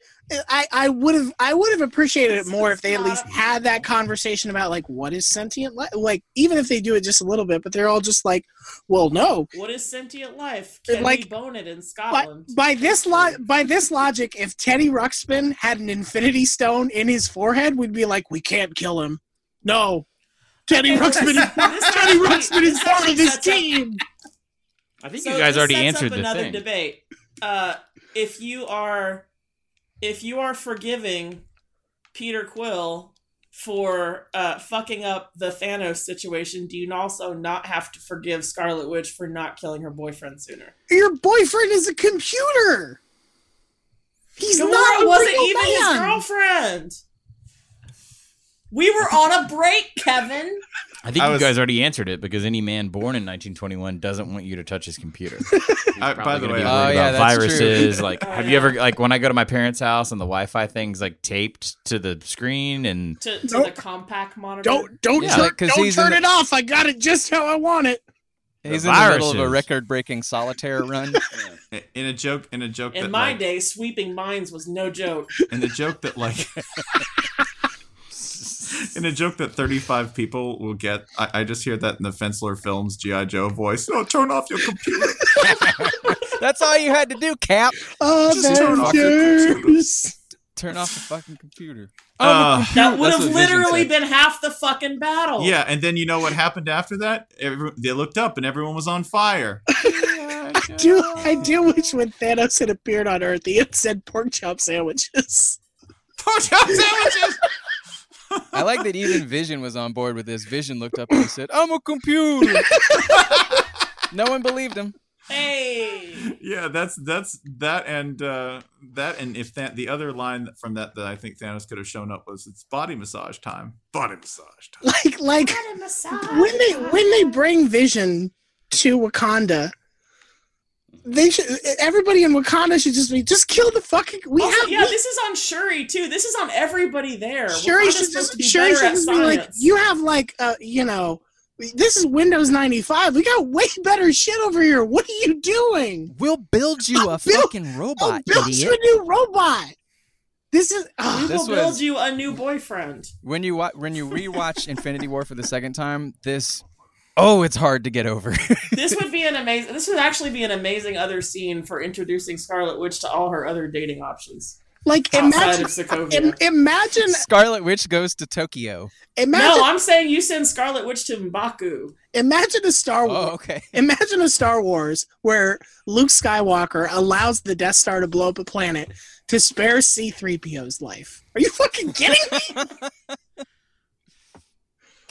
[SPEAKER 5] I, I would have I would have appreciated it
[SPEAKER 3] This
[SPEAKER 5] more
[SPEAKER 3] is
[SPEAKER 5] if they at
[SPEAKER 3] not
[SPEAKER 5] least
[SPEAKER 3] a-
[SPEAKER 5] had that conversation about like what is sentient life like even if they do it just a little bit but they're all just like well no
[SPEAKER 3] What is sentient life? Can we
[SPEAKER 5] Like-
[SPEAKER 3] bone it in
[SPEAKER 5] by,
[SPEAKER 3] Scotland?
[SPEAKER 5] by this lo- by this logic if Teddy Ruxpin had an infinity stone in his forehead we'd be like we can't kill him no Teddy
[SPEAKER 3] [laughs]
[SPEAKER 5] Ruxpin. Teddy Ruxpin is part of this team.
[SPEAKER 4] I think
[SPEAKER 3] So
[SPEAKER 4] you guys
[SPEAKER 3] this
[SPEAKER 4] already
[SPEAKER 3] sets up
[SPEAKER 4] answered the
[SPEAKER 3] another
[SPEAKER 4] thing.
[SPEAKER 3] debate. Uh, if you are, if you are forgiving Peter Quill for uh, fucking up the Thanos situation, do you also not have to forgive Scarlet Witch for not killing her boyfriend sooner?
[SPEAKER 5] Your boyfriend is a computer. He's
[SPEAKER 3] Gamora
[SPEAKER 5] not a
[SPEAKER 3] wasn't
[SPEAKER 5] real
[SPEAKER 3] even his
[SPEAKER 5] man.
[SPEAKER 3] girlfriend. We
[SPEAKER 5] [laughs]
[SPEAKER 3] were on a break, Kevin.
[SPEAKER 4] I think
[SPEAKER 1] I
[SPEAKER 4] you
[SPEAKER 1] was-
[SPEAKER 4] guys already answered it because any man born in 1921 doesn't want you to touch
[SPEAKER 2] [laughs]
[SPEAKER 4] his computer.
[SPEAKER 1] I, by the way,
[SPEAKER 2] be Oh,
[SPEAKER 4] oh,
[SPEAKER 2] worried yeah,
[SPEAKER 4] yeah,
[SPEAKER 2] about that's true. [laughs]
[SPEAKER 4] viruses. Like, have you ever like when I go to my parents' house and the Wi-Fi thing's like taped to the screen and
[SPEAKER 3] To, to
[SPEAKER 5] Nope.
[SPEAKER 3] the compact monitor.
[SPEAKER 5] Don't don't
[SPEAKER 2] Yeah,
[SPEAKER 5] turn,
[SPEAKER 2] like, 'cause
[SPEAKER 5] don't
[SPEAKER 2] he's in
[SPEAKER 5] turn
[SPEAKER 2] the-
[SPEAKER 5] it off. I got it just how I want it.
[SPEAKER 2] He's
[SPEAKER 4] The
[SPEAKER 2] in the middle of a
[SPEAKER 4] viruses.
[SPEAKER 2] record-breaking solitaire run.
[SPEAKER 1] in a joke, in a joke
[SPEAKER 3] In
[SPEAKER 1] that
[SPEAKER 3] my
[SPEAKER 1] like,
[SPEAKER 3] day, sweeping mines was no joke.
[SPEAKER 4] [laughs]
[SPEAKER 1] in a joke that [laughs] like, in a joke that thirty-five people will get. I, I just hear that in the Fensler films GI Joe voice. Oh, turn off your computer.
[SPEAKER 2] That's all you had to do, Cap.
[SPEAKER 1] turn off your
[SPEAKER 5] Avengers.
[SPEAKER 2] Turn off the fucking computer.
[SPEAKER 1] Uh,
[SPEAKER 3] That would
[SPEAKER 2] That's what
[SPEAKER 3] have
[SPEAKER 2] Vision said.
[SPEAKER 3] literally been half the fucking battle.
[SPEAKER 1] Yeah, and then you know what happened after that? Every, they looked up and everyone was on fire. [laughs]
[SPEAKER 5] I [laughs] do I do wish when Thanos had appeared on Earth, he had said pork chop sandwiches. [laughs]
[SPEAKER 1] Pork chop sandwiches.
[SPEAKER 2] I like that even Vision was on board with this. Vision looked up and he said, "I'm a
[SPEAKER 5] [laughs]
[SPEAKER 2] computer." no one believed him.
[SPEAKER 3] Hey.
[SPEAKER 1] yeah, that's that's that and uh, that and if that the other line from that that I think Thanos could have shown up was it's body massage time. Body massage time.
[SPEAKER 5] Like like
[SPEAKER 3] Got a massage.
[SPEAKER 5] when they when they bring Vision to Wakanda, they should everybody in Wakanda should just be just kill the fucking we
[SPEAKER 3] Also,
[SPEAKER 5] have
[SPEAKER 3] yeah, this is on Shuri too. This is on everybody there.
[SPEAKER 5] Shuri
[SPEAKER 3] Wakanda's
[SPEAKER 5] should
[SPEAKER 3] supposed to
[SPEAKER 5] just
[SPEAKER 3] be
[SPEAKER 5] Shuri
[SPEAKER 3] better
[SPEAKER 5] should
[SPEAKER 3] at
[SPEAKER 5] just be like
[SPEAKER 3] science.
[SPEAKER 5] you have like uh you know this is Windows ninety five. We got way better shit over here. What are you doing?
[SPEAKER 2] We'll build you
[SPEAKER 5] I'll
[SPEAKER 2] a
[SPEAKER 5] build-
[SPEAKER 2] fucking
[SPEAKER 5] Oh,
[SPEAKER 2] robot,
[SPEAKER 5] build you a
[SPEAKER 2] idiot.
[SPEAKER 5] new robot. This is
[SPEAKER 3] We
[SPEAKER 5] uh,
[SPEAKER 3] will
[SPEAKER 2] This
[SPEAKER 3] build
[SPEAKER 2] was-
[SPEAKER 3] you a new boyfriend.
[SPEAKER 2] When you wa- when you
[SPEAKER 5] [laughs]
[SPEAKER 2] rewatch Infinity War for the second time, this oh, it's hard to get over. [laughs]
[SPEAKER 3] This would be an amazing. This would actually be an amazing other scene for introducing Scarlet Witch to all her other dating options
[SPEAKER 5] like
[SPEAKER 3] outside
[SPEAKER 5] imagine
[SPEAKER 3] of Sokovia.
[SPEAKER 5] im- imagine
[SPEAKER 2] Scarlet Witch goes to Tokyo.
[SPEAKER 5] imagine
[SPEAKER 3] no, I'm saying you send Scarlet Witch to Mbaku.
[SPEAKER 5] imagine a Star Wars
[SPEAKER 2] Oh, okay.
[SPEAKER 5] Imagine a Star Wars where Luke Skywalker allows the Death Star to blow up a planet to spare C3PO's life. Are you
[SPEAKER 3] [laughs]
[SPEAKER 5] fucking kidding me?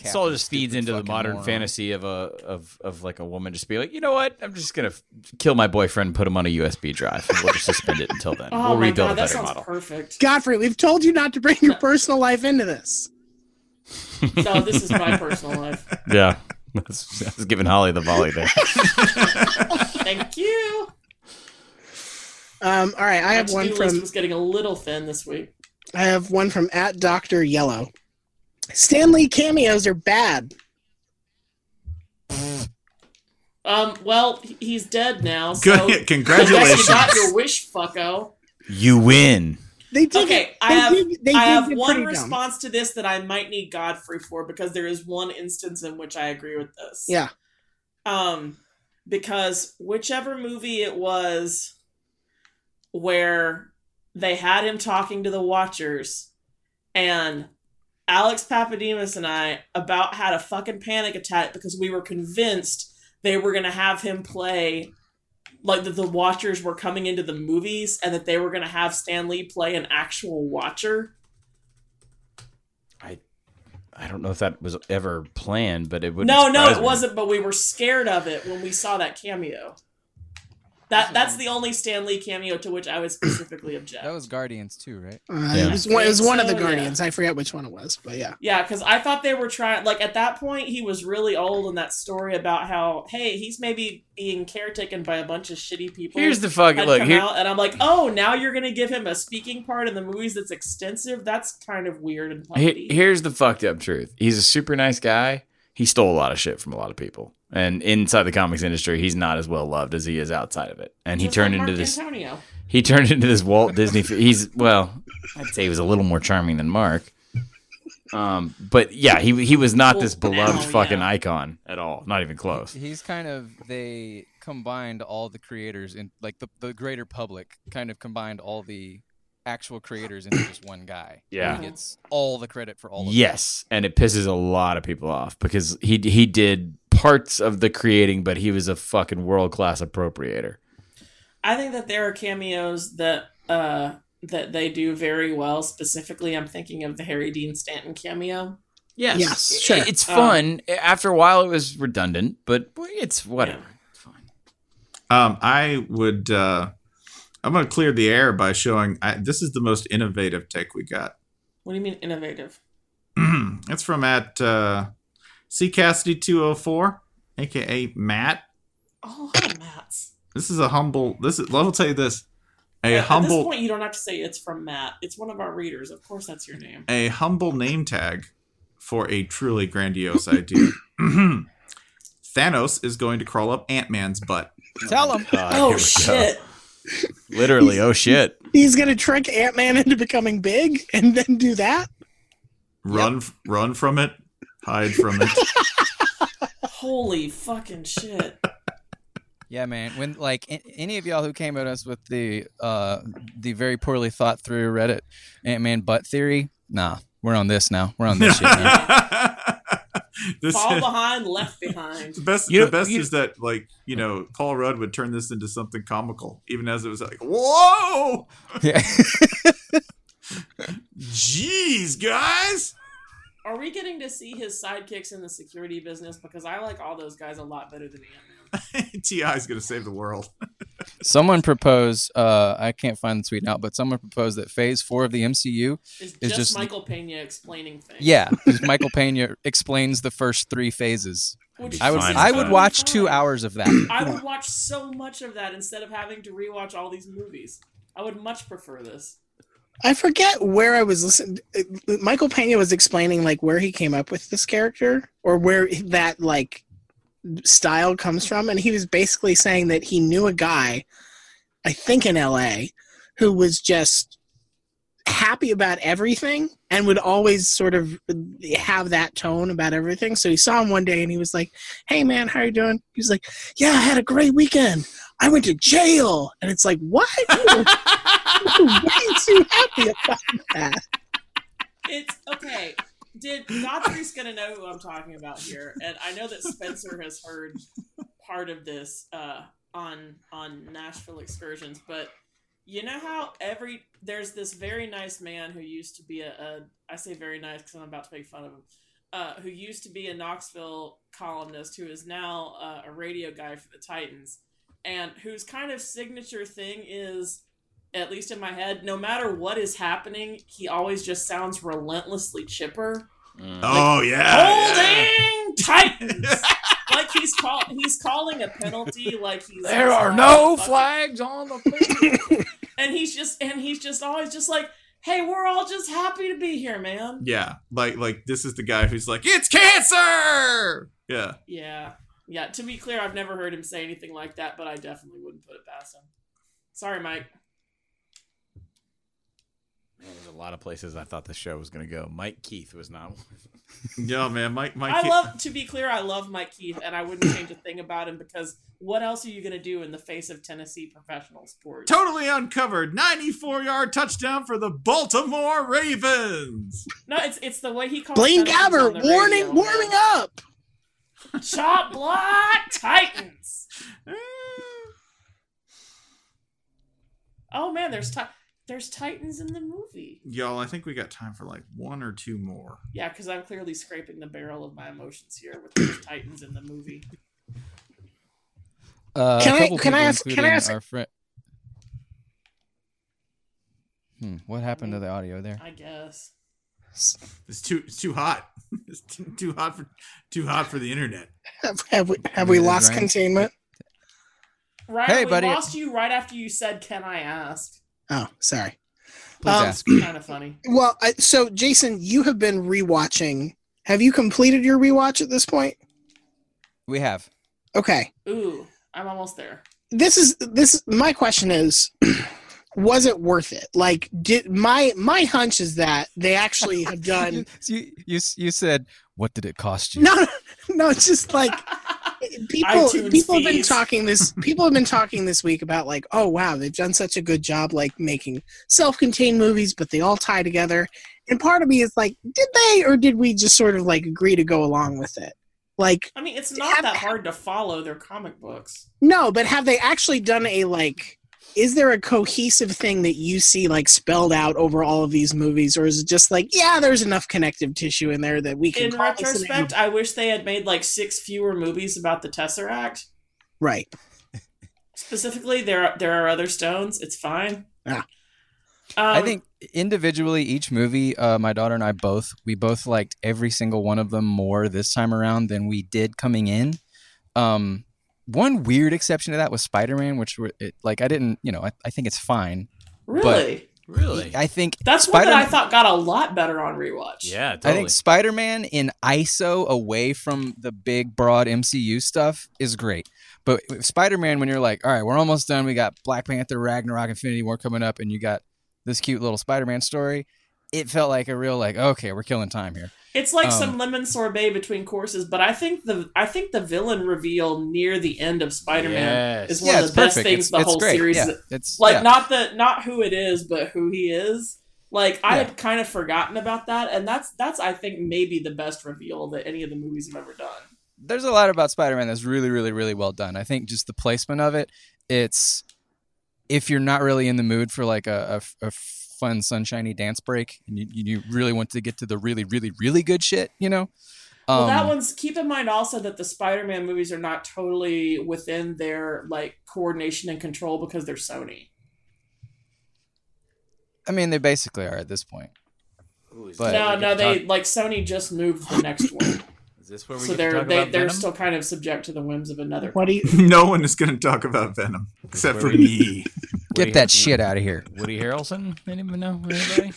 [SPEAKER 4] this all just
[SPEAKER 2] Captain
[SPEAKER 4] feeds
[SPEAKER 2] stupid
[SPEAKER 4] into the
[SPEAKER 2] fucking
[SPEAKER 4] modern
[SPEAKER 2] moron.
[SPEAKER 4] fantasy of a of of like a woman just be like, you know what? I'm just gonna f- kill my boyfriend, put him on a USB drive, and we'll just suspend it until then.
[SPEAKER 3] [laughs] Oh
[SPEAKER 4] we'll
[SPEAKER 3] my
[SPEAKER 4] rebuild
[SPEAKER 3] god,
[SPEAKER 4] a
[SPEAKER 3] that
[SPEAKER 4] better
[SPEAKER 3] sounds
[SPEAKER 4] model.
[SPEAKER 3] perfect.
[SPEAKER 5] Godfrey, we've told you not to bring your personal life into this.
[SPEAKER 3] No, this is my personal life.
[SPEAKER 4] Yeah, [laughs] that's, that's giving Holly the
[SPEAKER 3] [laughs]
[SPEAKER 4] volley there.
[SPEAKER 3] Thank you.
[SPEAKER 5] Um, all right, I have
[SPEAKER 3] My
[SPEAKER 5] one
[SPEAKER 3] to-do list
[SPEAKER 5] from
[SPEAKER 3] was getting a little thin this week.
[SPEAKER 5] I have one from at Doctor Yellow. Stanley cameos are bad.
[SPEAKER 3] Um, well, he- he's dead now.
[SPEAKER 1] [laughs]
[SPEAKER 3] So
[SPEAKER 1] Good.
[SPEAKER 3] I guess you
[SPEAKER 1] Congratulations.
[SPEAKER 3] got your wish, fucko.
[SPEAKER 4] you win.
[SPEAKER 5] They did.
[SPEAKER 3] Okay,
[SPEAKER 5] get-
[SPEAKER 3] I
[SPEAKER 5] they
[SPEAKER 3] have-
[SPEAKER 5] did- they
[SPEAKER 3] I
[SPEAKER 5] did
[SPEAKER 3] have
[SPEAKER 5] get
[SPEAKER 3] one
[SPEAKER 5] pretty dumb.
[SPEAKER 3] response to this that I might need Godfrey for because there is one instance in which I agree with this.
[SPEAKER 5] Yeah.
[SPEAKER 3] Um, because whichever movie it was where they had him talking to the Watchers, and Alex Papademos and I about had a fucking panic attack because we were convinced they were going to have him play. Like that, the Watchers were coming into the movies, and that they were going to have Stan Lee play an actual Watcher.
[SPEAKER 4] I don't know if that was ever planned, but it would.
[SPEAKER 3] No, no, it wasn't. But we were scared of it when we saw that cameo. That that's the only Stan Lee cameo to which
[SPEAKER 4] [clears throat]
[SPEAKER 3] I would specifically object.
[SPEAKER 2] That was Guardians too, right?
[SPEAKER 5] Uh,
[SPEAKER 4] Yeah.
[SPEAKER 5] It was one, it was one of the
[SPEAKER 3] So, yeah.
[SPEAKER 5] Guardians. I forget which one it was, but yeah.
[SPEAKER 3] Yeah, because I thought they were trying. Like at that point, he was really old, and that story about how hey, he's maybe being caretaken by a bunch of shitty people.
[SPEAKER 4] Here's the fucking
[SPEAKER 3] had
[SPEAKER 4] look.
[SPEAKER 3] come
[SPEAKER 4] Here,
[SPEAKER 3] out, and I'm like, oh, now you're gonna give him a speaking part in the movies that's extensive. That's kind of weird and
[SPEAKER 4] he-
[SPEAKER 3] funny.
[SPEAKER 4] here's the fucked up truth. He's a super nice guy. He stole a lot of shit from a lot of people, and inside the comics industry, he's not as well loved as he is outside of it. And he turned into this.
[SPEAKER 3] Antonio.
[SPEAKER 4] He turned into this Walt Disney. fi- He's well, I'd say he was a little more charming than Mark. Um, but yeah, he he was not this
[SPEAKER 3] Well,
[SPEAKER 4] beloved
[SPEAKER 3] now,
[SPEAKER 4] fucking
[SPEAKER 3] yeah.
[SPEAKER 4] icon at all. Not even close.
[SPEAKER 2] He's kind of they combined all the creators and like the the greater public kind of combined all the actual creators into just one guy.
[SPEAKER 4] Yeah.
[SPEAKER 2] He gets all the credit for all of it.
[SPEAKER 4] Yes, and it pisses a lot of people off because he he did parts of the creating, but he was a fucking world class appropriator.
[SPEAKER 3] I think that there are cameos that uh, that they do very well. Specifically, I'm thinking of the Harry Dean Stanton cameo.
[SPEAKER 4] Yes,
[SPEAKER 5] Yes, sure.
[SPEAKER 4] it's
[SPEAKER 3] Um,
[SPEAKER 4] fun. After a while, it was redundant, but it's whatever. It's fine.
[SPEAKER 1] Um, I would. Uh, I'm going to clear the air by showing. I, this is the most innovative take we got. [clears throat]
[SPEAKER 3] What do you mean innovative?
[SPEAKER 1] it's from at uh, C Cassidy 204, aka Matt.
[SPEAKER 3] Oh, hi, Matt.
[SPEAKER 1] This is a humble. This is. Let me tell you this. A
[SPEAKER 3] At- At this
[SPEAKER 1] humble.
[SPEAKER 3] point, you don't have to say it's from Matt. It's one of our readers. Of course, that's your name.
[SPEAKER 1] a humble name tag for a truly grandiose idea. Thanos is going to crawl up Ant Man's butt.
[SPEAKER 2] Tell him.
[SPEAKER 3] oh shit!
[SPEAKER 4] Literally, oh shit.
[SPEAKER 5] He's gonna trick Ant Man into becoming big and then do that.
[SPEAKER 1] Run, f- run from it. Hide from it.
[SPEAKER 3] Holy
[SPEAKER 2] [laughs]
[SPEAKER 3] fucking shit!
[SPEAKER 2] Yeah, man. When like a- any of y'all who came at us with the uh the very poorly thought through Reddit Ant Man butt theory, nah, we're on this now. We're on this shit. Now.
[SPEAKER 1] [laughs] this
[SPEAKER 3] Fall
[SPEAKER 1] is,
[SPEAKER 3] behind, left behind.
[SPEAKER 1] the best.
[SPEAKER 4] You-
[SPEAKER 1] the best
[SPEAKER 4] you-
[SPEAKER 1] is that, like you know, Paul Rudd would turn this into something comical, even as it was like, "Whoa,
[SPEAKER 2] Yeah.
[SPEAKER 4] [laughs]
[SPEAKER 1] jeez, guys!" [laughs]
[SPEAKER 3] Are we getting to see his sidekicks in the security business? Because I like all those guys a lot better than Ant Man.
[SPEAKER 1] Ti is going to save the world.
[SPEAKER 2] [laughs] someone proposed uh I can't find the tweet now, but someone proposed that phase four of the MCU
[SPEAKER 3] It's just,
[SPEAKER 2] It's just-
[SPEAKER 3] Michael Pena explaining things.
[SPEAKER 2] Yeah. is Michael Pena explains the first three phases.
[SPEAKER 3] Which
[SPEAKER 2] I would
[SPEAKER 3] is
[SPEAKER 4] Fine.
[SPEAKER 2] I would watch two
[SPEAKER 3] fine.
[SPEAKER 2] hours of [clears throat] that.
[SPEAKER 3] I would watch so much of that instead of having to rewatch all these movies. I would much prefer this.
[SPEAKER 5] I forget where I was listening. Michael Pena was explaining like where he came up with this character or where that like style comes from, and he was basically saying that he knew a guy, I think in L.A., who was just happy about everything and would always sort of have that tone about everything. So he saw him one day and he was like, "Hey man, how you doing?" He was like, "Yeah, I had a great weekend. I went to jail," and it's like, "What?" You were way too happy about that.
[SPEAKER 3] It's okay. Did Godfrey's gonna know who I'm talking about here? And I know that Spencer has heard part of this uh, on on Nashville excursions, but you know how every there's this very nice man who used to be a, a I say very nice because I'm about to make fun of him. Uh, who used to be a Knoxville columnist, who is now uh, a radio guy for the Titans, and whose kind of signature thing is at least in my head, no matter what is happening, he always just sounds relentlessly chipper.
[SPEAKER 1] [laughs] Oh yeah.
[SPEAKER 3] Holding Titans, like he's call- he's calling a penalty, like he's
[SPEAKER 4] There are
[SPEAKER 3] he's-
[SPEAKER 4] no
[SPEAKER 3] fuck-
[SPEAKER 4] flags
[SPEAKER 3] [laughs]
[SPEAKER 4] on the field.
[SPEAKER 3] and he's just and he's just always just like, hey, we're all just happy to be here, man.
[SPEAKER 1] Yeah, like like this is the guy who's like, it's cancer. Yeah,
[SPEAKER 3] Yeah, yeah. To be clear, I've never heard him say anything like that, but I definitely wouldn't put it past him. Sorry, Mike.
[SPEAKER 4] There's a lot of places I thought the show was going to go. Mike Keith was not.
[SPEAKER 1] yeah, man. Mike, Mike.
[SPEAKER 3] I love to be clear. I love Mike Keith, and I wouldn't change a thing about him because what else are you going to do in the face of Tennessee professional sports?
[SPEAKER 1] totally uncovered 94 yard touchdown for the Baltimore Ravens.
[SPEAKER 3] No, it's it's the way he calls.
[SPEAKER 5] [laughs] Blaine
[SPEAKER 3] penalties on
[SPEAKER 5] Gabbert,
[SPEAKER 3] the
[SPEAKER 5] warning,
[SPEAKER 3] radio,
[SPEAKER 5] warming
[SPEAKER 3] man.
[SPEAKER 5] up.
[SPEAKER 3] Chop block Titans.
[SPEAKER 1] Eh.
[SPEAKER 3] Oh man, there's ti- there's Titans in the movie.
[SPEAKER 1] Y'all, I think we got time for like one or two more.
[SPEAKER 3] Yeah, because I'm clearly scraping the barrel of my emotions here with there's Titans in the movie.
[SPEAKER 2] Uh, a
[SPEAKER 5] Can I-
[SPEAKER 2] couple
[SPEAKER 5] can I
[SPEAKER 2] people,
[SPEAKER 5] ask- can I
[SPEAKER 2] including
[SPEAKER 5] ask-
[SPEAKER 2] our friend? Hmm, what happened to the audio there?
[SPEAKER 3] I guess.
[SPEAKER 1] It's too it's too hot. [laughs] It's too, too hot for too hot for the internet.
[SPEAKER 5] Have, have we have we
[SPEAKER 2] Yeah,
[SPEAKER 5] lost
[SPEAKER 2] right.
[SPEAKER 5] containment?
[SPEAKER 3] Right,
[SPEAKER 2] Hey,
[SPEAKER 3] we
[SPEAKER 2] buddy.
[SPEAKER 3] lost you right after you said, "Can I ask?"
[SPEAKER 5] Oh, sorry.
[SPEAKER 2] Please
[SPEAKER 5] Um,
[SPEAKER 2] ask.
[SPEAKER 3] Kind of funny.
[SPEAKER 5] Well, I, so Jason, you have been rewatching. Have you completed your rewatch at this point?
[SPEAKER 2] We have.
[SPEAKER 5] Okay.
[SPEAKER 3] Ooh, I'm almost there.
[SPEAKER 5] This is this. My question is, [clears throat] was it worth it? Like, did my my hunch is that they actually [laughs] have done
[SPEAKER 2] [laughs] you, you, you said, what did it cost you?
[SPEAKER 3] [laughs]
[SPEAKER 5] no, no, no. It's just like people
[SPEAKER 3] iTunes
[SPEAKER 5] people have been
[SPEAKER 3] fees. [laughs]
[SPEAKER 5] talking this people have been talking this week about like oh wow they've done such a good job like making self-contained movies but they all tie together and part of me is like did they or did we just sort of like agree to go along with it like
[SPEAKER 3] I mean, it's not that hard to follow their comic books.
[SPEAKER 5] no but have they actually done a like is there a cohesive thing that you see like spelled out over all of these movies or is it just like yeah there's enough connective tissue in there that we can
[SPEAKER 3] In
[SPEAKER 5] call this an
[SPEAKER 3] retrospect, I wish they had made like six fewer movies about the Tesseract.
[SPEAKER 5] right
[SPEAKER 3] Specifically, there there are other stones. It's fine.
[SPEAKER 5] Yeah.
[SPEAKER 3] Um,
[SPEAKER 2] I think individually, each movie, uh, my daughter and I both, we both liked every single one of them more this time around than we did coming in. Um, one weird exception to that was Spider Man, which were, it, like I didn't, you know, I, I think it's fine.
[SPEAKER 3] really
[SPEAKER 4] Really?
[SPEAKER 2] I think
[SPEAKER 3] that's one that I
[SPEAKER 2] Spider-Man-
[SPEAKER 3] thought got a lot better on rewatch.
[SPEAKER 4] Yeah, totally.
[SPEAKER 2] I think Spider Man in ISO away from the big broad MCU stuff is great. But Spider Man, when you're like, all right, we're almost done. We got Black Panther, Ragnarok, Infinity War coming up, and you got this cute little Spider Man story. It felt like a real like, okay, we're killing time here.
[SPEAKER 3] It's like
[SPEAKER 2] Um,
[SPEAKER 3] some lemon sorbet between courses, but I think the I think the villain reveal near the end of Spider-Man
[SPEAKER 4] Yes.
[SPEAKER 3] is one
[SPEAKER 2] yeah,
[SPEAKER 3] of
[SPEAKER 2] it's
[SPEAKER 3] the best
[SPEAKER 2] perfect.
[SPEAKER 3] things
[SPEAKER 2] it's,
[SPEAKER 3] the
[SPEAKER 2] it's
[SPEAKER 3] whole
[SPEAKER 2] great.
[SPEAKER 3] series.
[SPEAKER 2] Yeah,
[SPEAKER 3] is-
[SPEAKER 2] it's
[SPEAKER 3] Like
[SPEAKER 2] yeah.
[SPEAKER 3] not the not who it is, but who he is. Like I
[SPEAKER 2] Yeah.
[SPEAKER 3] had kind of forgotten about that, and that's that's I think maybe the best reveal that any of the movies have ever done.
[SPEAKER 2] there's a lot about Spider-Man that's really, really, really well done. I think just the placement of it. It's if you're not really in the mood for like a, a- a fun, sunshiny dance break, and you, you really want to get to the really, really, really good shit, you know.
[SPEAKER 3] Well,
[SPEAKER 2] Um,
[SPEAKER 3] that one's. Keep in mind also that the Spider-Man movies are not totally within their like coordination and control because they're Sony.
[SPEAKER 2] I mean, they basically are at this point. But
[SPEAKER 3] no,
[SPEAKER 2] we
[SPEAKER 3] no,
[SPEAKER 2] can
[SPEAKER 3] they like Sony just moved the next one,
[SPEAKER 4] [coughs] Is this where we
[SPEAKER 3] so
[SPEAKER 4] get to
[SPEAKER 3] they're
[SPEAKER 4] talk
[SPEAKER 3] they,
[SPEAKER 4] about
[SPEAKER 3] they're
[SPEAKER 4] Venom?
[SPEAKER 3] still kind of subject to the whims of another.
[SPEAKER 5] what
[SPEAKER 3] [laughs]
[SPEAKER 5] do you
[SPEAKER 1] [laughs] No one is going to talk about Venom except for me.
[SPEAKER 2] Get that shit out of here.
[SPEAKER 4] Woody Harrelson? Anyone know? Anybody?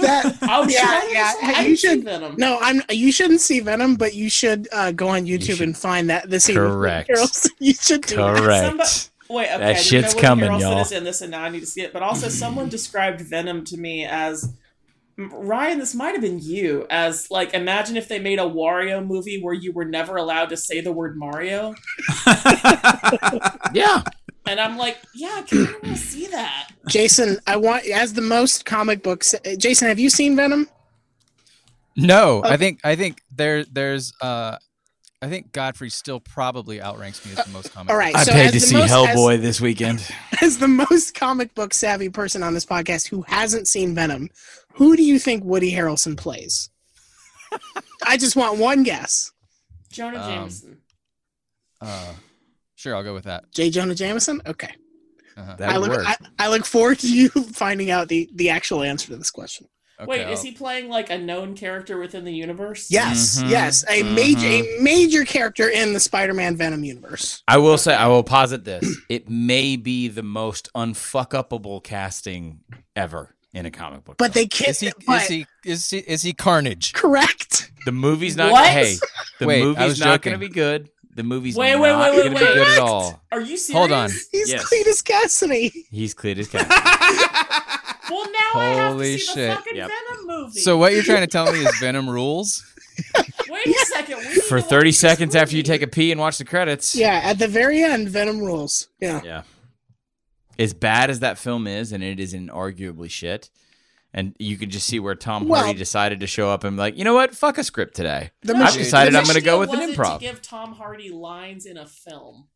[SPEAKER 5] that
[SPEAKER 3] Oh
[SPEAKER 5] Yeah,
[SPEAKER 3] yeah,
[SPEAKER 5] yeah,
[SPEAKER 3] yeah. I
[SPEAKER 5] you
[SPEAKER 3] you should
[SPEAKER 5] should-
[SPEAKER 3] Venom.
[SPEAKER 5] No, I'm. You shouldn't see Venom, but you should uh, go on YouTube
[SPEAKER 4] should-
[SPEAKER 5] and find that the scene. with Woody
[SPEAKER 4] Correct.
[SPEAKER 5] Harrelson. [laughs] You should do that.
[SPEAKER 4] Correct.
[SPEAKER 3] Wait, okay.
[SPEAKER 4] That shit's
[SPEAKER 3] no
[SPEAKER 4] coming, y'all.
[SPEAKER 3] Is in this, and now I need to see it. But also, someone described Venom to me as Ryan. This might have been you. As like, imagine if they made a Wario movie where you were never allowed to say the word Mario.
[SPEAKER 4] [laughs] yeah.
[SPEAKER 3] And I'm like, yeah, I kind of want to see that.
[SPEAKER 5] Jason, I want as the most comic books. Jason, have you seen Venom?
[SPEAKER 2] No,
[SPEAKER 5] Okay.
[SPEAKER 2] I think I think there there's uh, I think Godfrey still probably outranks me as the most common.
[SPEAKER 5] All right.
[SPEAKER 4] I
[SPEAKER 5] so
[SPEAKER 4] paid
[SPEAKER 5] as
[SPEAKER 4] to
[SPEAKER 5] the
[SPEAKER 4] see
[SPEAKER 5] most-
[SPEAKER 4] Hellboy this weekend.
[SPEAKER 5] As, [laughs] as the most comic book savvy person on this podcast who hasn't seen Venom, who do you think Woody
[SPEAKER 4] [laughs]
[SPEAKER 5] Harrelson plays? I just want one guess.
[SPEAKER 3] Jonah
[SPEAKER 2] Um,
[SPEAKER 3] Jameson.
[SPEAKER 2] Uh, sure, I'll go with that.
[SPEAKER 5] J. Jonah Jameson. Okay.
[SPEAKER 2] Uh-huh.
[SPEAKER 4] That
[SPEAKER 5] I
[SPEAKER 4] would
[SPEAKER 5] look.
[SPEAKER 4] work.
[SPEAKER 5] I, I look forward to you [laughs] finding out the the actual answer to this question.
[SPEAKER 2] Okay,
[SPEAKER 3] Wait, is
[SPEAKER 2] I'll-
[SPEAKER 3] he playing like a known character within the universe?
[SPEAKER 5] Yes,
[SPEAKER 4] Mhm,
[SPEAKER 5] yes, a major,
[SPEAKER 4] Mm-hmm.
[SPEAKER 5] a major character in the Spider-Man Venom universe.
[SPEAKER 4] I will say, I will posit this. It may be the most unfuckupable casting ever in a comic book. film.
[SPEAKER 5] But they can't.
[SPEAKER 2] Is he
[SPEAKER 5] but-
[SPEAKER 2] is he is he is he Carnage?
[SPEAKER 5] correct?
[SPEAKER 4] the movie's not.
[SPEAKER 3] What?
[SPEAKER 4] Hey, the
[SPEAKER 2] Wait, I
[SPEAKER 4] movie's
[SPEAKER 2] was
[SPEAKER 4] not going to be
[SPEAKER 2] joking.
[SPEAKER 4] good. The movie's
[SPEAKER 3] Wait,
[SPEAKER 4] not
[SPEAKER 3] wait, wait, wait,
[SPEAKER 4] going to be
[SPEAKER 3] wait.
[SPEAKER 4] good at all.
[SPEAKER 3] Are you serious?
[SPEAKER 2] Hold on.
[SPEAKER 5] He's
[SPEAKER 4] Yes.
[SPEAKER 5] Cletus Cassidy.
[SPEAKER 4] He's cleared his
[SPEAKER 1] [laughs]
[SPEAKER 4] cat.
[SPEAKER 3] Well, now I have to
[SPEAKER 2] Holy
[SPEAKER 3] see the
[SPEAKER 2] shit.
[SPEAKER 3] fucking
[SPEAKER 4] Yep.
[SPEAKER 3] Venom movie.
[SPEAKER 2] So what you're trying to tell me is Venom [laughs] rules?
[SPEAKER 3] wait a second. we need to
[SPEAKER 4] [laughs] For
[SPEAKER 3] watch
[SPEAKER 4] 30
[SPEAKER 3] this
[SPEAKER 4] seconds after you
[SPEAKER 3] movie.
[SPEAKER 4] take a pee and watch the credits.
[SPEAKER 5] Yeah, at the very end, Venom rules. Yeah,
[SPEAKER 4] Yeah. As bad as that film is, and it is inarguably shit, and you could just see where Tom
[SPEAKER 5] Well-
[SPEAKER 4] Hardy decided to show up and be like, you know what? Fuck a script today.
[SPEAKER 5] the,
[SPEAKER 4] I've
[SPEAKER 5] Mich-
[SPEAKER 4] decided
[SPEAKER 5] the,
[SPEAKER 4] I'm
[SPEAKER 5] Mich-
[SPEAKER 4] gonna go with
[SPEAKER 3] Still
[SPEAKER 4] an
[SPEAKER 3] wasn't
[SPEAKER 4] improv.
[SPEAKER 3] To give Tom Hardy lines in a film.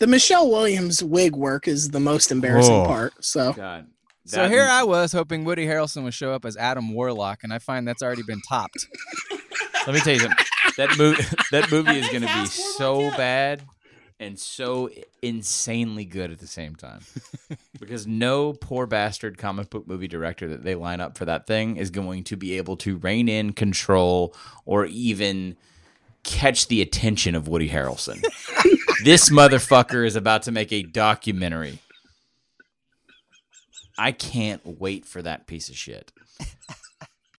[SPEAKER 5] the Michelle Williams wig work is the most embarrassing
[SPEAKER 4] Oh.
[SPEAKER 5] part. So
[SPEAKER 4] God.
[SPEAKER 2] So here I was hoping Woody Harrelson would show up as Adam Warlock, and I find that's already been topped.
[SPEAKER 4] Let me tell you something. That movie, [laughs] that movie is
[SPEAKER 3] they
[SPEAKER 4] going to be
[SPEAKER 3] cast Warlock
[SPEAKER 4] so
[SPEAKER 3] yet?
[SPEAKER 4] bad and so insanely good at the same time, because no poor bastard comic book movie director that they line up for that thing is going to be able to rein in, control, or even catch the attention of Woody Harrelson. this motherfucker is about to make a documentary. I can't wait for that piece of shit.